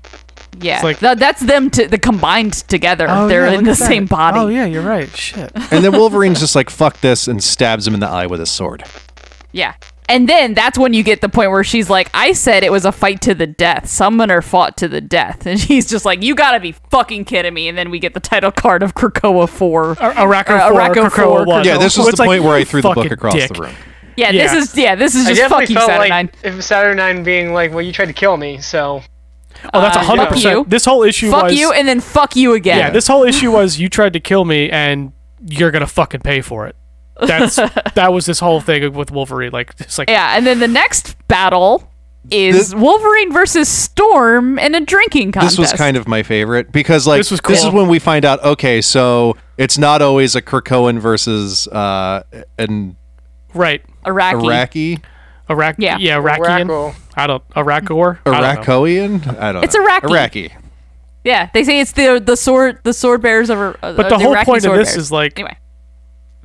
[SPEAKER 4] Yeah,
[SPEAKER 3] like-
[SPEAKER 4] Th- that's them to the combined together. they're in the same body.
[SPEAKER 3] Oh yeah, you're right. Shit.
[SPEAKER 2] And then Wolverine's just like fuck this and stabs him in the eye with a sword.
[SPEAKER 4] Yeah. And then that's when you get the point where she's like, I said it was a fight to the death. Summoner fought to the death. And he's just like, You gotta be fucking kidding me. And then we get the title card of Krakoa 4.
[SPEAKER 3] Ar- Araco
[SPEAKER 4] Or
[SPEAKER 3] four,
[SPEAKER 4] Araco
[SPEAKER 3] Krakoa
[SPEAKER 4] four,
[SPEAKER 3] one. Oh,
[SPEAKER 2] Yeah, this was
[SPEAKER 3] It's
[SPEAKER 2] the
[SPEAKER 3] like,
[SPEAKER 2] point where I threw the book
[SPEAKER 3] fucking
[SPEAKER 2] across
[SPEAKER 3] dick.
[SPEAKER 2] the room.
[SPEAKER 4] Yeah, this
[SPEAKER 3] yeah.
[SPEAKER 4] is yeah, this is
[SPEAKER 5] I
[SPEAKER 4] just
[SPEAKER 5] definitely
[SPEAKER 4] fuck you,
[SPEAKER 5] felt
[SPEAKER 4] Saturnine.
[SPEAKER 5] like if Saturday Nine being like, well, you tried to kill me, so
[SPEAKER 3] Oh, that's
[SPEAKER 4] Uh,
[SPEAKER 3] hundred
[SPEAKER 4] fuck you.
[SPEAKER 3] percent. This whole issue
[SPEAKER 4] fuck
[SPEAKER 3] was
[SPEAKER 4] you and then fuck you again.
[SPEAKER 3] yeah. This whole issue was you tried to kill me and you're gonna fucking pay for it. That's that was this whole thing with Wolverine. Like it's like
[SPEAKER 4] Yeah, and then the next battle is
[SPEAKER 2] This-
[SPEAKER 4] Wolverine versus Storm in a drinking contest.
[SPEAKER 2] This was kind of my favorite because like
[SPEAKER 3] This
[SPEAKER 2] this,
[SPEAKER 3] was
[SPEAKER 2] is
[SPEAKER 3] cool.
[SPEAKER 2] when we find out okay, so it's not always a Krakoan versus uh an
[SPEAKER 3] right.
[SPEAKER 4] Iraqi.
[SPEAKER 2] Iraqi
[SPEAKER 3] Iraq yeah,
[SPEAKER 4] Yeah.
[SPEAKER 3] yeah Iraqian.
[SPEAKER 5] Araco.
[SPEAKER 3] I don't Iraqor. I don't know.
[SPEAKER 2] Iraqian? I don't know.
[SPEAKER 4] It's Iraqi.
[SPEAKER 2] Iraqi.
[SPEAKER 4] Yeah, they say it's the the sword the sword bearers of uh,
[SPEAKER 3] But the, whole
[SPEAKER 4] Iraqi
[SPEAKER 3] point of
[SPEAKER 4] sword
[SPEAKER 3] this
[SPEAKER 4] bearers.
[SPEAKER 3] is like
[SPEAKER 4] anyway.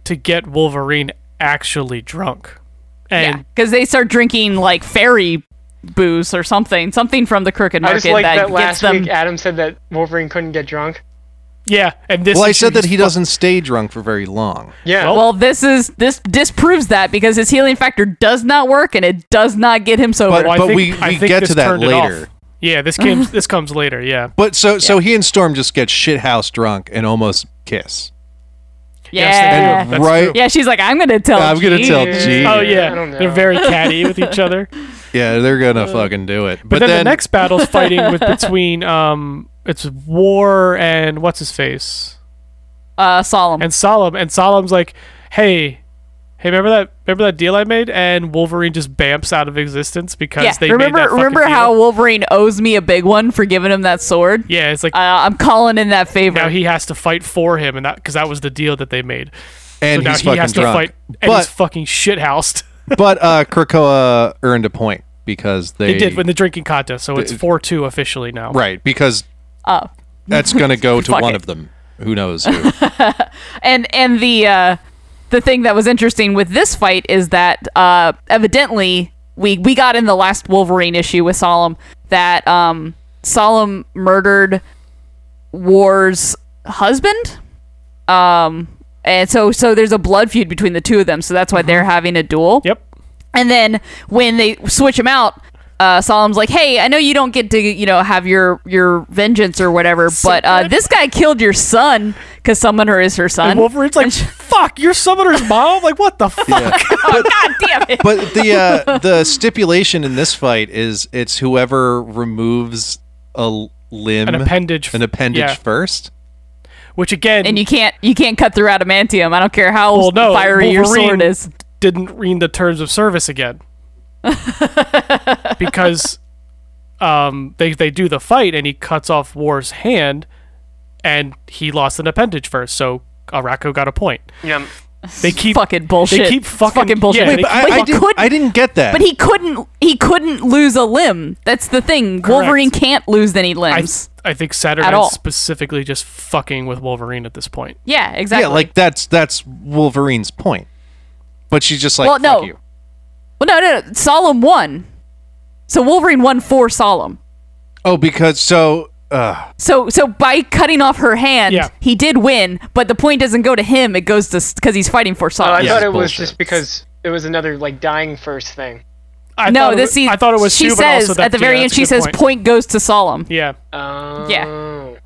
[SPEAKER 3] to get Wolverine actually drunk.
[SPEAKER 4] Yeah,
[SPEAKER 3] And
[SPEAKER 4] because they start drinking like fairy booze or something, something from the crooked
[SPEAKER 5] I
[SPEAKER 4] market
[SPEAKER 5] just like
[SPEAKER 4] that,
[SPEAKER 5] that,
[SPEAKER 4] gets
[SPEAKER 5] last
[SPEAKER 4] them.
[SPEAKER 5] week Adam said that Wolverine couldn't get drunk.
[SPEAKER 3] yeah, and this
[SPEAKER 2] Well, I
[SPEAKER 3] issue
[SPEAKER 2] said that
[SPEAKER 3] just
[SPEAKER 2] he
[SPEAKER 3] fu-
[SPEAKER 2] doesn't stay drunk for very long.
[SPEAKER 5] Yeah.
[SPEAKER 3] Well,
[SPEAKER 4] well, this is this disproves that because his healing factor does not work and it does not get him sober.
[SPEAKER 2] But-
[SPEAKER 3] I think-
[SPEAKER 2] we-
[SPEAKER 3] I
[SPEAKER 2] we
[SPEAKER 3] think
[SPEAKER 2] get to
[SPEAKER 3] this
[SPEAKER 2] that
[SPEAKER 3] turned it off.
[SPEAKER 2] later.
[SPEAKER 3] Yeah, this came this comes later. Yeah.
[SPEAKER 2] But so so he and Storm just get shithouse drunk and almost kiss.
[SPEAKER 3] Yes,
[SPEAKER 4] yeah,
[SPEAKER 3] they do. That's
[SPEAKER 2] right?
[SPEAKER 4] yeah. She's like, I'm gonna tell.
[SPEAKER 2] I'm gonna tell
[SPEAKER 4] Jeeves."
[SPEAKER 2] Jeeves.
[SPEAKER 3] Oh
[SPEAKER 5] I
[SPEAKER 3] yeah,
[SPEAKER 5] don't
[SPEAKER 3] they're
[SPEAKER 5] know.
[SPEAKER 3] very catty with each other.
[SPEAKER 2] Yeah, they're gonna fucking do it. But,
[SPEAKER 3] But, then, the next battle's fighting with between um, it's War and what's his face
[SPEAKER 4] Uh, solemn.
[SPEAKER 3] and Solemn, and Solemn's like, hey, hey, remember that remember that deal I made? And Wolverine just bamps out of existence because
[SPEAKER 4] yeah.
[SPEAKER 3] they
[SPEAKER 4] Remember,
[SPEAKER 3] made that fucking
[SPEAKER 4] remember
[SPEAKER 3] deal.
[SPEAKER 4] how Wolverine owes me a big one for giving him that sword.
[SPEAKER 3] Yeah, it's like
[SPEAKER 4] Uh, I'm calling in that favor.
[SPEAKER 3] now he has to fight for him, and that because that was the deal that they made.
[SPEAKER 2] and
[SPEAKER 3] so
[SPEAKER 2] he's
[SPEAKER 3] now he
[SPEAKER 2] fucking
[SPEAKER 3] has
[SPEAKER 2] drunk.
[SPEAKER 3] to fight, and he's
[SPEAKER 2] but
[SPEAKER 3] fucking shithoused.
[SPEAKER 2] but uh, Krakoa earned a point because they,
[SPEAKER 3] They did win the drinking contest, so it's four two officially now.
[SPEAKER 2] right because
[SPEAKER 4] Oh.
[SPEAKER 2] that's gonna go to
[SPEAKER 4] Fuck
[SPEAKER 2] one
[SPEAKER 4] it.
[SPEAKER 2] of them. Who knows? Who.
[SPEAKER 4] and and the uh, the thing that was interesting with this fight is that uh, evidently we we got in the last Wolverine issue with Solemn that um, Solemn murdered War's husband. Um, and so so there's a blood feud between the two of them. So that's why they're having a duel.
[SPEAKER 3] Mm-hmm. Yep.
[SPEAKER 4] And then when they switch him out, uh, Solemn's like, "Hey, I know you don't get to, you know, have your your vengeance or whatever, but uh, this guy killed your son because Summoner is her son."
[SPEAKER 3] And Wolverine's like,
[SPEAKER 4] And she-
[SPEAKER 3] "Fuck, you're Summoner's mom." Like, what the fuck?
[SPEAKER 4] oh, God damn it!
[SPEAKER 2] But the uh, the stipulation in this fight is it's whoever removes a l- limb,
[SPEAKER 3] An appendage.
[SPEAKER 2] an appendage
[SPEAKER 3] Yeah.
[SPEAKER 2] first.
[SPEAKER 3] Which again,
[SPEAKER 4] and you can't you can't cut through adamantium. I don't care how
[SPEAKER 3] Well, no,
[SPEAKER 4] fiery your
[SPEAKER 3] Wolverine-
[SPEAKER 4] sword is.
[SPEAKER 3] didn't read the terms of service again because um, they they do the fight and he cuts off War's hand and he lost an appendage first, so Araco got a point.
[SPEAKER 5] Yeah.
[SPEAKER 3] They keep
[SPEAKER 4] Fucking bullshit.
[SPEAKER 3] They keep
[SPEAKER 4] It's
[SPEAKER 3] fucking,
[SPEAKER 4] bullshit.
[SPEAKER 3] Yeah,
[SPEAKER 4] Wait,
[SPEAKER 3] they
[SPEAKER 2] But
[SPEAKER 3] keep-
[SPEAKER 2] I,
[SPEAKER 4] But
[SPEAKER 2] I,
[SPEAKER 4] he
[SPEAKER 2] didn't,
[SPEAKER 4] couldn't-
[SPEAKER 2] I didn't get that.
[SPEAKER 4] But he couldn't he couldn't lose a limb. That's the thing. Wolverine can't lose any
[SPEAKER 3] I,
[SPEAKER 4] limbs.
[SPEAKER 3] I think Saturday
[SPEAKER 4] At all.
[SPEAKER 3] specifically just fucking with Wolverine at this point.
[SPEAKER 4] yeah, exactly.
[SPEAKER 2] yeah, like that's that's Wolverine's point. But she's just like,
[SPEAKER 4] Well, no.
[SPEAKER 2] fuck you.
[SPEAKER 4] well, no, no, no. Solemn won. So Wolverine won for Solemn.
[SPEAKER 2] Oh, because so uh,
[SPEAKER 4] So so by cutting off her hand,
[SPEAKER 3] Yeah.
[SPEAKER 4] he did win. But the point doesn't go to him. It goes to because he's fighting for
[SPEAKER 5] Oh, I
[SPEAKER 4] Solemn.
[SPEAKER 2] Yeah,
[SPEAKER 5] thought it
[SPEAKER 2] it's
[SPEAKER 5] was
[SPEAKER 2] bullshit.
[SPEAKER 5] just because it was another like dying first thing.
[SPEAKER 3] I
[SPEAKER 4] no,
[SPEAKER 3] thought it
[SPEAKER 4] this
[SPEAKER 3] was,
[SPEAKER 4] he,
[SPEAKER 3] I thought it was
[SPEAKER 4] she
[SPEAKER 3] too, but also
[SPEAKER 4] says
[SPEAKER 3] that-
[SPEAKER 4] at the
[SPEAKER 3] yeah,
[SPEAKER 4] very
[SPEAKER 3] that's
[SPEAKER 4] end
[SPEAKER 3] a
[SPEAKER 4] she
[SPEAKER 3] good
[SPEAKER 4] says
[SPEAKER 3] point.
[SPEAKER 4] goes to Solemn.
[SPEAKER 3] yeah,
[SPEAKER 5] Oh.
[SPEAKER 3] and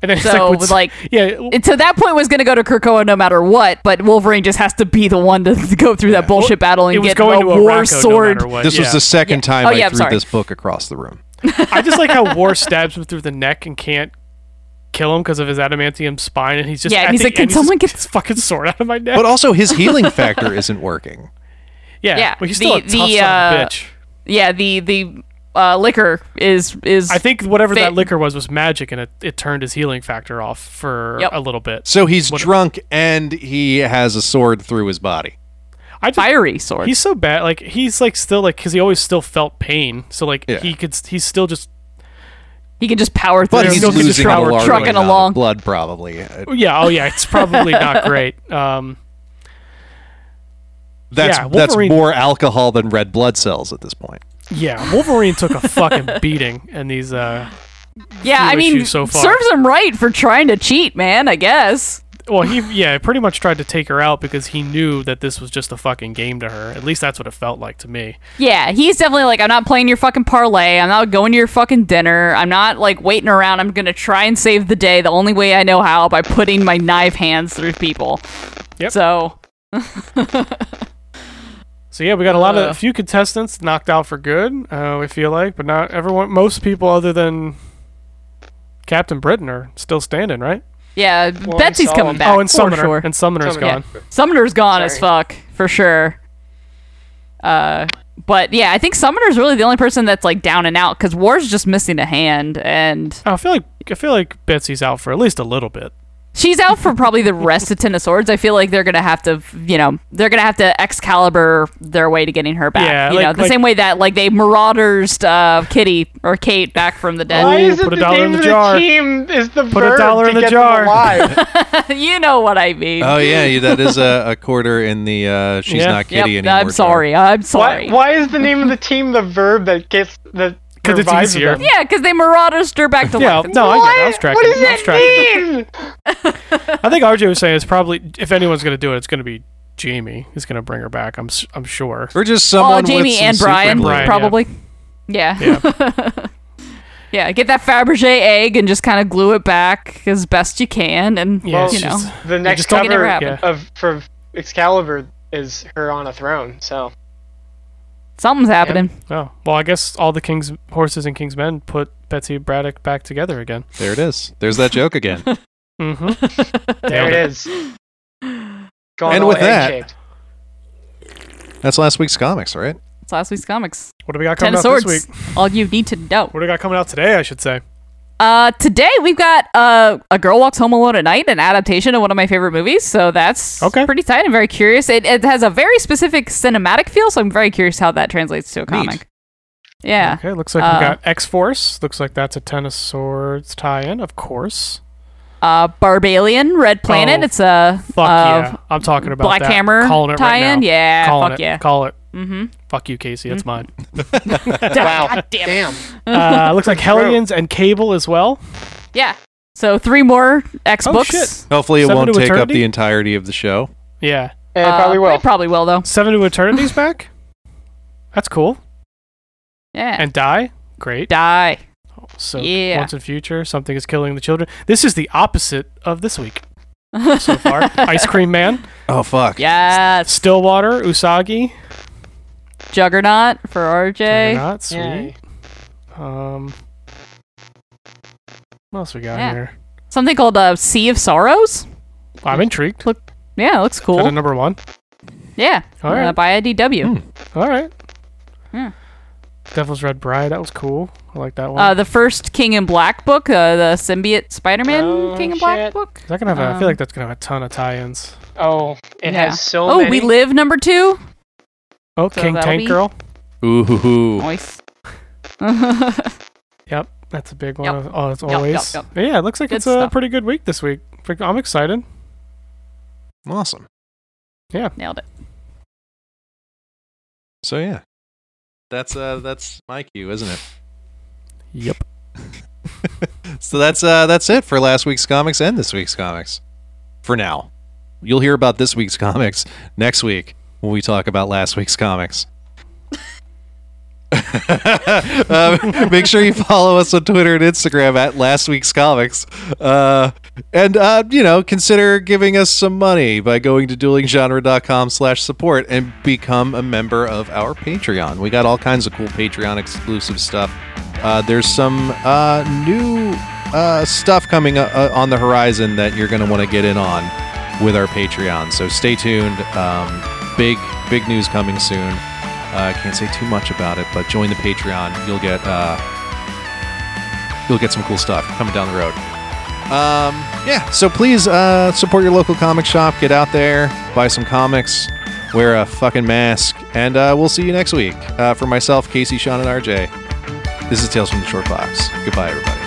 [SPEAKER 3] then it's
[SPEAKER 4] Uh, So,
[SPEAKER 3] like, what's-
[SPEAKER 4] like,
[SPEAKER 3] yeah,
[SPEAKER 4] And so that point was going to go to Krakoa no matter what, but Wolverine just has to be the one to go through that bullshit battle and
[SPEAKER 3] it was
[SPEAKER 4] get
[SPEAKER 3] going
[SPEAKER 4] a
[SPEAKER 3] to
[SPEAKER 4] war
[SPEAKER 3] Araco
[SPEAKER 4] sword.
[SPEAKER 3] No matter what.
[SPEAKER 2] this was
[SPEAKER 3] yeah.
[SPEAKER 2] the second time
[SPEAKER 4] Oh,
[SPEAKER 2] I
[SPEAKER 4] yeah, I'm
[SPEAKER 2] threw
[SPEAKER 4] sorry.
[SPEAKER 2] this book across the room.
[SPEAKER 3] I just like how War stabs him through the neck and can't kill him because of his adamantium spine, and he's just
[SPEAKER 4] Yeah, and
[SPEAKER 3] at
[SPEAKER 4] he's
[SPEAKER 3] the
[SPEAKER 4] like, "Can
[SPEAKER 3] end,
[SPEAKER 4] someone
[SPEAKER 3] just,
[SPEAKER 4] get
[SPEAKER 3] his fucking sword out of my neck?"
[SPEAKER 2] But also, his healing factor isn't working.
[SPEAKER 3] yeah,
[SPEAKER 4] yeah,
[SPEAKER 3] but he's still a
[SPEAKER 4] the-
[SPEAKER 3] tough son of
[SPEAKER 4] the,
[SPEAKER 3] a
[SPEAKER 4] uh,
[SPEAKER 3] bitch.
[SPEAKER 4] yeah, the the uh, liquor is is
[SPEAKER 3] I think whatever that
[SPEAKER 4] fa-
[SPEAKER 3] liquor was was magic, and it, it turned his healing factor off for
[SPEAKER 4] Yep.
[SPEAKER 3] a little bit.
[SPEAKER 2] So he's drunk and he has a sword through his body.
[SPEAKER 3] I just
[SPEAKER 4] fiery sword.
[SPEAKER 3] he's so bad. Like he's like still like because he always still felt pain, so like
[SPEAKER 2] Yeah.
[SPEAKER 3] he could he's still just
[SPEAKER 4] He can just power through.
[SPEAKER 2] But he's
[SPEAKER 3] still gets
[SPEAKER 2] losing a
[SPEAKER 3] truck-
[SPEAKER 2] large
[SPEAKER 4] trucking
[SPEAKER 2] amount of
[SPEAKER 4] along.
[SPEAKER 2] blood, probably. Uh,
[SPEAKER 3] yeah oh yeah it's probably not great. Um,
[SPEAKER 2] That's
[SPEAKER 3] Yeah,
[SPEAKER 2] that's
[SPEAKER 3] Wolverine-
[SPEAKER 2] more alcohol than red blood cells at this point.
[SPEAKER 3] yeah, Wolverine took a fucking beating, and these uh
[SPEAKER 4] yeah, I
[SPEAKER 3] few
[SPEAKER 4] mean,
[SPEAKER 3] issues so far.
[SPEAKER 4] serves him right for trying to cheat, man. I guess.
[SPEAKER 3] Well, he yeah, pretty much tried to take her out because he knew that this was just a fucking game to her. At least that's what it felt like to me.
[SPEAKER 4] Yeah, he's definitely like, I'm not playing your fucking parlay. I'm not going to your fucking dinner. I'm not like waiting around. I'm gonna try and save the day the only way I know how by putting my knife hands through people.
[SPEAKER 3] Yep.
[SPEAKER 4] So
[SPEAKER 3] So yeah, we got a lot of
[SPEAKER 4] Uh.
[SPEAKER 3] a few contestants knocked out for good. Uh, we feel like, but not everyone. Most people, other than Captain Britain, are still standing, right?
[SPEAKER 4] yeah,
[SPEAKER 5] and
[SPEAKER 4] Betsy's
[SPEAKER 5] Solomon.
[SPEAKER 4] coming back.
[SPEAKER 3] oh, and
[SPEAKER 4] for
[SPEAKER 3] Summoner,
[SPEAKER 4] sure.
[SPEAKER 3] and Summoner's
[SPEAKER 5] Summoner.
[SPEAKER 3] gone.
[SPEAKER 4] Summoner's gone as
[SPEAKER 5] Sorry.
[SPEAKER 4] fuck for sure. Uh, but yeah, I think Summoner's really the only person that's like down and out because War's just missing a hand, and
[SPEAKER 3] Oh, I feel like I feel like Betsy's out for at least a little bit.
[SPEAKER 4] she's out for probably the rest of Ten of Swords. I feel like they're gonna have to, you know, they're gonna have to Excalibur their way to getting her back.
[SPEAKER 3] Yeah,
[SPEAKER 4] you
[SPEAKER 3] like-
[SPEAKER 4] know, the
[SPEAKER 3] like-
[SPEAKER 4] same way that like they marauders uh, Kitty or Kate back from the
[SPEAKER 5] Why
[SPEAKER 4] dead.
[SPEAKER 5] is it
[SPEAKER 3] put a
[SPEAKER 5] the
[SPEAKER 3] dollar
[SPEAKER 5] name
[SPEAKER 3] in the
[SPEAKER 5] of
[SPEAKER 3] jar.
[SPEAKER 5] the team is the
[SPEAKER 3] a
[SPEAKER 5] verb
[SPEAKER 3] dollar
[SPEAKER 5] to
[SPEAKER 3] in the
[SPEAKER 5] get
[SPEAKER 3] jar.
[SPEAKER 5] them alive?
[SPEAKER 4] you know what I mean?
[SPEAKER 2] Oh yeah, you- that is a, a quarter in the uh, she's
[SPEAKER 3] Yeah.
[SPEAKER 2] not
[SPEAKER 4] Yep,
[SPEAKER 2] kitty anymore.
[SPEAKER 4] I'm sorry. I'm
[SPEAKER 5] why,
[SPEAKER 4] sorry.
[SPEAKER 5] why is the name of the team the verb that gets the
[SPEAKER 3] 'Cause it's
[SPEAKER 5] revives
[SPEAKER 3] easier.
[SPEAKER 5] them?
[SPEAKER 4] Yeah, because they marauders her back to
[SPEAKER 3] Yeah,
[SPEAKER 4] life.
[SPEAKER 3] no, I, get it. I was
[SPEAKER 5] What,
[SPEAKER 3] tracking.
[SPEAKER 5] what does
[SPEAKER 3] I was
[SPEAKER 5] that
[SPEAKER 3] tracking.
[SPEAKER 5] mean?
[SPEAKER 3] I think RJ was saying it's probably if anyone's gonna do it, it's gonna be Jamie. Who's gonna bring her back? I'm s- I'm sure.
[SPEAKER 2] Or just
[SPEAKER 4] Oh,
[SPEAKER 2] someone with
[SPEAKER 4] Jamie
[SPEAKER 2] some
[SPEAKER 4] and Brian,
[SPEAKER 2] super glue.
[SPEAKER 3] Brian.
[SPEAKER 4] probably. Yeah. Yeah. get that Fabergé egg and just kind of glue it back as best you can, and
[SPEAKER 3] Yeah,
[SPEAKER 4] you
[SPEAKER 3] it's
[SPEAKER 4] know,
[SPEAKER 3] just-
[SPEAKER 5] The next
[SPEAKER 3] just don't
[SPEAKER 4] get it
[SPEAKER 5] cover
[SPEAKER 4] happened.
[SPEAKER 5] of for Excalibur is her on a throne. So
[SPEAKER 4] something's happening.
[SPEAKER 3] Oh well, I guess all the king's horses and king's men put Betsy Braddock back together again.
[SPEAKER 2] There it is. There's that joke again.
[SPEAKER 3] Mm-hmm.
[SPEAKER 5] there it is. Gone
[SPEAKER 2] And
[SPEAKER 5] all
[SPEAKER 2] with that-
[SPEAKER 5] egg-shaped.
[SPEAKER 2] That's last week's comics, right?
[SPEAKER 4] It's last week's comics.
[SPEAKER 3] What do we got
[SPEAKER 4] Ten
[SPEAKER 3] coming
[SPEAKER 4] of
[SPEAKER 3] out
[SPEAKER 4] Swords.
[SPEAKER 3] this week?
[SPEAKER 4] All you need to know.
[SPEAKER 3] What do we got coming out today? I should say.
[SPEAKER 4] Uh, today we've got uh, a girl walks home alone at night, an adaptation of one of my favorite movies. So that's
[SPEAKER 3] Okay.
[SPEAKER 4] pretty tight. I'm very curious. It, it has a very specific cinematic feel, so I'm very curious how that translates to a comic. Yeah.
[SPEAKER 3] Okay, looks like
[SPEAKER 4] Uh,
[SPEAKER 3] we got X Force. Looks like that's a Ten of Swords tie-in, of course.
[SPEAKER 4] Uh, Barbalian, Red Planet.
[SPEAKER 3] Oh,
[SPEAKER 4] it's a
[SPEAKER 3] Fuck
[SPEAKER 4] uh,
[SPEAKER 3] yeah, I'm talking about
[SPEAKER 4] Black
[SPEAKER 3] that.
[SPEAKER 4] Hammer
[SPEAKER 3] Calling it right
[SPEAKER 4] tie-in?
[SPEAKER 3] now.
[SPEAKER 4] Yeah,
[SPEAKER 3] Calling
[SPEAKER 4] fuck
[SPEAKER 3] it.
[SPEAKER 4] yeah.
[SPEAKER 3] Call it.
[SPEAKER 4] Mm-hmm.
[SPEAKER 3] Fuck you, Casey. That's mine.
[SPEAKER 5] Wow.
[SPEAKER 4] God damn it.
[SPEAKER 5] Damn.
[SPEAKER 3] Uh, looks like Hellions and Cable as well.
[SPEAKER 4] Yeah. So three more X
[SPEAKER 3] Oh,
[SPEAKER 4] books.
[SPEAKER 3] shit.
[SPEAKER 2] Hopefully, it
[SPEAKER 3] Seven
[SPEAKER 2] won't
[SPEAKER 3] to
[SPEAKER 2] take up
[SPEAKER 3] Eternity?
[SPEAKER 2] the entirety of the show.
[SPEAKER 3] Yeah.
[SPEAKER 5] And it
[SPEAKER 4] Uh,
[SPEAKER 5] probably will.
[SPEAKER 4] It probably will though.
[SPEAKER 3] Seven to Eternity's back. That's cool.
[SPEAKER 4] Yeah.
[SPEAKER 3] And Die. Great.
[SPEAKER 4] die.
[SPEAKER 3] So
[SPEAKER 4] Yeah.
[SPEAKER 3] once in future, something is killing the children. This is the opposite of this week so far. Ice Cream Man,
[SPEAKER 2] Oh fuck!
[SPEAKER 4] Yes.
[SPEAKER 3] Stillwater, Usagi,
[SPEAKER 4] Juggernaut for RJ.
[SPEAKER 3] not sweet.
[SPEAKER 5] Yay.
[SPEAKER 3] Um, what else we got
[SPEAKER 4] Yeah.
[SPEAKER 3] here?
[SPEAKER 4] Something called uh, Sea of Sorrows.
[SPEAKER 3] I'm intrigued. Look,
[SPEAKER 4] Yeah, looks
[SPEAKER 3] at
[SPEAKER 4] cool.
[SPEAKER 3] number one.
[SPEAKER 4] Yeah.
[SPEAKER 3] All right. Hmm.
[SPEAKER 4] Uh, by IDW.
[SPEAKER 3] All right.
[SPEAKER 4] Yeah.
[SPEAKER 3] Devil's Red Bride. That was cool. I like that one.
[SPEAKER 4] Uh, the first King in Black book, uh, the symbiote Spider-Man
[SPEAKER 5] Oh,
[SPEAKER 4] King in Black
[SPEAKER 5] shit.
[SPEAKER 4] book.
[SPEAKER 3] Is that gonna have? A, I feel
[SPEAKER 4] um,
[SPEAKER 3] like that's gonna have a ton of tie-ins.
[SPEAKER 5] Oh, it
[SPEAKER 4] Yeah.
[SPEAKER 5] has so
[SPEAKER 4] oh,
[SPEAKER 5] many.
[SPEAKER 4] we live number two.
[SPEAKER 3] Oh,
[SPEAKER 4] so
[SPEAKER 3] King
[SPEAKER 4] that'll
[SPEAKER 3] Tank
[SPEAKER 4] be-
[SPEAKER 3] Girl.
[SPEAKER 2] Ooh hoo hoo!
[SPEAKER 4] Nice. yeah,
[SPEAKER 3] Yep, that's a big one.
[SPEAKER 4] Yep.
[SPEAKER 3] Oh, as
[SPEAKER 4] Yep, yep,
[SPEAKER 3] always.
[SPEAKER 4] yep.
[SPEAKER 3] Yeah, it looks like
[SPEAKER 4] Good
[SPEAKER 3] it's a
[SPEAKER 4] stuff.
[SPEAKER 3] pretty good week this week. Pretty- I'm excited.
[SPEAKER 2] Awesome.
[SPEAKER 4] nailed it.
[SPEAKER 2] So yeah, that's uh that's my cue, isn't it?
[SPEAKER 3] Yep.
[SPEAKER 2] So that's uh that's it for last week's comics and this week's comics. For now. You'll hear about this week's comics next week when we talk about last week's comics. Uh, make sure you follow us on Twitter and Instagram at Last Week's Comics, uh, and uh, you know consider giving us some money by going to duelinggenre.com/support and become a member of our Patreon. We got all kinds of cool Patreon exclusive stuff. Uh, there's some uh, new uh, stuff coming uh, uh, on the horizon that you're going to want to get in on with our Patreon. So stay tuned. Um, big big news coming soon. Uh, I can't say too much about it, but join the Patreon. You'll get uh, you'll get some cool stuff coming down the road. Um, yeah, so please uh, support your local comic shop. Get out there, buy some comics, wear a fucking mask, and uh, we'll see you next week. Uh, for myself, Casey, Sean, and RJ, this is Tales from the Short Box. Goodbye, everybody.